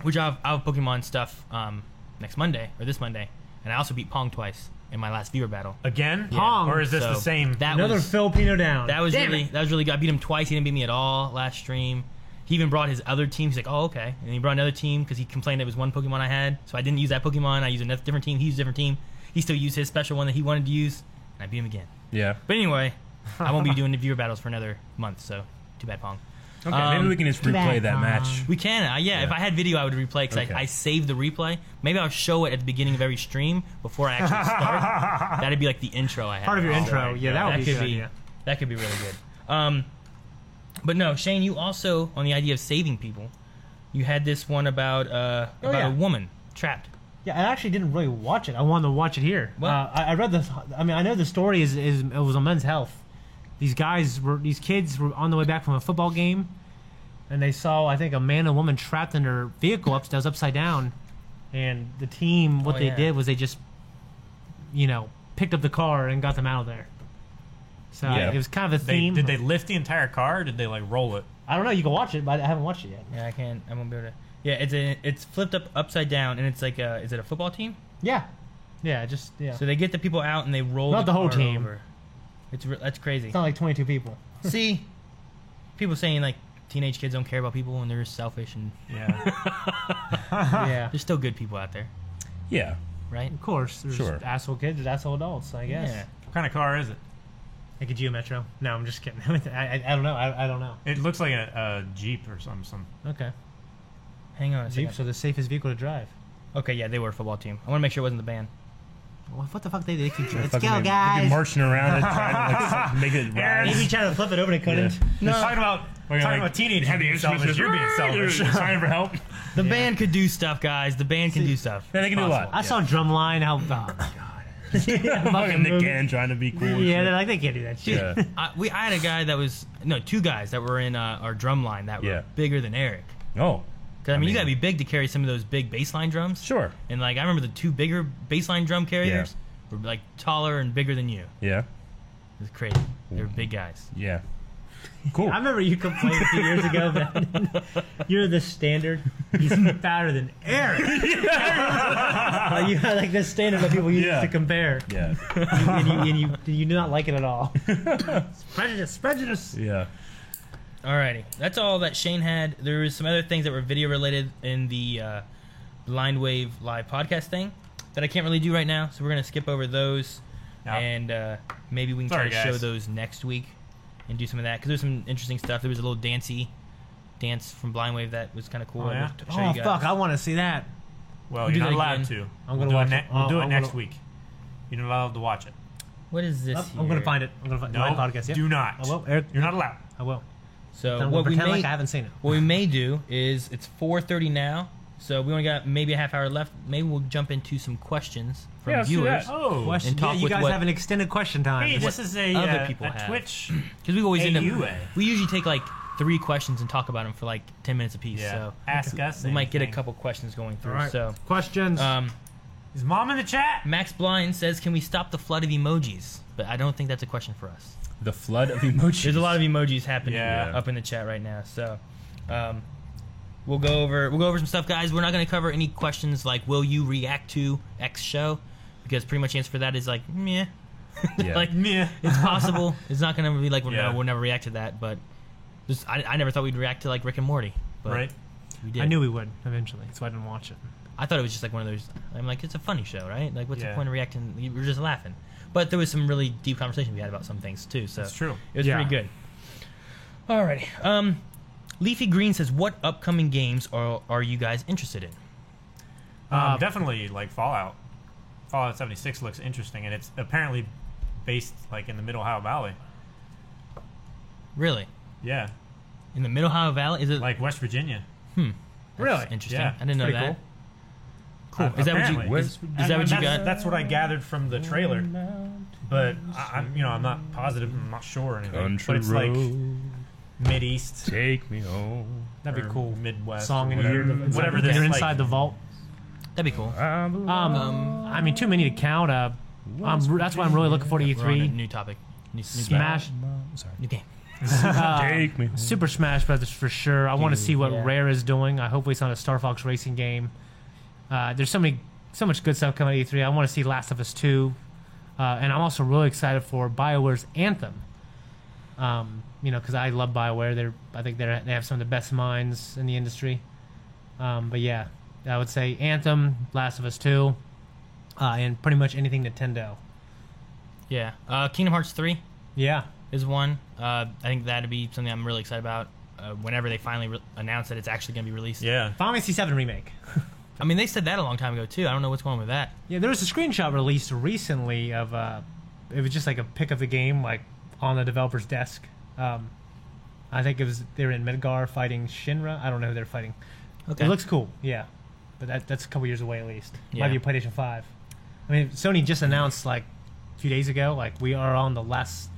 S1: which I have, I have Pokemon stuff um next Monday or this Monday, and I also beat Pong twice in my last viewer battle.
S4: Again,
S3: Pong.
S4: or is this the
S1: So
S4: same?
S1: That
S3: Another
S1: was,
S3: Filipino down.
S1: That was
S3: Damn
S1: really
S3: it.
S1: that was really good. I beat him twice. He didn't beat me at all last stream. He even brought his other team. He's like, oh okay, and he brought another team because he complained it was one Pokemon I had, so I didn't use that Pokemon. I used another different team. He used a different team. He still used his special one that he wanted to use, and I beat him again.
S2: Yeah.
S1: But anyway, I won't be doing the viewer battles for another month, so too bad, Pong.
S2: Okay.
S1: Um,
S2: maybe we can just
S3: too bad,
S2: replay that
S3: Tom.
S2: match.
S1: We can, uh, yeah, If I had video, I would replay because
S2: Okay.
S1: I, I saved the replay. Maybe I'll show it at the beginning of every stream before I actually start. That'd be like the intro I had.
S3: part of your
S1: So-
S3: intro. Yeah, that would
S1: that
S3: be a
S1: could
S3: good
S1: be
S3: idea.
S1: that could be really good. Um, but no, Shane, you also on the idea of saving people, you had this one about uh,
S3: Oh,
S1: about
S3: yeah.
S1: a woman trapped.
S3: Yeah, I actually didn't really watch it. I wanted to watch it here.
S1: What?
S3: Uh, I, I read the. I mean, I know the story is, is it was on Men's Health. These guys were these kids were on the way back from a football game, and they saw I think a man and woman trapped in their vehicle up that was upside down, and the team what
S1: Oh,
S3: they
S1: yeah.
S3: did was they just, you know, picked up the car and got them out of there. So
S2: Yeah.
S3: it was kind of a
S4: they,
S3: theme.
S4: did they lift the entire car? Or did they like roll it?
S3: I don't know. You can watch it, but I haven't watched it yet.
S1: Yeah, I can't. I won't be able to. Yeah, it's a, it's flipped up upside down, and it's like a, is it a football team?
S3: Yeah, yeah, just yeah.
S1: So they get the people out and they roll
S3: Not the whole
S1: car
S3: team.
S1: Over. It's re- that's crazy.
S3: it's not like twenty-two people.
S1: See, people saying like teenage kids don't care about people and they're just selfish and
S4: Yeah,
S3: yeah,
S1: there's still good people out there,
S2: yeah.
S1: right?
S3: Of course, there's
S2: Sure.
S3: asshole kids, there's asshole adults. I guess.
S1: Yeah.
S4: what kind of car is it?
S3: Like a Geo Metro. No, I'm just kidding. I, I, I don't know. I, I don't know.
S4: It looks like a, a jeep or some some.
S3: Okay.
S1: Hang on a second.
S3: Jeeps are the safest vehicle to drive.
S1: Okay, yeah, they were a football team. I want to make sure it wasn't the band.
S3: What, what the fuck they they keep trying?
S2: Fucking be- be marching around and trying to like, make it rise.
S3: Maybe trying to flip it over and couldn't.
S1: No.
S4: Talking about
S2: We're
S4: talking
S2: like,
S4: about teenagers
S2: Have the
S4: being selfish.
S2: instruments-
S4: You're being selfish.
S2: Sign for help.
S1: The band could do stuff, guys. The band can do stuff.
S2: Yeah, they can do a lot.
S3: I saw Drumline. How? Oh my god.
S2: Fucking Nick
S3: movie.
S2: Cannon trying to be cool. and
S3: Yeah,
S2: shit.
S3: they're like they can't do that shit.
S2: yeah.
S1: I, we, I had a guy that was no two guys that were in uh, our drum line that were
S2: Yeah.
S1: bigger than Eric.
S2: Oh,
S1: 'Cause, I, mean,
S2: mean-
S1: you gotta be big to carry some of those big baseline drums.
S2: sure.
S1: And like I remember the two bigger baseline drum carriers were like taller and bigger than you.
S2: Yeah,
S1: It was crazy. They were big guys.
S2: yeah. Cool.
S8: I remember you complained a few years ago that you're the standard. He's fatter than Eric. like you had like this standard that people used
S2: Yeah.
S8: to compare,
S2: yeah.
S8: and you, and you you do not like it at all.
S9: Prejudice, prejudice.
S2: Yeah.
S1: Alrighty, that's all that Shane had. There was some other things that were video related in the uh, Blind Wave Live podcast thing that I can't really do right now, so we're gonna skip over those,
S4: Yeah.
S1: and uh, maybe we can
S4: Sorry,
S1: try to show
S4: guys.
S1: those next week and do some of that because there's some interesting stuff. There was a little dancey dance from Blind Wave that was kind of cool.
S4: Oh, yeah?
S1: I would show
S3: oh
S1: you guys.
S3: fuck! I want to see that.
S4: Well,
S1: We'll do
S4: you're not
S1: that
S4: allowed
S1: again.
S4: to.
S8: I'm
S4: we'll
S8: gonna
S4: do
S8: watch
S4: it.
S8: it.
S4: Ne- we'll
S8: Uh,
S4: do it
S8: I'm
S4: next
S8: gonna-
S4: week. You're not allowed to watch it.
S1: What is this?
S3: I'm gonna
S1: here?
S3: find it. I'm gonna find
S4: No,
S3: my podcast. Yep.
S4: do not.
S1: Oh,
S3: I will, Eric.
S4: You're not allowed.
S3: I will.
S1: So
S3: Then I'm gonna
S1: what we
S3: pretend
S1: may
S3: like I haven't seen it.
S1: what we may do is it's 4:30 now, so we only got maybe a half hour left. Maybe we'll jump into some questions from
S2: Yeah, let's do
S1: viewers.
S2: that.
S4: Oh,
S3: Question.
S1: talk
S3: yeah, you
S1: with
S3: guys
S1: what-
S3: have an extended question time.
S4: Hey, this is a
S1: other
S4: uh,
S1: people
S4: a
S1: have.
S4: Twitch.
S1: Because we always end up.
S4: AUA.
S1: We usually take like three questions and talk about them for like ten minutes apiece.
S4: Yeah.
S1: So
S4: Ask us.
S1: we might get a
S4: anything.
S1: couple questions going through.
S3: All right.
S1: So
S3: Questions.
S4: uh,
S1: um,
S4: Is mom in the chat?
S1: Max Blind says, "Can we stop the flood of emojis?" But I don't think that's a question for us.
S2: The flood of emojis.
S1: There's a lot of emojis happening
S4: Yeah.
S1: up in the chat right now. So um, we'll go over we'll go over some stuff, guys. We're not going to cover any questions like "Will you react to X show?" because pretty much the answer for that is like meh.
S2: Yeah.
S1: like
S4: Yeah.
S1: it's possible. it's not going to be like well,
S4: Yeah.
S1: no, we'll never react to that. But just, I, I never thought we'd react to like Rick and Morty. But uh,
S4: Right.
S1: We did.
S3: I knew we would eventually, so I didn't watch it.
S1: I thought it was just like one of those. I'm like, it's a funny show, right? Like, what's the
S4: Yeah.
S1: point of reacting? You- We're just laughing. But there was some really deep conversation we had about some things too. So
S4: That's true.
S1: It was
S3: Yeah.
S1: pretty good. Alrighty. Um, Leafy Green says, "What upcoming games are are you guys interested in?"
S4: Um,
S3: Uh,
S4: definitely like Fallout. Fallout 76 looks interesting, and it's apparently based like in the Middle Ohio Valley.
S1: Really,
S4: Yeah,
S1: in the Middle Ohio Valley? Is it
S4: like West Virginia.
S1: Hmm. that's
S3: Really?
S1: interesting?
S4: Yeah.
S1: I didn't know
S3: Pretty
S1: that. Cool.
S4: Uh,
S1: is that what you?
S4: apparently.
S1: Is, is
S4: I-
S1: that what you
S4: that's,
S1: got?
S4: That's what I gathered from the trailer. But I, I'm, you know, I'm not positive. I'm not sure or anything.
S2: Country
S4: but it's like
S2: road,
S4: Mid East.
S2: take me home.
S3: That'd be
S4: or
S3: cool.
S4: Midwest.
S3: Song
S4: or
S3: in a
S4: whatever.
S3: year.
S4: Whatever this
S3: You're
S4: like-
S3: inside the vault.
S1: That'd be cool.
S2: I'm
S3: Um, I mean, too many to count. Uh, I'm, re- that's why I'm really looking forward to
S1: We're on a
S3: E3.
S1: new topic. New, new
S3: Smash,
S2: sorry.
S1: New game.
S3: uh,
S2: Take me. Home.
S3: Super Smash Brothers for sure. I want to see what
S1: Yeah.
S3: Rare is doing. I hopefully it's not a Star Fox Racing game. Uh, there's so many, so much good stuff coming at E3. I want to see Last of Us Two, uh, and I'm also really excited for Bioware's Anthem. Um, you know, because I love Bioware. They're, I think they're, they have some of the best minds in the industry. Um, but yeah, I would say Anthem, Last of Us Two, uh, and pretty much anything Nintendo.
S1: Yeah. Uh, Kingdom Hearts three.
S3: Yeah,
S1: is one. Uh, I think that'd be something I'm really excited about. Uh, whenever they finally re- announce that it's actually going to be released.
S4: Yeah.
S3: Final Fantasy Seven remake.
S1: I mean, they said that a long time ago too. I don't know what's going on with that.
S3: Yeah, there was a screenshot released recently of uh, it was just like a pic of the game like on the developer's desk. Um, I think it was they were in Midgar fighting Shinra. I don't know who they're fighting.
S1: Okay.
S3: It looks cool, yeah, but that, that's a couple years away at least.
S1: Yeah.
S3: Might be a PlayStation Five. I mean, Sony just announced like a few days ago like we are on the last,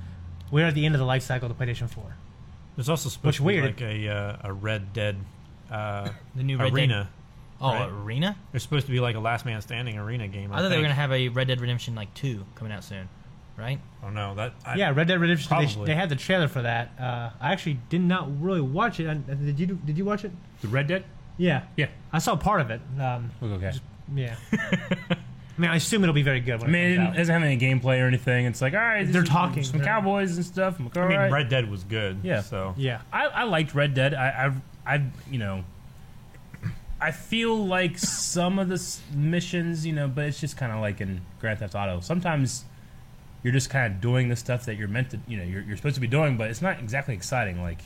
S3: we're at the end of the life cycle of the PlayStation Four.
S4: There's also
S3: Which
S4: supposed to
S3: weird.
S4: be like a uh, a Red Dead uh,
S1: the new Red
S4: arena.
S1: Dead. Oh,
S4: right?
S1: arena.
S4: There's supposed to be like a Last Man Standing arena game.
S1: I
S4: I,
S1: thought they were
S4: think.
S1: going to have a Red Dead Redemption like two coming out soon, right?
S4: I don't know Oh, that. I,
S3: Yeah, Red Dead Redemption. They,
S4: Probably.
S3: they had the trailer for that. Uh, I actually did not really watch it. And- and Did you? Did you watch it?
S2: The Red Dead.
S3: Yeah,
S2: Yeah.
S3: I saw part of it. Um,
S2: Look okay.
S3: Yeah. I mean, I assume it'll be very good.
S2: I
S3: When
S2: mean, it
S3: it
S2: didn't-
S3: comes
S2: it
S3: out.
S2: doesn't have any gameplay or anything. It's like, all right, this
S3: They're
S2: is
S3: talking.
S2: some cowboys and stuff. I'm like, all
S4: I mean,
S2: right.
S4: Red Dead was good.
S2: Yeah.
S4: So
S3: Yeah.
S2: I, I liked Red Dead. I, I, I, you know, I feel like some of the s- missions, you know, but it's just kind of like in Grand Theft Auto. Sometimes you're just kind of doing the stuff that you're meant to, you know, you're, you're supposed to be doing, but it's not exactly exciting. Like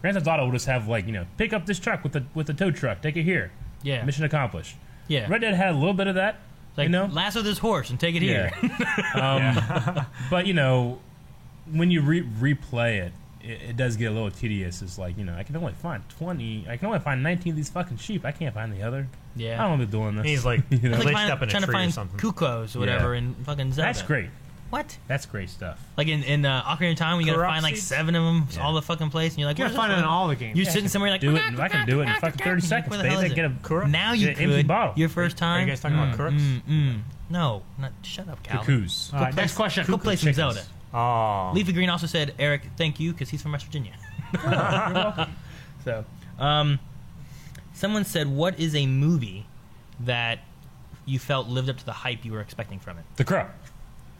S2: Grand Theft Auto will just have like, you know, pick up this truck with the with the tow truck, take it here,
S1: Yeah.
S2: mission accomplished.
S1: Yeah.
S2: Red Dead had a little bit of that,
S1: like
S2: you know,
S1: lasso this horse and take it here.
S2: yeah. um, but you know, when you re- replay it, it, it does get a little tedious. It's like you know, I can only find twenty. I can only find nineteen of these fucking sheep. I can't find the other.
S1: Yeah.
S2: I don't want to be doing this.
S4: And he's like
S2: You know?
S1: It's
S4: glitched
S1: like find-
S4: up in
S1: trying to
S4: a tree or
S1: find
S4: something.
S1: Kukos or whatever in fucking Zelda.
S2: that's great.
S1: What?
S2: That's great stuff.
S1: Like in in uh, Ocarina of Time, you gotta find like
S4: Corruptions?
S1: seven of them,
S2: Yeah.
S1: all the fucking place, and you're like,
S3: You gotta
S1: where's
S3: find
S1: this
S3: it in
S1: one?
S3: all the games.
S1: You're sitting somewhere like,
S2: Do it. in- I can do it in fucking thirty seconds.
S1: Where the hell
S2: baby.
S1: is it?
S2: Get a
S1: Now you
S2: get an empty
S1: could.
S2: bottle.
S1: Your first time.
S4: Are you guys talking about
S1: Mm,
S4: crooks?
S1: mm, mm. No, not shut up, Calvin.
S2: Cuckoos.
S3: All right, next question.
S1: Go play some
S2: Chickens.
S1: Zelda.
S4: Oh.
S1: Leafy Green also said, Eric, thank you, because he's from West Virginia. so, um, someone said, what is a movie that you felt lived up to the hype you were expecting from it?
S2: The Crow.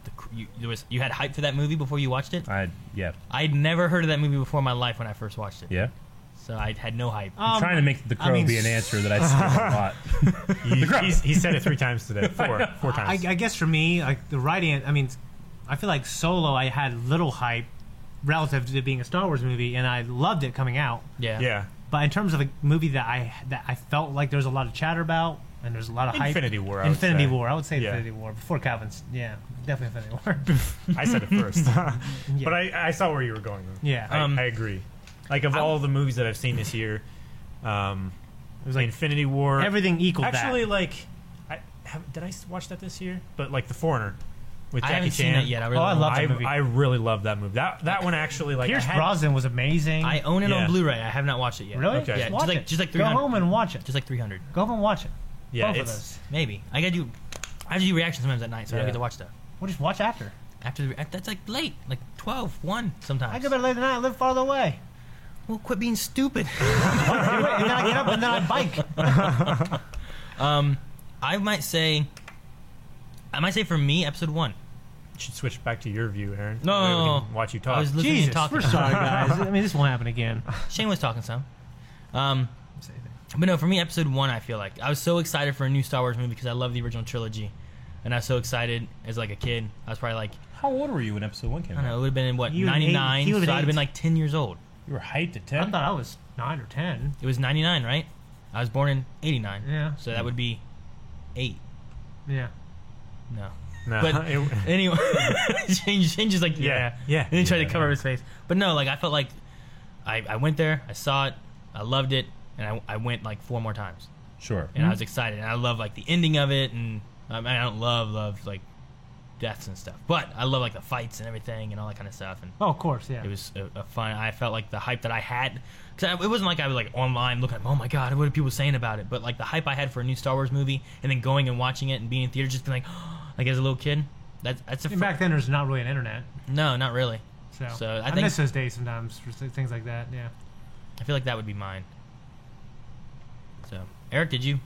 S1: The, cr- you, there was, you had hype for that movie before you watched
S4: Uh,
S1: it?
S2: I yeah
S1: I'd never heard of that movie before in my life when I first watched it.
S2: yeah.
S1: So I had no hype.
S4: Oh.
S2: I'm trying to make The Crow
S3: mean,
S2: be an answer that I skip a lot.
S4: He, he's, he said it three times today. Four. Four
S3: I,
S4: times.
S3: I guess for me, like the right answer. I mean, I feel like Solo. I had little hype relative to it being a Star Wars movie, and I loved it coming out.
S1: yeah.
S4: yeah.
S3: But in terms of a movie that I that I felt like there was a lot of chatter about, and there's a lot of hype.
S4: Infinity War. I would
S3: Infinity
S4: say.
S3: War. I would say
S4: Yeah.
S3: Infinity War before Calvin's. Yeah, definitely Infinity War.
S4: I said it first. But I, I saw where you were going. Though.
S3: yeah.
S4: I,
S1: Um,
S4: I agree. Like of all the movies that I've seen this year, um, it was like Infinity War.
S3: Everything equal
S4: Actually,
S3: that.
S4: like, I, have, did I s- watch that this year? But like The Foreigner with
S1: I
S4: Jackie
S1: haven't
S4: Chan.
S1: seen that yet. I really
S3: Oh, I
S1: don't
S3: love
S1: know.
S3: that
S4: I,
S3: movie.
S4: I really love that movie. That that one actually like I
S3: Pierce
S4: had-
S3: Brosnan was amazing.
S1: I own it
S4: Yeah.
S1: on Blu-ray. I have not watched it yet.
S3: really?
S4: Okay.
S1: Yeah,
S3: Just
S1: just
S3: watch
S1: like-
S3: it.
S1: just like
S3: go
S1: 300.
S3: home and watch it.
S1: Just like 300.
S3: Go home and watch it.
S4: Yeah,
S3: Both of
S4: it's-
S3: those.
S1: Maybe. I gotta do, I have to do reactions sometimes at night, so I don't
S4: Yeah.
S1: get to watch stuff.
S3: We'll just watch after.
S1: After the, that's like late, like 12, 1 sometimes.
S3: I go to bed late at night. I live farther away.
S1: Well, quit being stupid.
S3: and then I get up and then I bike.
S1: um, I might say, I might say for me, episode one.
S4: should switch back to your view, Aaron.
S1: No,
S4: That way we
S1: no, no.
S4: can watch you talk.
S1: I was listening and
S3: Oh, Jesus,
S1: talking.
S3: we're sorry, Oh, guys. I mean, this won't happen again.
S1: Shane was talking some. Um, but no, for me, episode one, I feel like I was so excited for a new Star Wars movie because I love the original trilogy, and I was so excited as like a kid. I was probably like,
S2: How old were you when episode one came
S1: I don't
S2: out?
S1: know, it would have been in what
S3: You were eight-
S1: ninety nine,
S3: he
S1: so
S3: would've
S1: I'd
S3: been
S1: have
S3: eight.
S1: been like ten years old.
S2: You were hyped at
S3: I
S2: ten.
S3: thought I was nine or ten.
S1: It was ninety nine, right? I was born in eighty nine,
S3: Yeah.
S1: so that would be eight.
S3: Yeah.
S1: No,
S4: no,
S1: but-
S4: it-
S1: anyway, Shane, Shane just like yeah,
S4: yeah, yeah.
S1: And he tried to cover his face. But no, like I felt like I, I went there, I saw it, I loved it, and I, I went like four more times,
S2: Sure.
S1: and
S3: Mm-hmm.
S1: I was excited, and I love like the ending of it, and I, mean, I don't love love like deaths and stuff, but I love like the fights and everything and all that kind of stuff, and
S3: Oh, of course. Yeah.
S1: it was a, a fun. I felt like the hype that I had because it wasn't like I was like online looking. Oh my god, what are people saying about it? But like the hype I had for a new Star Wars movie, and then going and watching it and being in theater, just being like, like as a little kid, that's that's a
S3: And back then, there's not really an internet,
S1: no, not really.
S3: so,
S1: So, I
S3: I,
S1: think-
S3: miss those days sometimes for th- things like that. Yeah.
S1: I feel like that would be mine. So, Eric, did you?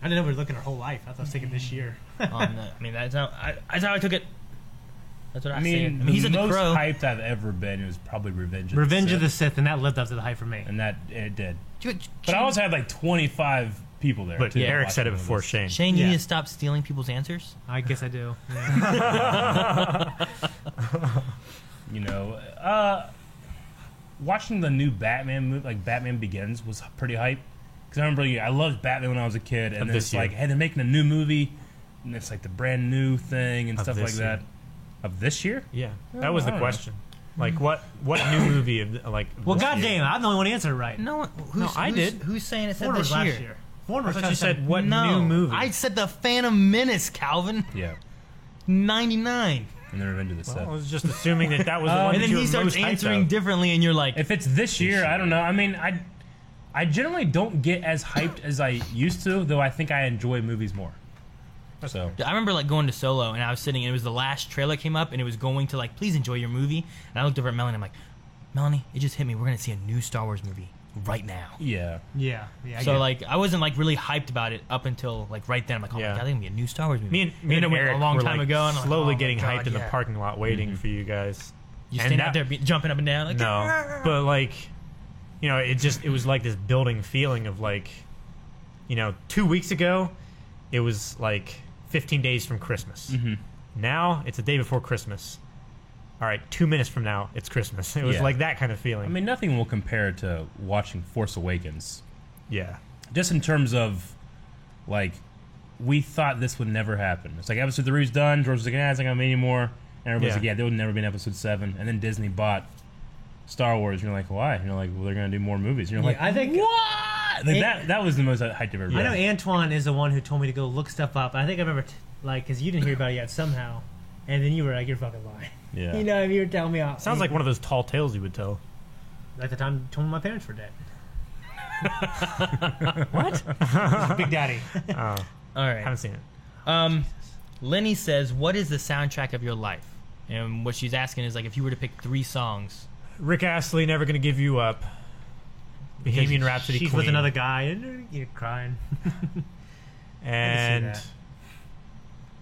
S3: I didn't know we were looking our whole life. I thought I was thinking this year.
S1: On the, I mean, that's how I, that's how I took it. That's what I,
S2: I
S1: see it.
S2: mean,
S1: I mean, he's
S2: the
S1: at the
S2: most
S1: crow.
S2: hyped I've ever been was probably Revenge of
S3: Revenge
S2: the
S3: of the Sith, and that lived up to the hype for me.
S2: and that it did.
S1: Dude,
S2: But I
S1: Shane-
S2: also had like 25 people there.
S4: but
S2: too,
S4: Eric
S2: watching
S4: said it
S2: the
S4: before
S2: movies.
S4: Shane.
S1: Shane, you
S3: Yeah.
S1: need to stop stealing people's answers.
S3: I guess I do. Yeah.
S2: You know, uh, watching the new Batman movie, like Batman Begins, was pretty hype. Because I remember, yeah, I loved Batman when I was a kid, and
S4: Of
S2: then
S4: this
S2: it's
S4: year.
S2: like, hey, they're making a new movie, and it's like the brand new thing and
S4: Of
S2: stuff
S4: this
S2: like
S4: year.
S2: that. Of this year,
S4: Yeah, that was
S2: I
S4: the
S2: don't
S4: question. Like what? What new movie? Of, the- like
S3: well,
S4: this year?
S3: goddamn, I'm the only one answered right.
S1: No, one- who's,
S4: I
S1: who's-
S4: did.
S1: Who's saying it said
S3: Warner
S1: this
S3: was last
S1: year?
S3: year. Warner was
S4: I
S3: trying
S4: thought you
S3: to say-
S4: said what
S1: no,
S4: new movie?
S1: I said the Phantom Menace, Calvin.
S2: yeah,
S1: Ninety nine,
S2: and then Revenge of the Sith.
S4: I was just assuming that that was the one.
S1: and
S4: that
S1: then
S4: you
S1: he
S4: were
S1: starts
S4: most hyped
S1: answering
S4: of.
S1: differently, and you're like,
S2: If it's this year, I don't know. I mean, I I generally don't get as hyped as I used to, though I think I enjoy movies more. So
S1: I remember like going to Solo and I was sitting and it was the last trailer came up and it was going to like please enjoy your movie and I looked over at Melanie I'm like Melanie it just hit me we're gonna see a new Star Wars movie right now
S2: yeah,
S3: Yeah. Yeah. I
S1: so
S3: get it.
S1: like I wasn't like really hyped about it up until like right then I'm like oh
S4: Yeah.
S1: my god there's gonna be a new Star Wars movie
S4: Me and me
S1: then
S4: and,
S1: it went
S4: Eric
S1: a long
S4: were,
S1: time
S4: like,
S1: ago and I'm like,
S4: slowly
S1: oh my
S4: getting
S1: God,
S4: hyped in the
S1: yeah.
S4: parking lot, waiting for you guys.
S1: you
S4: And
S1: stand
S4: that-
S1: out there be, jumping up and down like
S4: No, but like, you know, it just it was like this building feeling of like, you know, two weeks ago, it was like 15 days from Christmas. Now it's a day before Christmas. All right, two minutes from now, it's Christmas. It was
S2: Yeah.
S4: like that kind of feeling.
S2: I mean, nothing will compare to watching Force Awakens,
S4: yeah,
S2: just in terms of like we thought this would never happen. It's like episode three's done. George was like, "Yeah, it's not gonna be anymore." And everybody's
S4: Yeah.
S2: like, "Yeah, there would never be an episode seven. And then Disney bought Star Wars, and you're like, "Why?" And you're like, "Well, they're gonna do more movies." And you're like,
S3: I think.
S2: "What?" Like, that that was the most hyped I've ever been.
S3: I know Antoine is the one who told me to go look stuff up. I think I remember, t- like, because you didn't hear about it yet somehow, and then you were like, "You're fucking lying."
S2: Yeah.
S3: You know, you were telling me. uh,
S4: sounds like one of those tall tales you would tell.
S3: like the time I told my parents were dead. what? Big Daddy.
S1: all right
S4: Haven't seen it.
S1: um Lenny says what is the soundtrack of your life And what she's asking is like, if you were to pick three songs,
S4: Rick Astley, Never Gonna Give You Up. Bohemian Rhapsody.
S3: She's
S4: Queen.
S3: with another guy and you're crying.
S4: And
S10: I can see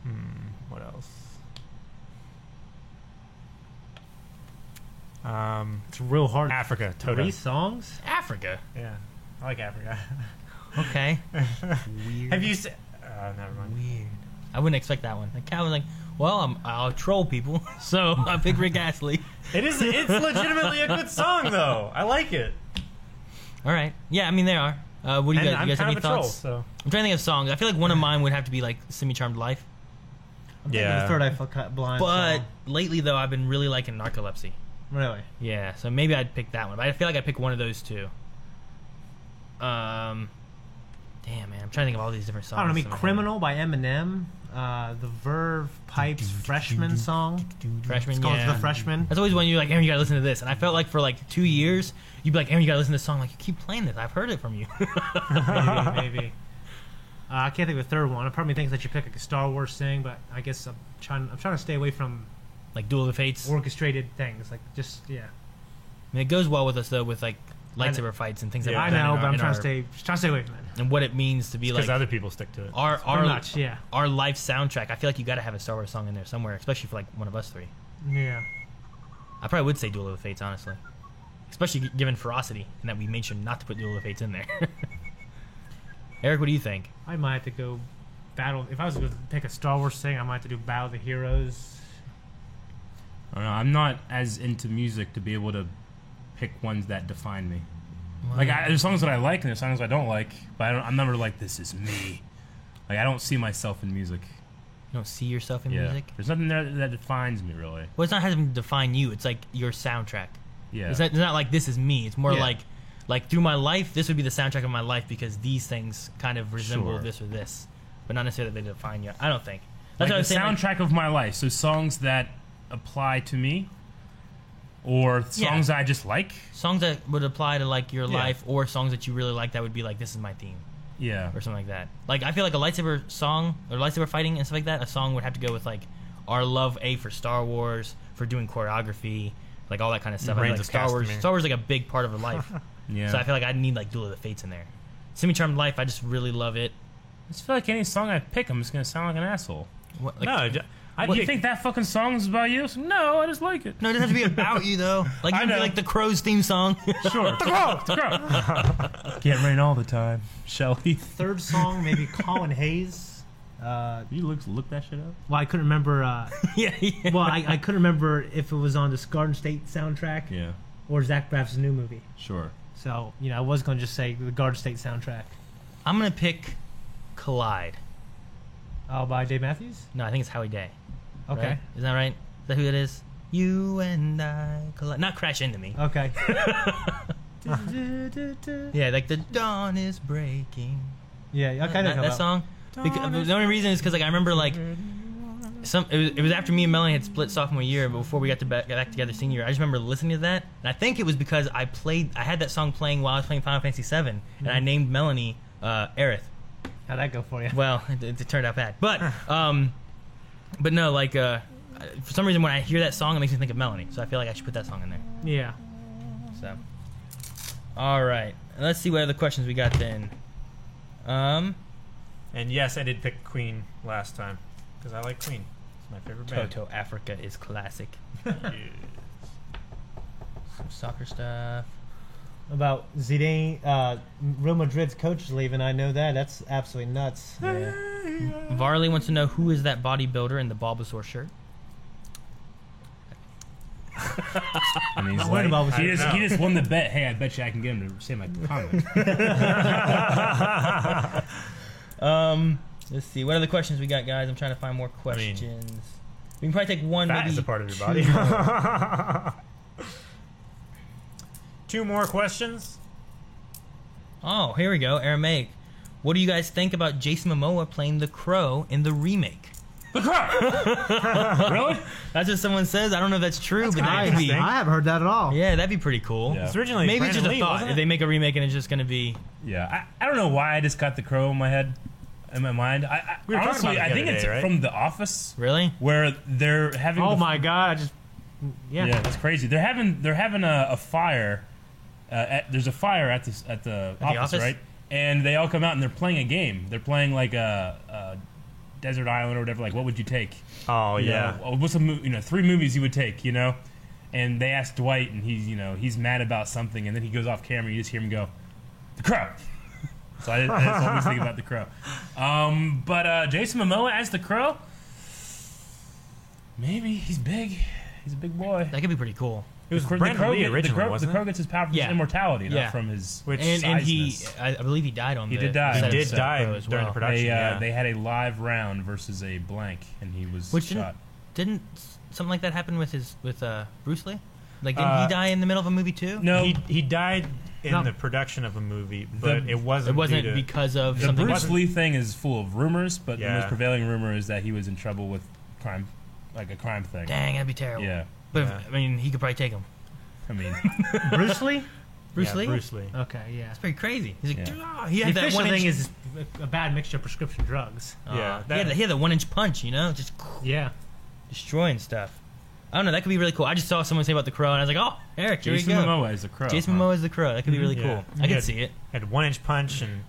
S4: hmm, what else? Um,
S3: It's real hard.
S4: Africa. Toto.
S3: Three songs?
S1: Africa.
S4: Yeah, I like Africa.
S1: Okay.
S4: Have you? Se- uh, never mind. Weird.
S1: I wouldn't expect that one. Like Calvin's like, well, I'm, I'll troll people, so I pick Rick Astley.
S4: It is. It's legitimately a good song, though. I like it.
S1: All right. Yeah, I mean they are. Uh, what do you
S4: And
S1: guys?
S4: I'm
S1: you guys have
S4: kind
S1: any
S4: of a troll,
S1: thoughts?
S4: so
S1: I'm trying to think of songs. I feel like one of mine would have to be like "Semi Charmed Life,"
S4: yeah.
S3: Third Eye Cut Blind.
S1: but
S3: song.
S1: lately though, I've been really liking Narcolepsy.
S3: Really?
S1: Yeah, so maybe I'd pick that one. But I feel like I'd pick one of those two. Um, damn man, I'm trying to think of all these different songs.
S3: I don't know. I
S1: in
S3: mean,
S1: my head.
S3: Criminal by Eminem, uh, the Verve Pipes Freshman song.
S1: Freshman,
S3: It's called
S1: yeah.
S3: The Freshman.
S1: That's always when you're like, Aaron, you gotta listen to this. And I felt like for like two years, you'd be like, Aaron, you gotta listen to this song. I'm like, you keep playing this. I've heard it from you.
S3: maybe, maybe. Uh, I can't think of a third one. I probably think that you pick like a Star Wars thing, but I guess I'm trying. I'm trying to stay away from
S1: like Duel of the Fates. I
S3: orchestrated things. Like just yeah.
S1: mean, it goes well with us though, with like lightsaber fights and things like
S4: Yeah,
S1: that.
S3: I
S1: in
S3: know,
S1: our-
S3: but I'm
S1: in
S3: trying
S1: our-
S3: to stay trying to stay away from it.
S1: And what it means to be
S4: Because
S1: like
S4: other people stick to it.
S1: our
S3: Pretty
S1: our
S3: much, yeah,
S1: our life soundtrack. I feel like you gotta have a Star Wars song in there somewhere, especially for like one of us three.
S3: yeah.
S1: I probably would say Duel of the Fates, honestly. Especially g- given ferocity and that we made sure not to put Duel of the Fates in there. Eric, what do you think?
S3: I might have to go battle. If I was going to pick a Star Wars thing, I might have to do Battle of the Heroes.
S2: I don't know. I'm not as into music to be able to pick ones that define me. Like I, there's songs that I like and there's songs I don't like, but I don't, I'm never like this is me. Like I don't see myself in music.
S1: You don't see yourself in
S2: Yeah.
S1: music?
S2: There's nothing there that defines me really.
S1: Well, it's not having to define you. It's like your soundtrack.
S2: Yeah.
S1: It's, not, it's not like this is me. It's more
S2: Yeah.
S1: like, like through my life, this would be the soundtrack of my life because these things kind of resemble
S2: Sure.
S1: this or this, but not necessarily that they define you. I don't think. That's
S2: like
S1: what I'm
S2: the
S1: saying. like-
S2: soundtrack of my life. So songs that apply to me, or songs I just like.
S1: songs that would apply to like your
S2: Yeah.
S1: life or songs that you really like that would be like this is my theme
S2: Yeah.
S1: or something like that. Like I feel like a lightsaber song or lightsaber fighting and stuff like that. A song would have to go with like our love a for Star Wars for doing choreography, like all that kind of stuff. I feel like
S4: Reigns of
S1: Star Wars.
S4: Castamere.
S1: Star Wars is like a big part of her life.
S2: Yeah.
S1: So I feel like I need like Duel of the Fates in there. Semi Charmed Life, I just really love it.
S2: I just feel like any song I pick, I'm just gonna sound like an asshole.
S1: What, like,
S4: no, j- I
S2: you
S4: pick-
S2: think that fucking song is about you? It's like, no, I just like it.
S1: no, it doesn't have to be about you though. Like it
S2: I
S1: could be
S2: know.
S1: like the Crows theme song.
S2: Sure. Can't rain all the time, Shelly.
S3: Third song, maybe Colin Hayes. Uh,
S2: You look look that shit up.
S3: well, I couldn't remember. Uh,
S1: yeah, yeah.
S3: well, I, I couldn't remember if it was on this Garden State soundtrack
S2: Yeah.
S3: or Zach Braff's new movie.
S2: Sure.
S3: So you know, I was going to just say the Garden State soundtrack.
S1: I'm gonna pick Collide.
S3: Oh, by Dave Matthews.
S1: No, I think it's Howie Day.
S3: Okay.
S1: Right? Is that right? Is that who that is? You and I collide. Not crash into
S2: Oh.
S1: me.
S3: Okay.
S1: Yeah, like the dawn is breaking.
S3: yeah, I
S1: That,
S3: kind of know
S1: that
S3: about-
S1: song. Because, the only reason is because like I remember like some. It was, it was after me and Melanie had split sophomore year, but before we got to ba- got back together senior, year, I just remember listening to that, and I think it was because I played. I had that song playing while I was playing Final Fantasy VII, and I named Melanie uh, Aerith.
S3: How'd that go for you?
S1: Well, it, it, turned out bad, but um, but no, like uh, for some reason when I hear that song, it makes me think of Melanie, so I feel like I should put that song in there.
S3: Yeah.
S1: So, all right, let's see what other questions we got then. Um,
S4: and yes, I did pick Queen last time because I like Queen. It's my favorite band.
S1: Toto Africa is classic.
S4: Yeah.
S1: Some soccer stuff.
S3: About Zidane, uh, Real Madrid's coach is leaving. I know that. That's absolutely nuts.
S1: Varley wants to know who is that bodybuilder in the Bulbasaur shirt.
S2: And he's
S3: worried about what
S2: he,
S3: you-
S2: just, he just won the bet. Hey, I bet you I can get him to say my comment.
S1: Um, let's see what other questions we got, guys. I'm trying to find more questions. we can probably take one.
S4: That
S1: maybe
S4: is a part of your
S1: two
S4: body.
S1: more.
S4: Two more questions.
S1: Oh, here we go. Aramaic. What do you guys think about Jason Momoa playing the Crow in the remake?
S2: really?
S1: That's what someone says. I don't know if that's true, but that
S3: I,
S1: could be.
S3: I haven't heard that at all.
S1: Yeah, that'd be pretty cool.
S2: Yeah.
S4: It's originally
S1: Maybe it's
S4: Brandon
S1: just a
S4: Lee,
S1: thought.
S4: wasn't
S1: If
S4: it?
S1: they make a remake and it's just going to be
S2: Yeah. I, I don't know why I just got the crow in my head. in my mind. I, I,
S4: were talking
S2: honestly,
S4: about it
S2: I
S4: the
S2: think
S4: other
S2: it's
S4: day, right?
S2: from The Office,
S1: Really?
S2: where they're having.
S3: Oh
S2: the-
S3: my god! I just yeah.
S2: Yeah. that's crazy. They're having they're having a, a fire. Uh, at, there's a fire at this at the, office,
S1: office?
S2: right? And they all come out and they're playing a game. They're playing like a, a desert island or whatever. Like, what would you take?
S4: Oh
S2: You
S4: yeah.
S2: know, uh, what's a mo- you know three movies you would take? You know, and they asked Dwight, and he's you know he's mad about something, and then he goes off camera. You just hear him go, "The Crow." so I, that's always thinking about the Crow. Um, but uh, Jason Momoa as the Crow, maybe he's big. He's a big boy.
S1: That could be pretty cool.
S2: It was
S4: Brandon
S2: the crow
S4: Lee
S2: get-
S4: originally,
S2: the crow,
S4: wasn't
S2: the crow gets his power from
S1: Yeah.
S2: his immortality,
S1: Yeah.
S2: not from his.
S4: Which
S1: and and he,
S4: sizeness.
S1: I, I believe he died on.
S2: He
S1: the,
S2: did die.
S1: the
S2: He
S1: set of
S4: did
S1: Sub
S4: die
S1: Pro as
S4: during
S1: well.
S4: the production.
S2: uh, they, uh,
S4: yeah.
S2: they had a live round versus a blank, and he was
S1: Which didn't,
S2: shot.
S1: didn't something like that happen with his with uh, Bruce Lee? Like didn't
S4: Uh,
S1: he die in the middle of a movie too?
S2: No,
S4: he, he died in
S1: No.
S4: the production of a movie, but
S2: The-
S4: it wasn't.
S1: it wasn't
S4: due to-
S1: because of
S2: the
S1: something.
S2: Bruce
S1: wasn't-
S2: Lee thing is full of rumors, but the
S4: Yeah.
S2: most prevailing rumor is that he was in trouble with crime, like a crime thing.
S1: Dang, that'd be terrible.
S2: Yeah,
S1: But
S4: Yeah.
S1: I mean, he could probably take him.
S2: I mean,
S3: Bruce Lee.
S1: Bruce
S4: yeah,
S1: Lee.
S4: Bruce Lee.
S3: Okay, yeah.
S1: It's pretty crazy. He's like,
S2: Yeah.
S1: "Ah," he
S3: The
S1: had that
S3: official
S1: one
S3: thing
S1: inch.
S3: is a bad mixture of prescription drugs.
S1: Aw,
S4: Yeah,
S1: he, had
S4: that-
S1: the, he had the one inch punch, you know, just
S3: Yeah.
S1: destroying stuff. I don't know. That could be really cool. I just saw someone say about the crow, and I was like, "Oh, Eric, here
S2: Jason
S1: we go."
S2: Momoa is the crow.
S1: Jason Momoa is the crow. That could be really
S4: Yeah.
S1: cool. I
S4: Yeah.
S1: could see it.
S4: Had one inch punch and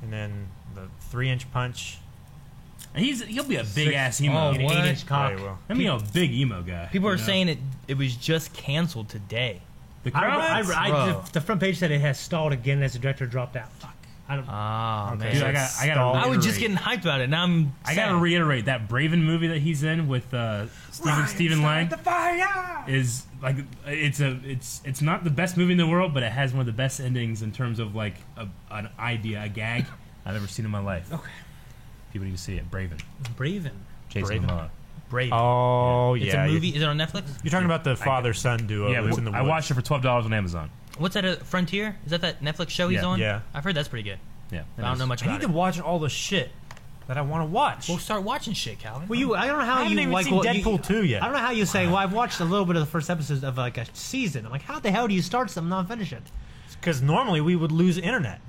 S4: and then the three inch punch.
S2: And he's he'll be a big ass
S1: Oh,
S2: emo.
S1: what?
S2: I
S4: Very well.
S2: mean, a big emo guy.
S1: People
S2: you
S1: are
S2: know?
S1: saying it. It was just canceled today.
S2: the crow.
S3: I, I,
S2: Dude,
S3: I-
S1: Bro.
S3: the front page said it has stalled again as the director dropped out. I don't.
S1: Oh man,
S2: I got I got.
S1: I was just getting hyped about it. Now I'm.
S2: I
S1: sad.
S2: gotta reiterate that Braven movie that he's in with uh, Stephen Stephen Lang is like it's a it's it's not the best movie in the world, but it has one of the best endings in terms of like a, an idea, a gag I've ever seen in my life. Okay, people need to see it. Braven,
S3: Braven.
S2: Jason
S4: Braven?
S2: Momoa.
S1: brave.
S4: Oh yeah,
S1: it's a
S4: you-
S1: movie. Is it on Netflix?
S4: You're talking about the father son duo.
S2: Yeah,
S4: that's in the
S2: I
S4: woods.
S2: watched it for twelve dollars on Amazon.
S1: What's that? uh Frontier? Is that that Netflix show he's
S2: Yeah.
S1: on?
S4: Yeah.
S1: I've heard that's pretty good.
S2: Yeah,
S1: But I don't know much
S4: I need
S1: about
S4: to
S1: it.
S4: watch all the shit that I want to watch.
S1: We'll start watching shit, Calvin.
S3: Well, you. I don't know how
S4: I haven't
S3: you
S4: even
S3: like
S4: seen
S3: what you-
S4: Deadpool two yet.
S3: I don't know how you say. Well, I've watched a little bit of the first episodes of like a season. I'm like, how the hell do you start something and not finish it?
S4: Because normally we would lose internet.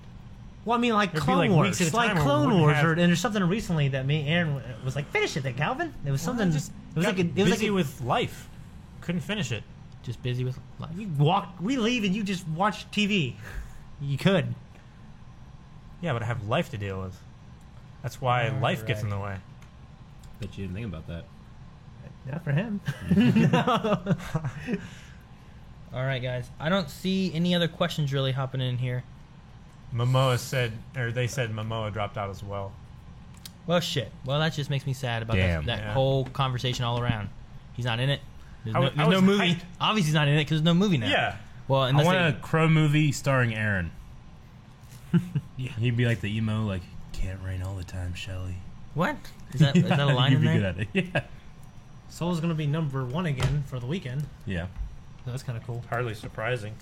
S3: Well, I mean, like
S4: It'd be
S3: Clone
S4: like
S3: Wars,
S4: weeks at a
S3: like
S4: time where we
S3: Clone
S4: wouldn't
S3: Wars,
S4: have-
S3: or, and there's something recently that me and Aaron w- was like, finish it, then Calvin. It was something.
S4: just
S3: it was
S4: got
S3: like a, it was like
S4: busy
S3: a,
S4: with life. Couldn't finish it.
S1: just busy with life.
S3: you walk. We leave and you just watch TV. You could.
S4: Yeah, but I have life to deal with. That's why life gets in the way.
S2: But you didn't think about that.
S3: Not for him.
S1: All right, guys. I don't see any other questions really hopping in here.
S4: Momoa said, or they said Momoa dropped out as well.
S1: Well, shit. Well, that just makes me sad about
S2: Damn.
S1: that, that
S4: Yeah.
S1: whole conversation all around. He's not in it. There's
S4: I
S1: no,
S4: was- I
S1: there's no
S4: was
S1: movie.
S4: hyped.
S1: Obviously, he's not in it because there's no movie now.
S4: Yeah.
S1: Well,
S2: I
S1: unless
S2: want a
S1: they-
S2: Crow movie starring Aaron. He'd be like the emo, like can't rain all the time, Shelly.
S1: what is that? Is that a line
S2: You'd
S1: in
S2: be
S1: there?
S2: good at it. Yeah.
S3: Soul's gonna be number one again for the weekend.
S2: Yeah.
S3: So that's kind of cool.
S4: Hardly surprising.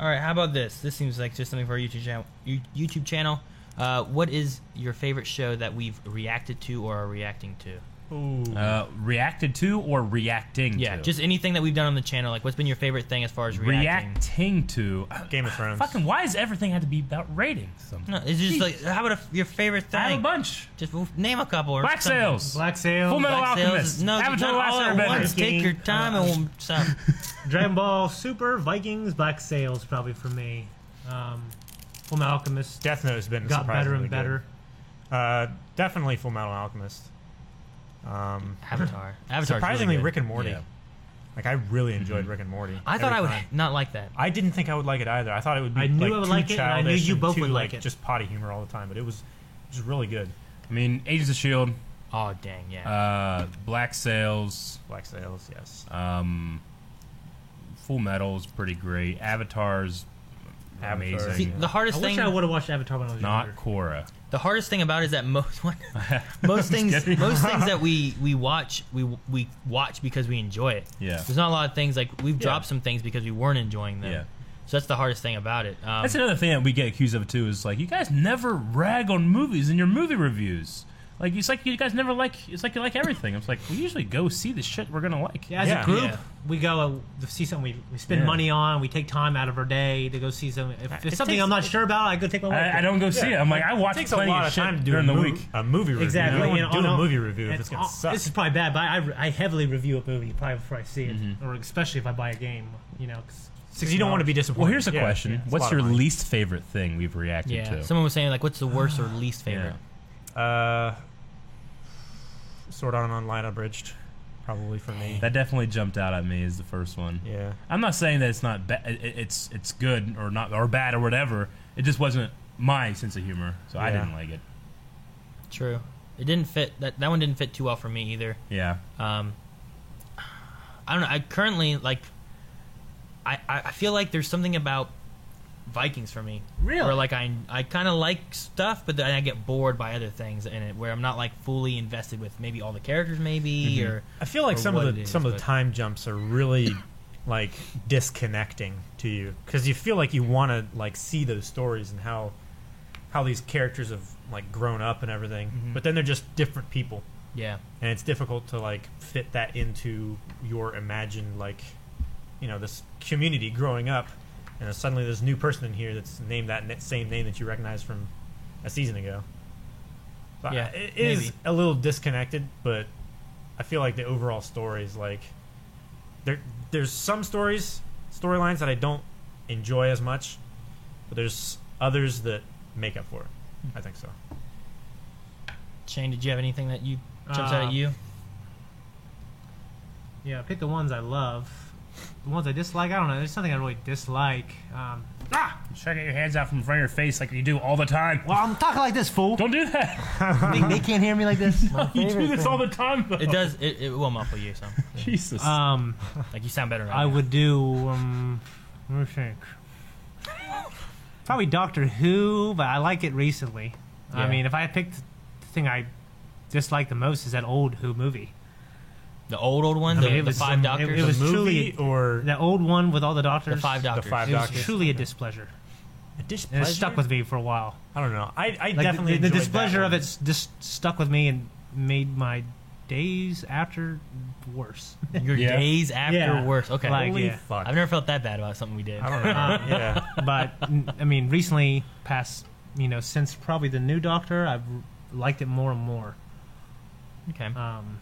S1: All right, how about this? This seems like just something for our YouTube channel. you- YouTube channel. Uh, what is your favorite show that we've reacted to or are reacting to?
S4: Ooh.
S2: Uh, reacted to or reacting
S1: Yeah,
S2: to?
S1: just anything that we've done on the channel. Like, what's been your favorite thing as far as reacting?
S2: reacting to.
S4: Game of Thrones.
S2: Fucking, why does everything have to be about ratings?
S1: No, it's just like how about a, your favorite thing?
S2: I have a bunch.
S1: Just w- name a couple. Or
S2: Black
S1: something.
S2: Sails,
S3: Black Sail,
S2: Full Metal
S1: Black Sails.
S2: Alchemist,
S1: Is, no, just not
S2: Avatar: The
S1: all at
S2: Last Airbender.
S1: once. Take your time and we'll, some.
S3: Dragon Ball Super, Vikings, Black Sails, probably for me. Um, Full Metal Alchemist
S4: Death Note has been
S3: got better
S4: surprisingly
S3: and better.
S4: good. Uh, definitely Full Metal Alchemist. Um,
S1: Avatar. Avatar.
S4: surprisingly,
S1: really good.
S4: Rick and Morty.
S2: Yeah.
S4: Like I
S3: Mm-hmm.
S4: really enjoyed Rick and Morty.
S1: I thought
S4: every
S1: I would
S4: time.
S1: not like that.
S4: I didn't think I would like it either. I thought it would be.
S3: I knew
S4: like,
S3: I would
S4: too
S3: like it, and I knew
S4: childish
S3: you
S4: and
S3: both
S4: too,
S3: would like it.
S4: Just potty humor all the time, but it was just really good.
S2: I mean, Agents of Shield,
S1: Oh dang, yeah.
S2: uh, Black Sails,
S4: Black Sails, yes.
S2: um, Full Metal is pretty great. Avatar's
S4: Avatar.
S2: amazing.
S1: See, the hardest
S3: I
S1: thing.
S3: wish I would have watched Avatar when I was
S2: Not
S3: younger.
S2: Korra.
S1: The hardest thing about it is that most what? most things most things that we we watch we we watch because we enjoy it.
S2: Yeah.
S1: There's not a lot of things like we've dropped some things because we weren't enjoying them.
S2: Yeah.
S1: So that's the hardest thing about it. Um,
S2: That's another thing that we get accused of too. Is like you guys never rag on movies in your movie reviews. Like it's like you guys never like. It's like you like everything. It's like we usually go see the shit we're gonna like.
S3: Yeah, as
S4: Yeah.
S3: a group,
S1: Yeah.
S3: we go uh, see something we, we spend
S2: Yeah.
S3: money on. We take time out of our day to go see something. If it's
S2: it
S3: something
S2: takes-
S3: I'm not sure about, I go take my wife.
S2: I, I don't go see it. I'm like I watch
S4: It takes a
S2: plenty
S4: lot
S2: of,
S4: of
S2: shit
S4: time to do
S2: during
S4: a
S2: the
S4: movie,
S2: week.
S4: a movie review.
S3: Exactly,
S4: You don't
S3: and
S4: wanna
S3: on
S4: do a
S3: a-
S4: movie review if
S3: And
S4: it's gonna
S3: all-
S4: suck.
S3: This is probably bad, but I, I heavily review a movie probably before I see it, or especially if I buy a game. You know,
S4: Because you don't want to be disappointed.
S2: Well, here's a
S4: Yeah,
S2: question:
S4: yeah, it's a
S2: What's
S4: lot of
S2: your
S4: money.
S2: least favorite thing we've reacted
S11: Yeah.
S2: to?
S1: Someone was saying like, what's the worst or least favorite?
S4: Uh, Sword Art Online abridged, probably for me.
S2: That definitely jumped out at me. Is the first one.
S4: yeah.
S2: I'm not saying that it's not bad. It's it's good or not or bad or whatever. It just wasn't my sense of humor, so I
S4: Yeah.
S2: didn't like it.
S1: True. It didn't fit. That that one didn't fit too well for me either.
S2: Yeah,
S1: Um, I don't know. I currently like. I, I I feel like there's something about Vikings for me.
S3: Really?
S1: Where like I I kind of like stuff, but then I get bored by other things in it. Where I'm not like fully invested with maybe all the characters, maybe or
S4: I feel like
S1: or
S4: some
S1: what
S4: of the
S1: it is,
S4: some of the
S1: but-
S4: time jumps are really like disconnecting to you because you feel like you want to like see those stories and how how these characters have like grown up and everything, but then they're just different people,
S1: yeah.
S4: and it's difficult to like fit that into your imagined like you know this community growing up, and then suddenly there's a new person in here that's named that ne- same name that you recognize from a season ago. So I-
S1: Yeah,
S4: it is
S1: maybe.
S4: a little disconnected, but I feel like the overall story is like there. There's some stories, storylines that I don't enjoy as much, but there's others that make up for it. I think so.
S1: Shane, did you have anything that you jumps out
S3: Uh,
S1: at you?
S3: Yeah, pick the ones I love. The ones I dislike, I don't know. There's something I really dislike. Um,
S2: checking Ah, your hands out from in front of your face like you do all the time.
S3: well, I'm talking like this, fool.
S2: Don't do that.
S3: they, they can't hear me like this.
S2: you do this all the time. Though.
S1: It does. It, it will muffle you. So
S2: Jesus.
S1: Uh,
S3: Um,
S1: like you sound better. Right
S3: I
S1: now.
S3: would do. Um, let me think. Probably Doctor Who, but I like it recently.
S1: Yeah.
S3: I mean, if I picked the thing I dislike the most is that old Who movie.
S1: The old old one.
S3: I
S1: The,
S3: mean, it
S1: the
S3: was-
S1: five
S3: it-
S1: doctors.
S3: it was
S4: the movie
S3: truly-
S4: or
S3: That old one with all the
S1: the
S3: doctors.
S1: five doctors.
S4: five
S3: It was
S4: Doctors.
S3: truly a displeasure.
S4: a displeasure.
S3: And it stuck with me for a while.
S4: I don't know. I, I
S3: Like, the,
S4: definitely
S3: the
S4: enjoyed that
S3: displeasure of
S4: one.
S3: it's just stuck with me and made my days after worse.
S1: Your
S2: Yeah.
S1: days after
S3: Yeah.
S1: worse. Okay.
S3: Like,
S4: Holy
S3: yeah.
S4: fuck!
S1: I've never felt that bad about something we did.
S4: I don't know. yeah.
S3: but n- I mean, recently, past you know, since probably the new Doctor, I've liked it more and more.
S1: Okay.
S3: Um,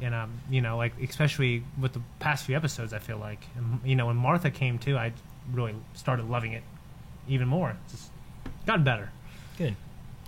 S3: and um, you know, like especially with the past few episodes, I feel like and, you know when Martha came too, I really started loving it even more. It's just gotten better.
S1: Good.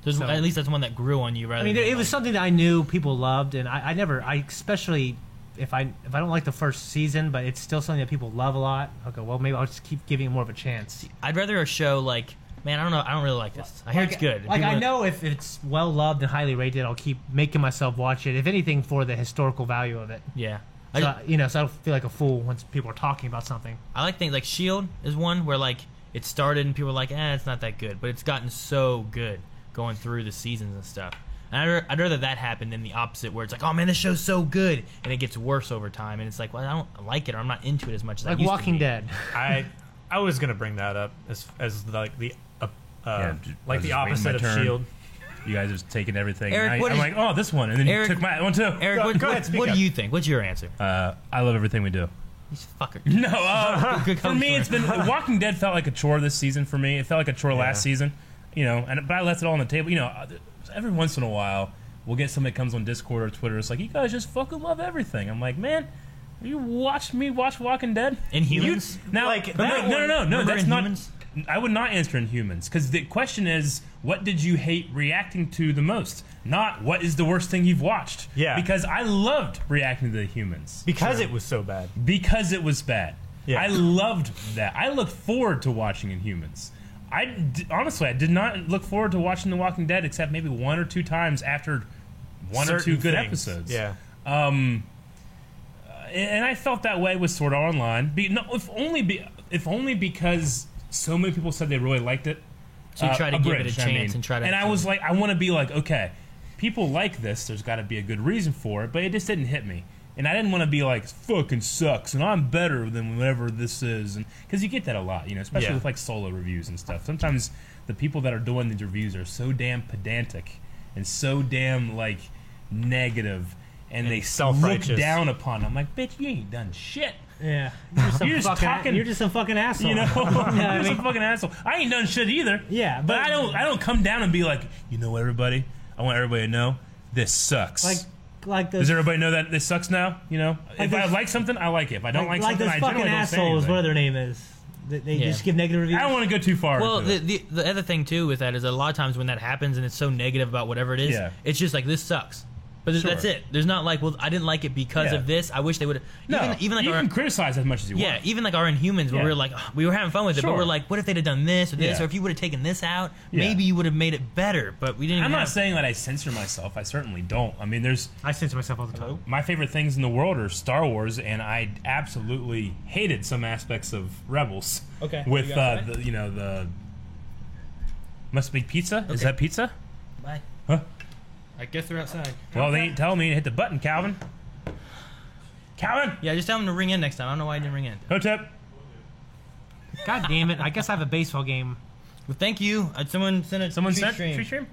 S1: There's,
S3: So-
S1: at least that's one that grew on you, rather.
S3: I mean,
S1: than,
S3: it was
S1: like-
S3: something that I knew people loved, and I, I never, I especially if I if I don't like the first season, but it's still something that people love a lot. I'll go, well, maybe I'll just keep giving it more of a chance.
S1: I'd rather a show like, man, I don't know, I don't really like this. I hear
S3: Like-
S1: it's good.
S3: Like
S1: People-
S3: I know if it's well loved and highly rated, I'll keep making myself watch it. If anything, for the historical value of it.
S1: Yeah. I,
S3: So,
S1: just-
S3: I- you know, so I don't feel like a fool once people are talking about something.
S1: I like things like Shield is one where like it started and people were like, eh, it's not that good, but it's gotten so good going through the seasons and stuff. And I'd, ra- I'd rather that happen than the opposite, where it's like, oh man, this show's so good, and it gets worse over time, and it's like, well, I don't like it, or I'm not into it as much as I
S3: Like
S1: used to
S3: Walking
S1: be.
S3: Dead.
S4: I I was gonna bring that up as as like the uh, uh,
S2: ju- I
S4: like
S2: was
S4: the
S2: just waiting
S4: opposite
S2: my
S4: of
S2: turn.
S4: Shield.
S2: you guys have taken everything.
S1: Eric,
S2: and I,
S1: what
S2: am
S1: is-
S2: like, oh, this one, and then
S1: Eric-
S2: you took my one too.
S1: Eric, what,
S4: go
S1: what-
S4: ahead, speak
S1: what
S4: up.
S1: do you think? What's your answer?
S2: Uh, I love everything we do.
S1: He's a fucker.
S2: No, uh,
S1: Good
S2: for me,
S1: counselor.
S2: it's been Walking Dead felt like a chore this season. For me, it felt like a chore
S4: Yeah.
S2: last season, you know. And but I left it all on the table. You know, uh, every once in a while, we'll get somebody comes on Discord or Twitter. It's like you guys just fucking love everything. I'm like, man, you watched me watch Walking Dead
S1: Inhumans?
S2: You- now,
S4: Like,
S2: no, no, no,
S4: that
S2: no,
S1: one-
S2: no,
S1: remember
S2: that's not.
S1: Inhumans?
S2: I would not answer in humans because the question is, what did you hate reacting to the most? Not what is the worst thing you've watched.
S4: Yeah.
S2: because I loved reacting to the humans
S4: Because it was so bad.
S2: because it was bad.
S4: Yeah.
S2: I loved that. I look forward to watching Inhumans. I d- honestly, I did not look forward to watching The Walking Dead except maybe one or two times after one or two
S4: Certain
S2: good
S4: things.
S2: episodes.
S4: Yeah.
S2: and and I felt that way with Sword Art Online. Be, no, if only be, if only because so many people said they really liked it.
S1: So you try to give it a
S2: abridged,
S1: chance and try to-
S2: And I was like, I want to be like, okay, people like this. There's got to be a good reason for it, but it just didn't hit me. And I didn't want to be like, fucking sucks, and I'm better than whatever this is, and because you get that a lot, you know, especially
S4: Yeah.
S2: with like solo reviews and stuff. Sometimes the people that are doing these reviews are so damn pedantic and so damn like negative, and, they look
S6: self-righteous.
S2: down upon. I'm like, bitch, you ain't done shit.
S3: Yeah. You're just,
S2: You're just
S3: fucking,
S2: talking-
S3: You're just a fucking asshole.
S2: You know,
S3: Yeah, I
S2: you're just
S3: mean-
S2: a fucking asshole. I ain't done shit either.
S3: Yeah,
S2: but,
S3: but-
S2: I don't. I don't come down and be like, you know, what, everybody. I want everybody to know this sucks.
S3: Like, like the
S2: Does everybody know that this sucks now? You know, if I
S3: those-
S2: like something, I like it. If I don't like,
S3: like, like
S2: something,
S3: those
S2: I
S3: fucking
S2: generally don't say
S3: assholes.
S2: anything.
S3: Whatever their name is, they, they
S1: Yeah.
S3: just give negative reviews.
S2: I don't want to go too far.
S1: Well,
S2: into
S1: the,
S2: it.
S1: the the other thing too with that is a lot of times when that happens and it's so negative about whatever it is,
S2: Yeah.
S1: it's just like this sucks. But th- that's
S2: Sure.
S1: it. There's not like, well, I didn't like it because
S2: Yeah.
S1: of this. I wish they would.
S2: no,
S1: even, even like
S2: you
S1: our,
S2: can criticize as much as you
S1: yeah,
S2: want.
S1: even like our Inhumans, where we
S2: Yeah.
S1: were like, "Ugh," we were having fun with it, but
S2: Sure.
S1: we're like, what if they'd have done this or this,
S2: Yeah.
S1: or if you would have taken this out,
S2: Yeah.
S1: maybe you would have made it better. But we didn't.
S2: I'm
S1: even
S2: not
S1: have-
S2: saying that I censor myself. I certainly don't. I mean, there's
S5: I censor myself all the time.
S2: my favorite things in the world are Star Wars, and I absolutely hated some aspects of Rebels.
S1: Okay,
S2: With
S1: you
S2: uh,
S1: got
S2: the, you know the must be pizza. Is that pizza?
S1: Bye.
S2: Huh?
S3: I guess they're outside.
S2: Well, they ain't telling me to hit the button, Calvin. Calvin,
S1: Yeah, just tell them to ring in next time. I don't know why I didn't ring in.
S2: Hotep.
S5: God damn it! I guess I have a baseball game.
S1: Well, thank you. Uh, someone sent it.
S2: Someone
S1: tree
S2: sent
S1: stream.
S2: tree stream.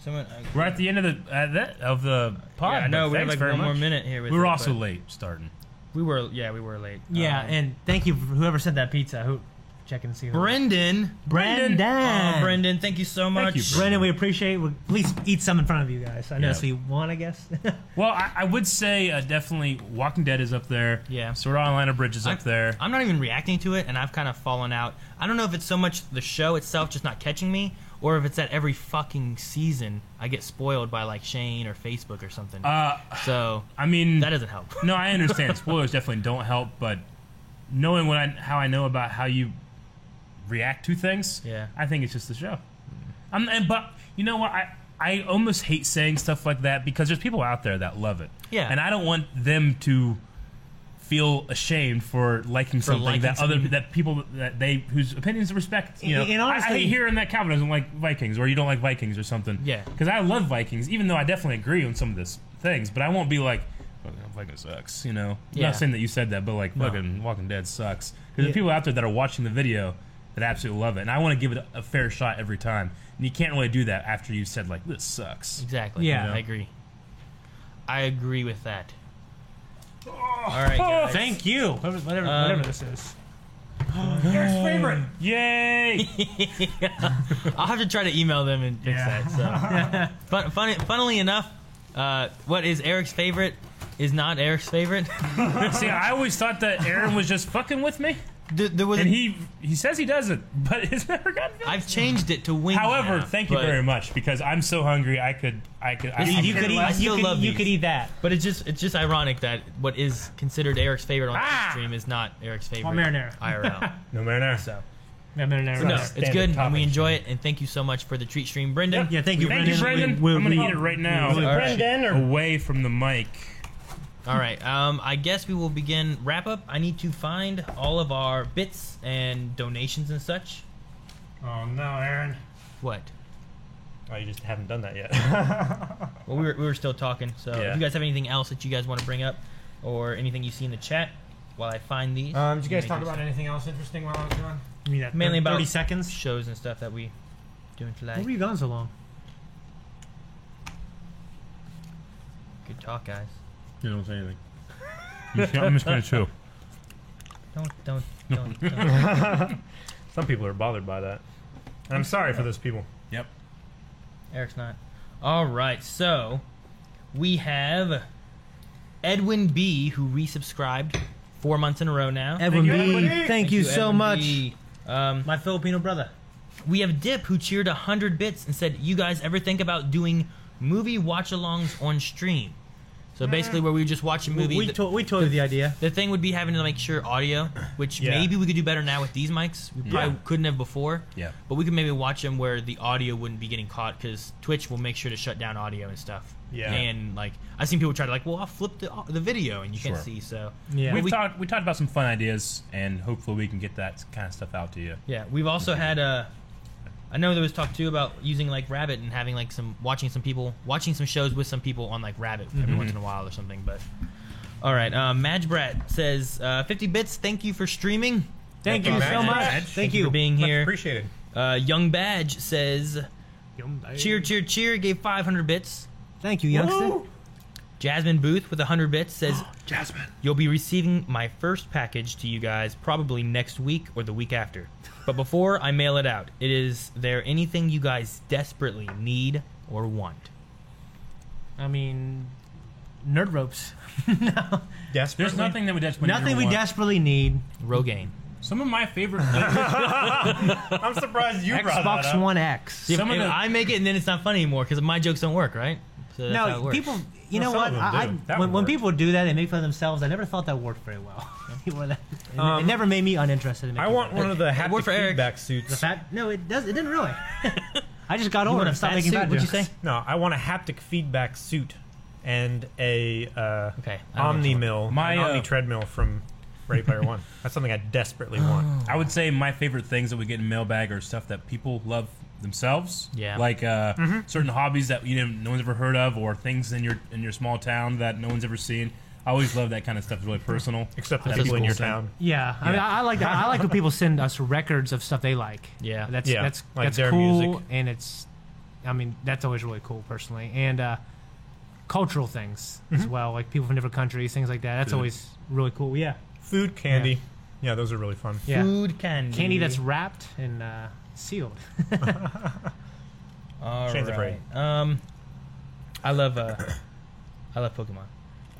S1: Someone. Uh,
S2: We're at the end of the uh, that, of the pod.
S1: yeah, I know
S2: but
S1: we have
S2: thanks
S1: like
S2: very
S1: one more
S2: much.
S1: minute here. With
S2: We were
S1: it,
S2: also
S1: but
S2: late starting.
S1: we were yeah we were late.
S5: Yeah,
S1: Um,
S5: and thank you for whoever sent that pizza. Who checking to see who?
S1: Brendan.
S5: Brendan.
S1: Oh, Brendan, thank you so much.
S2: you, Brendan.
S5: Brendan, we appreciate. We, please eat some in front of you guys. I know
S2: Yeah.
S5: that's what you want. I guess.
S2: Well, I, I would say uh, definitely Walking Dead is up there.
S1: Yeah.
S2: Sword Art Online Bridge is up there.
S1: I'm not even reacting to it, and I've kind of fallen out. I don't know if it's so much the show itself just not catching me, or if it's that every fucking season I get spoiled by like Shane or Facebook or something.
S2: Uh,
S1: so
S2: I mean,
S1: that doesn't help.
S2: no, I understand. Spoilers definitely don't help, but knowing what I, how I know about how you react to things,
S1: Yeah.
S2: I think it's just the show. Um, and but you know what? I I almost hate saying stuff like that because there's people out there that love it.
S1: Yeah.
S2: and I don't want them to feel ashamed for liking something
S1: liking
S2: that other
S1: something.
S2: that people that they whose opinions respect. You know,
S5: And- and
S2: I- I
S5: honestly-
S2: hate hearing that Calvin doesn't like Vikings or you don't like Vikings or something.
S1: Yeah.
S2: because I love Vikings, even though I definitely agree on some of this things, but I won't be like. "Fucking Fucking sucks, you know.
S1: Yeah.
S2: Not saying that you said that, but like, fucking Walking Dead sucks. Because there's people out there that are watching the video that absolutely love it, and I want to give it a fair shot every time. And you can't really do that after you've said like, this sucks.
S1: Exactly.
S5: Yeah.
S1: I agree. I agree with that.
S2: Oh.
S1: All right, guys.
S5: Thank you. Whatever, whatever,
S1: Um,
S5: whatever this is.
S2: Yay!
S1: I'll have to try to email them and fix that. So, Fun, funny, funnily enough, uh, what is Eric's favorite is not Eric's favorite.
S2: See, I always thought that Aaron was just fucking with me,
S1: Th- there was a-
S2: and he he says he doesn't, but it's never gotten. fixed.
S1: I've changed it to wings.
S2: However,
S1: now,
S2: thank you
S1: but-
S2: very much because I'm so hungry. I could, I could, I,
S5: You,
S2: I
S5: you could
S1: I
S5: eat. You
S1: still
S5: could,
S1: love
S5: you
S1: these.
S5: could eat that.
S1: But it's just it's just ironic that what is considered Eric's favorite on
S2: Ah!
S1: the stream is not Eric's favorite.
S5: marinara.
S1: IRL.
S2: no marinara.
S1: So
S5: Yeah, marinara.
S1: no, it's
S2: Standard
S1: good and we
S2: topic.
S1: enjoy it. And thank you so much for the treat stream, Brendan.
S5: Yeah, thank you,
S2: Thank you,
S5: Brendan.
S2: Brendan.
S5: We- we-
S2: I'm gonna
S5: we-
S2: eat it right now.
S1: All right.
S2: away from the mic.
S1: All right. Um, I guess we will begin wrap up. I need to find all of our bits and donations and such.
S6: Oh no, Aaron.
S1: What?
S6: Oh, you just haven't done that yet.
S1: Well, we were, we were still talking. So
S6: Yeah.
S1: if you guys have anything else that you guys want to bring up, or anything you see in the chat, while I find these.
S6: um, did you guys
S1: make
S6: talk
S1: use
S6: about
S1: of-
S6: anything else interesting while I was gone?
S5: You mean that
S1: Mainly about-
S5: 30 seconds.
S1: shows and stuff that we doing
S5: Where
S1: tonight?
S5: were you gone so long?
S1: Good talk, guys.
S2: You don't say anything. I'm just gonna chew.
S1: Don't don't don't. don't.
S6: Some people are bothered by that. And I'm sorry for those people.
S2: Yep.
S1: Eric's not. All right, so we have Edwin B who resubscribed four months in a row now.
S5: Edwin B.
S6: Edwin B.
S5: Thank, you, so
S1: Edwin
S5: much.
S1: B. Um,
S5: My Filipino brother.
S1: we have Dip who cheered 100 bits and said, You guys ever think about doing movie watch alongs on stream? So basically, where we would just watch a movie.
S5: We,
S1: the,
S5: to- we told you the idea.
S1: the thing would be having to make sure audio, which
S6: Yeah.
S1: maybe we could do better now with these mics. We probably
S2: Yeah.
S1: couldn't have before.
S2: Yeah.
S1: But we could maybe watch them where the audio wouldn't be getting caught because Twitch will make sure to shut down audio and stuff.
S6: Yeah.
S1: And like I've seen people try to like, well, I'll flip the the video and you
S2: Sure.
S1: can't see. So
S5: Yeah.
S1: But
S2: We've
S1: we-
S2: talked. We talked about some fun ideas, and hopefully we can get that kind of stuff out to you.
S1: Yeah, we've also had Uh, I know there was talk too about using like Rabbit and having like some watching some people watching some shows with some people on like Rabbit every
S5: Mm-hmm.
S1: once in a while or something. But all right, uh, Madge Brat says uh, fifty bits. Thank you for streaming.
S5: Thank
S1: No
S5: you
S1: problem,
S5: so
S1: Madge.
S5: much.
S1: Thank, you for being
S6: Much
S1: here.
S6: appreciated.
S1: Uh, Young Badge says
S3: Yum, I-
S1: Cheer, cheer, cheer gave 500 bits.
S5: Thank you, youngster.
S1: Jasmine Booth with 100 bits says, Jasmine, you'll be receiving my first package to you guys probably next week or the week after. But before I mail it out, it is there anything you guys desperately need or want?
S3: I mean, nerd ropes. no,
S2: There's nothing that we desperately
S3: nothing we
S2: want.
S3: desperately need.
S1: Rogaine.
S2: Some of my favorite. things-
S6: I'm surprised you brought that
S5: Xbox
S6: up.
S5: One X.
S1: If,
S2: Some of
S1: if
S2: the-
S1: I make it and then it's not funny anymore because my jokes don't work, right? So that's how it
S5: No,
S1: works.
S5: people. You know
S6: Well,
S5: what?
S6: some of them
S5: I,
S6: do.
S5: I,
S6: That
S5: when,
S6: would
S5: when
S6: work.
S5: people do that and make fun of themselves, I never thought that worked very well. it, it
S1: Um,
S5: never made me uninterested. In
S6: I want one of the
S1: It
S6: haptic
S1: worked for Eric.
S6: feedback suits.
S5: the fat. No, it does. It didn't really. I just got
S1: You
S5: older
S1: want a
S5: and stopped
S1: fat
S5: making
S1: suit,
S5: bad
S1: what'd you
S5: jokes.
S1: say?
S6: No, I want a haptic feedback suit and a uh,
S1: Okay, I know what
S6: Omni
S1: you
S6: mill,
S2: My,
S6: an Omni
S2: uh,
S6: treadmill from Ready Player One. That's something I desperately
S1: Oh.
S6: want.
S2: I would say my favorite things that we get in mailbag are stuff that people love themselves.
S1: Yeah.
S2: Like uh, certain hobbies that you know no one's ever heard of, or things in your in your small town that no one's ever seen. I always love that kind of stuff. It's really personal.
S6: Except the
S1: That's
S6: people in
S1: cool.
S6: your town.
S3: Yeah, I mean, I, I like I like when people send us records of stuff they like.
S1: Yeah.
S3: that's
S6: Yeah,
S3: that's
S6: like
S3: that's
S6: their
S3: cool,
S6: music.
S3: and it's, I mean, that's always really cool personally, and uh, cultural things
S6: Mm-hmm.
S3: as well, like people from different countries, things like that. That's
S2: Food.
S3: always really cool. Yeah,
S6: Food, candy. Yeah. those are really fun.
S3: yeah,
S1: Food candy.
S3: candy that's wrapped and uh, sealed.
S1: All
S6: Shades of Prey.
S1: right. Um, I love uh, I love Pokemon.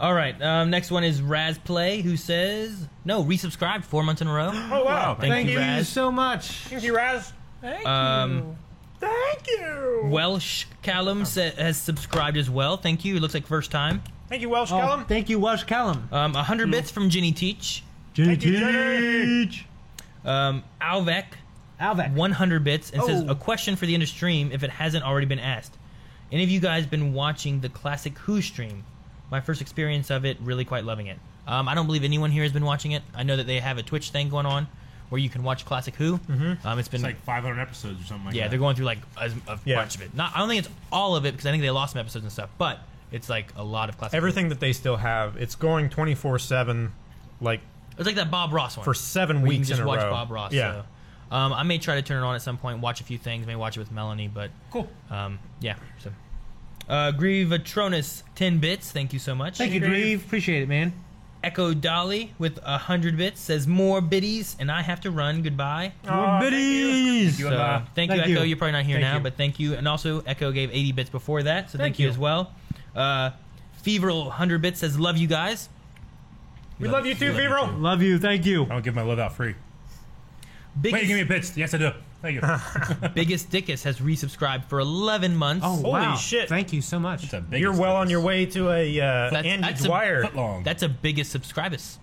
S1: All right. Um, next one is Raz Play, who says no resubscribed four months in a row.
S6: Oh wow!
S1: Thank, you, Raz.
S3: so much.
S6: Thank you, Raz.
S1: Um,
S6: Thank you.
S1: Welsh Callum sa- has subscribed as well. Thank you. It looks like first time.
S6: Thank you, Welsh
S3: Oh,
S6: Callum.
S3: thank you, Welsh Callum.
S1: Um, hundred bits from Ginny Teach.
S6: Thank you, Jenny.
S1: Um, Alvec,
S3: Alvec.
S1: 100 bits, and says
S3: Oh.
S1: a question for the end of stream if it hasn't already been asked. Any of you guys been watching the classic Who stream? My first experience of it, really quite loving it. Um, I don't believe anyone here has been watching it. I know that they have a Twitch thing going on where you can watch classic Who. Mm-hmm. Um, it's been
S2: It's like 500 episodes or something like
S1: yeah,
S2: that.
S1: they're going through like a, a
S6: Yeah.
S1: bunch of it. Not, I don't think it's all of it because I think they lost some episodes and stuff, but it's like a lot of classic. Who.
S6: Everything that they still have, it's going twenty four seven, like
S1: It's like that Bob Ross one
S6: for seven
S1: We can
S6: weeks
S1: just
S6: in a
S1: watch
S6: row.
S1: Bob Ross.
S6: Yeah.
S1: So. Um, I may try to turn it on at some point, watch a few things, may watch it with Melanie, but
S2: Cool.
S1: Um, yeah. So, uh, Grievatronis, ten bits. Thank you so much.
S3: Thank you, Grieve. Appreciate it, man.
S1: Echo Dolly with hundred bits says more biddies, and I have to run. Goodbye.
S6: Aw, thank you.
S1: So,
S2: uh,
S1: thank you,
S3: thank
S1: Echo.
S3: you.
S1: You're probably not here
S3: Thank
S1: now,
S3: you.
S1: but thank you. And also, Echo gave eighty bits before that, so thank, you.
S3: you.
S1: as well. Uh, Feveral hundred bits says love you guys.
S6: We love you too,
S1: We love you
S6: Vero.
S3: Love you. Thank you.
S2: I don't give my love out free. Wait,
S1: Biggest,
S2: you give me a pitch. Yes, I do. Thank you.
S1: biggest Dickus has resubscribed for eleven months.
S3: Oh,
S6: Holy
S3: wow.
S6: shit.
S3: Thank you so much.
S2: It's the biggest
S6: You're well on
S2: thing.
S6: your way to a uh,
S1: That's-
S6: Andy
S1: that's a-
S6: Dwyer.
S2: Foot long.
S1: That's a biggest subscribers.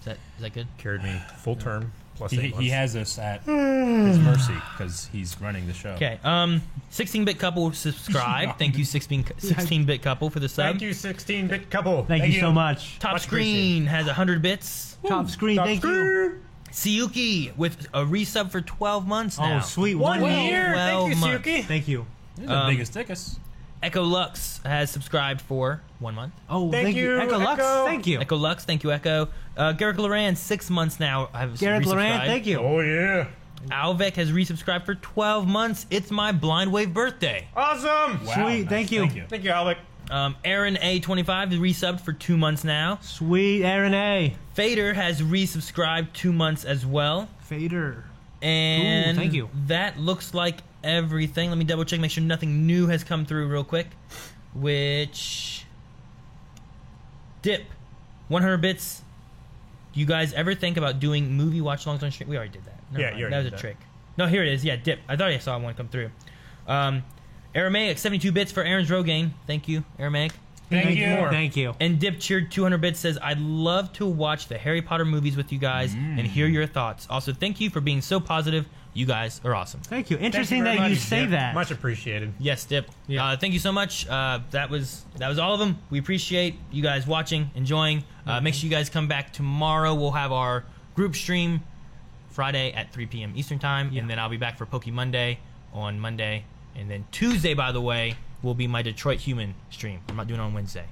S1: Is that is that good?
S6: carried me full term plus
S2: he,
S6: eight months.
S2: he has us at his mercy because he's running the show.
S1: Okay. Um, 16-bit couple subscribed. Thank you, 16 16-bit couple for the sub.
S6: Thank you, 16 bit couple.
S3: Thank,
S2: Thank
S3: you,
S2: you.
S3: so much.
S1: Top
S6: Much
S1: screen has 100 bits.
S3: Top screen. thank you.
S1: Siyuki with a resub for 12 months now.
S3: Oh, sweet.
S6: One
S1: Well,
S6: year.
S1: well
S6: Thank you,
S1: month.
S6: Suki.
S3: Thank you.
S2: You're the biggest tickets.
S1: Echo Lux has subscribed for one month.
S3: Oh,
S6: Thank
S3: thank, you.
S6: you,
S3: Echo Lux.
S6: Echo.
S3: Thank you.
S1: Echo Lux, thank you, Echo. Uh, Garrick Loran, six months now. I've
S3: Garrett Loran, thank you.
S6: Oh yeah.
S1: Alvec has resubscribed for 12 months. It's my Blind Wave birthday.
S6: Awesome.
S2: Wow,
S3: Sweet,
S2: nice.
S3: thank you.
S2: Thank you.
S6: Thank you, Alec.
S1: Um, Aaron A25 has resubbed for two months now.
S3: Sweet Aaron A.
S1: Fader has resubscribed two months as well.
S3: Fader.
S1: And
S3: Ooh, thank you.
S1: That looks like everything. Let me double check, make sure nothing new has come through real quick. Which dip, 100 bits. Do you guys ever think about doing movie watch alongs on stream? We already did that. Never
S6: Yeah,
S1: mind.
S6: you already
S1: that was
S6: did
S1: a
S6: that.
S1: trick. No, here it is. Yeah, dip. I thought I saw one come through. Um, Aramaic, 72 bits for Aaron's Rogaine. Thank you, Aramaic.
S2: Thank you.
S3: Thank you.
S1: And Dip Cheered 200 bits says, I'd love to watch the Harry Potter movies with you guys and hear your thoughts. Also, thank you for being so positive. You guys are awesome.
S3: Thank you.
S6: Thank you
S3: Interesting
S6: very
S3: that you
S6: much,
S3: say
S6: Dip.
S3: that.
S6: Much appreciated.
S1: Yes, Dip. Uh, thank you so much. Uh, that was that was all of them. We appreciate you guys watching, enjoying. Uh, Make sure you guys come back tomorrow. We'll have our group stream Friday at 3 p.m. Eastern time, and then I'll be back for Poke Monday on Monday, and then Tuesday, by the way, will be my Detroit Human stream. I'm not doing it on Wednesday.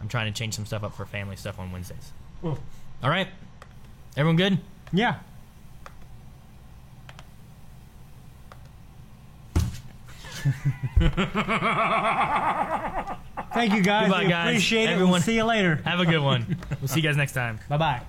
S1: I'm trying to change some stuff up for family stuff on Wednesdays. All right, everyone, good.
S3: yeah.
S5: Thank you guys.
S1: Goodbye,
S5: we
S1: guys.
S5: appreciate it.
S1: Everyone-
S5: We'll see you later.
S1: Have a good one. we'll see you guys next time.
S5: Bye bye.